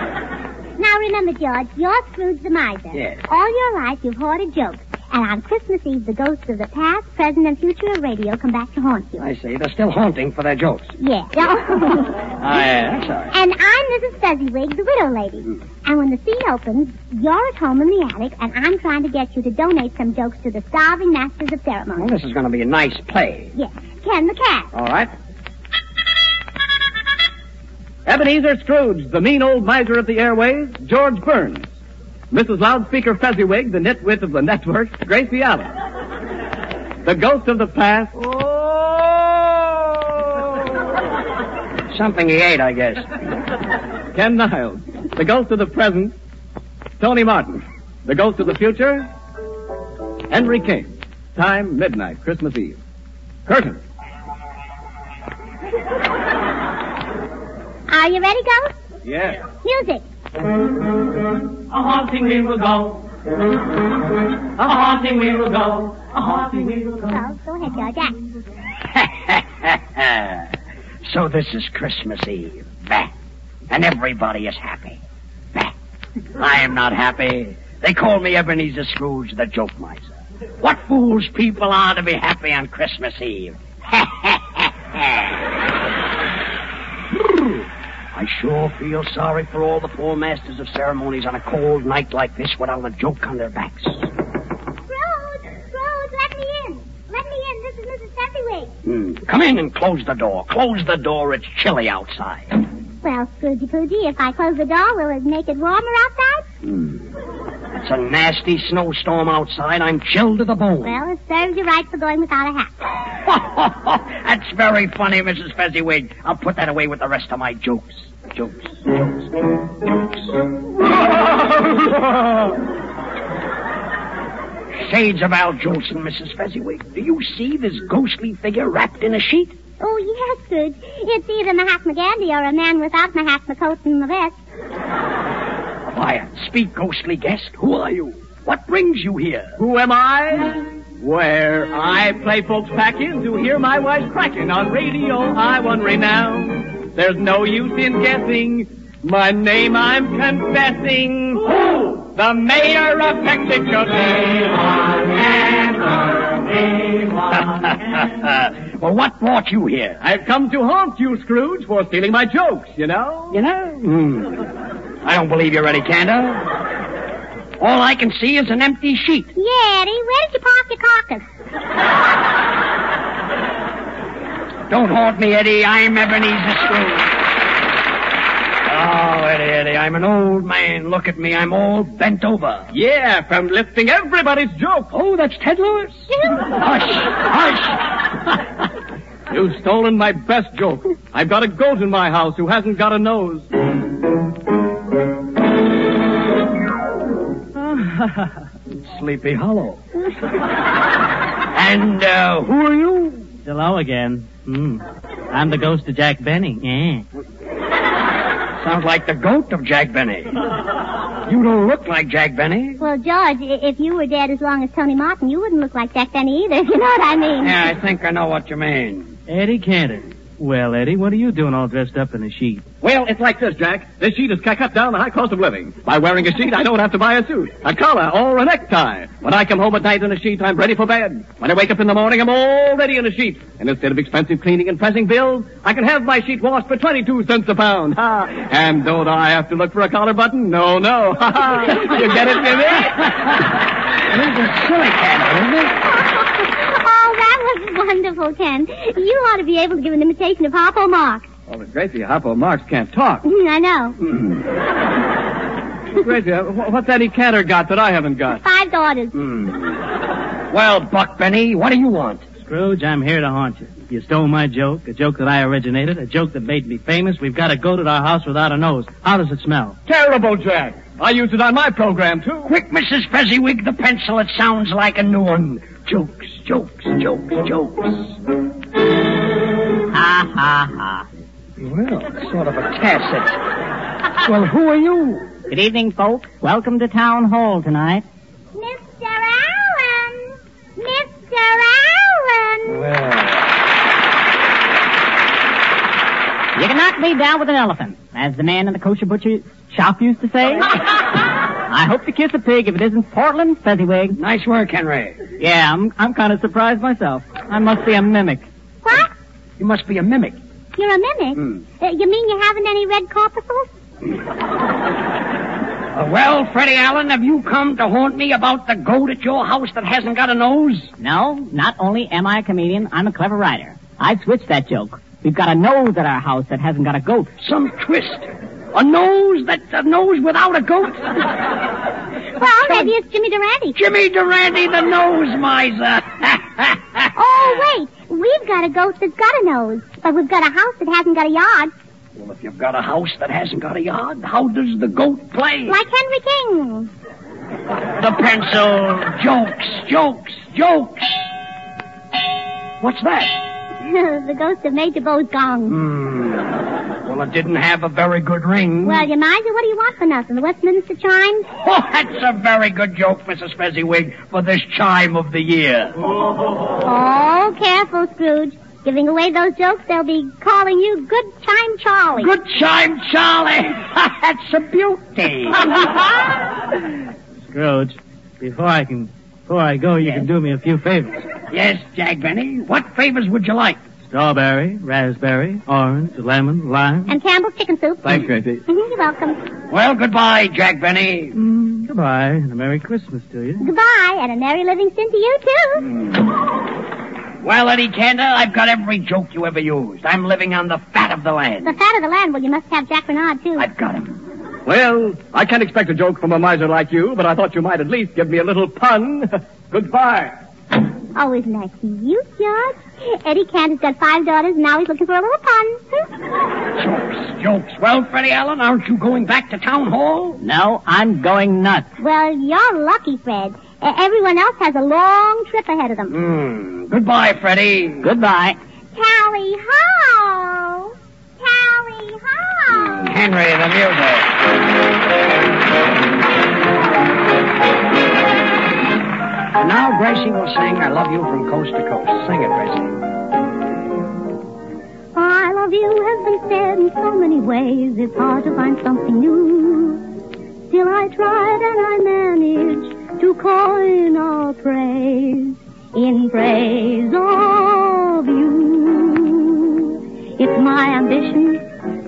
Now remember, George, you're Scrooge the miser. Yes. All your life you've hoarded jokes, and on Christmas Eve the ghosts of the past, present, and future of radio come back to haunt you. I see. They're still haunting for their jokes. Yeah. I, I'm sorry. and I'm Mrs. Fezziwig, the widow lady. And when the scene opens, you're at home in the attic, and I'm trying to get you to donate some jokes to the starving masters of ceremony. Well, this is going to be a nice play. Yes. Ken the cat. All right. Ebenezer Scrooge, the mean old miser of the airways, George Burns. Mrs. Loudspeaker Fezziwig, the nitwit of the network, Gracie Allen. The ghost of the past. Something he ate, I guess. Ken Niles, the ghost of the present. Tony Martin, the ghost of the future. Henry King, time midnight, Christmas Eve. Curtain. Are you ready, ghost? Yes. Music. A haunting we will go. A haunting we will go. A haunting we will go. Oh, go ahead, George. Act. <laughs> so this is Christmas Eve. Bah. And everybody is happy. Bah. I am not happy. They call me Ebenezer Scrooge, the joke miser. What fools people are to be happy on Christmas Eve. <laughs> I I sure feel sorry for all the poor masters of ceremonies on a cold night like this without a joke on their backs. Rose, Rose, let me in. Let me in. This is Mrs. Fezziwig. Hmm. Come in and close the door. Close the door. It's chilly outside. Well, Scroogey Poogey, if I close the door, will it make it warmer outside? Hmm. It's a nasty snowstorm outside. I'm chilled to the bone. Well, it serves you right for going without a hat. <laughs> That's very funny, Mrs. Fezziwig. I'll put that away with the rest of my jokes. Jokes. Jokes. <laughs> Jokes. Shades of Al Jolson, Mrs. Fezziwig. Do you see this ghostly figure wrapped in a sheet? Oh, yes, Scrooge. It's either Mahatma Gandhi or a man without Mahatma coat and the vest. Quiet. Speak, ghostly guest. Who are you? What brings you here? Who am I? Where I play folks packing to hear my wife cracking on radio I won renown. There's no use in guessing. My name I'm confessing. Who? The mayor of Mexico <laughs> well, what brought you here? I've come to haunt you, Scrooge, for stealing my jokes, you know? Hmm. You know? I don't believe you're any candor. All I can see is an empty sheet. Yeti, where did you park your carcass? <laughs> Don't haunt me, Eddie. I'm Ebenezer Scrooge. Oh, Eddie, Eddie, I'm an old man. Look at me. I'm all bent over. Yeah, from lifting everybody's joke. Oh, that's Ted Lewis. Hush, You've stolen my best joke. I've got a goat in my house who hasn't got a nose. hush. Sleepy Hollow. And uh, who are you? Hello again. Hmm. I'm the ghost of Jack Benny. Eh. Yeah. Sounds like the goat of Jack Benny. You don't look like Jack Benny. <laughs> Well, George, i- if you were dead as long as Tony Martin, you wouldn't look like Jack Benny either, <laughs> if you know what I Oh. mean. Yeah, I think I know what you mean. Eddie Cantor. Well, Eddie, what are you doing all dressed up in a sheet? Well, it's like this, Jack. This sheet is cut cut down the high cost of living. By wearing a sheet, I don't have to buy a suit, a collar, or a necktie. When I come home at night in a sheet, I'm ready for bed. When I wake up in the morning, I'm already in a sheet. And instead of expensive cleaning and pressing bills, I can have my sheet washed for 22 cents a pound. Ha! And don't I have to look for a collar button? No, no. <laughs> Ha ha! You get <laughs> it, Jimmy? Silly candor, isn't it? oh, that was wonderful, Ken. You ought to be able to give an imitation of Harpo Marx. <laughs> Well, but Gracie, Hoppo Marx can't talk. Hmm, I know. Gracie, uh, wh- what's Eddie Cantor got that I haven't got? Five daughters. Hmm. Well, Buck Benny, what do you want? Scrooge, I'm here to haunt you. You stole my joke, a joke that I originated, a joke that made me famous. We've got a goat at our house without a nose. How does it smell? Terrible, Jack. I used it on my program, too. Quick, Mrs. Fezziwig, the pencil. It sounds like a new one. Jokes, jokes, jokes, jokes. Ha ha ha. Well, sort of a tacit. Well, who are you? Good evening, folks. Welcome to Town Hall tonight. Mr. Allen! Mr. Allen! You cannot be down with an elephant, as the man in the kosher butcher shop used to <laughs> say. I hope to kiss a pig if it isn't Portland Fezziwig. Nice work, Henry. Yeah, I'm, I'm kind of surprised myself. I must be a mimic. What? You must be a mimic. You're a mimic? Hmm. Uh, you mean you haven't any <laughs> red corpuscles? Uh, well, Freddie Allen, have you come to haunt me about the goat at your house that hasn't got a nose? No, not only am I a comedian, I'm a clever writer. I switched that joke. We've got a nose at our house that hasn't got a goat. Some twist. A nose that a nose without a goat. Well, Oh, maybe it's Jimmy Durante. Jimmy Durante, the nose miser. <laughs> oh, wait. We've got a goat that's got a nose, but we've got a house that hasn't got a yard. well, if you've got a house that hasn't got a yard, how does the goat play? Like Henry King. The pencil. Jokes, jokes, jokes. What's that? <laughs> Hmm. the ghost of Major Bo's gong. Well, it didn't have a very good ring. Well, you miser, what do you want for nothing? The Westminster chimes? <laughs> Oh, that's a very good joke, Mrs. Fezziwig, for this chime of the <laughs> year. Oh, careful, Scrooge. Giving away those jokes, they'll be calling you Good Chime Charlie. Good Chime Charlie. <laughs> that's a beauty. Scrooge, before I can, before I go, you can do me a few favors. yes, Jack Benny. What favors would you like? Strawberry, raspberry, orange, lemon, lime. And Campbell's chicken soup. Thanks, Gracie. <laughs> You're welcome. Hmm. Well, goodbye, Jack Benny. Mm, goodbye, and a Merry Christmas to you. Goodbye, and a merry Livingston to you, too. Hmm. Well, Eddie Cantor, I've got every joke you ever used. I'm living on the fat of the land. The fat of the land, well, you must have Jack Bernard, too. I've Got him. Well, I can't expect a joke from a miser like you, but I thought you might at least give me a little <laughs> pun. Goodbye. Always nice to you, George. Eddie Cantor's got five daughters, and now he's looking for a little pun. Jokes. Well, Freddie Allen, aren't you going back to town hall? No, I'm going nuts. well, you're lucky, Fred. E- everyone else has a long trip ahead of them. Hmm. Goodbye, Freddie. Goodbye. Tally ho! Tally ho! Henry, the music. And now Gracie will sing I Love You from Coast to Coast. Sing it, Gracie. I love you has been said in so many ways, it's hard to find something new. Still, I tried and I managed to coin a phrase in praise of you. It's my ambition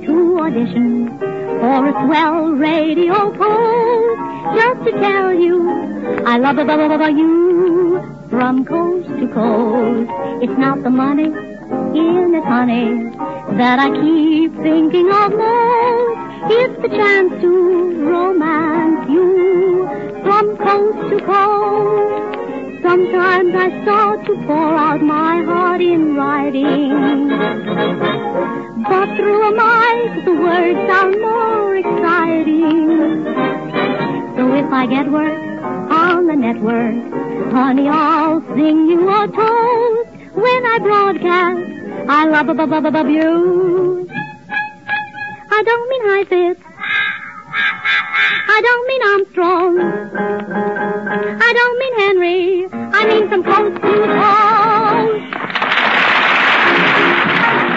to audition for a swell radio post just to tell you I love you from coast to coast. It's not the money in it, honey, that I keep thinking of most. It's the chance to romance you from coast to coast. Sometimes I start to pour out my heart in writing. But through a mic, the words sound more exciting. So if I get work on the network, honey, I'll sing you a toast when I broadcast. I love above, above, above you. I don't mean high fit. I don't mean Armstrong. I don't mean Henry. I mean some close to home.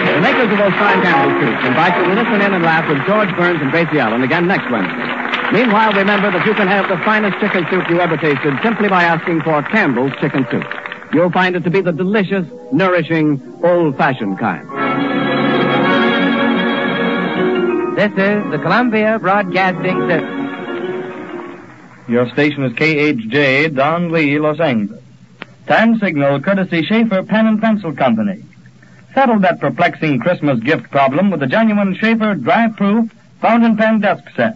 The makers of those fine Campbell suits invite you to listen in and laugh with George Burns and Gracie Allen again next Wednesday. Meanwhile, remember that you can have the finest chicken soup you ever tasted simply by asking for Campbell's chicken soup. You'll find it to be the delicious, nourishing, old-fashioned kind. This is the Columbia Broadcasting System. Your station is KHJ, Don Lee, Los Angeles. Time signal courtesy Schaefer Pen and Pencil Company. Settle that perplexing Christmas gift problem with the genuine Schaefer dry proof fountain pen desk set.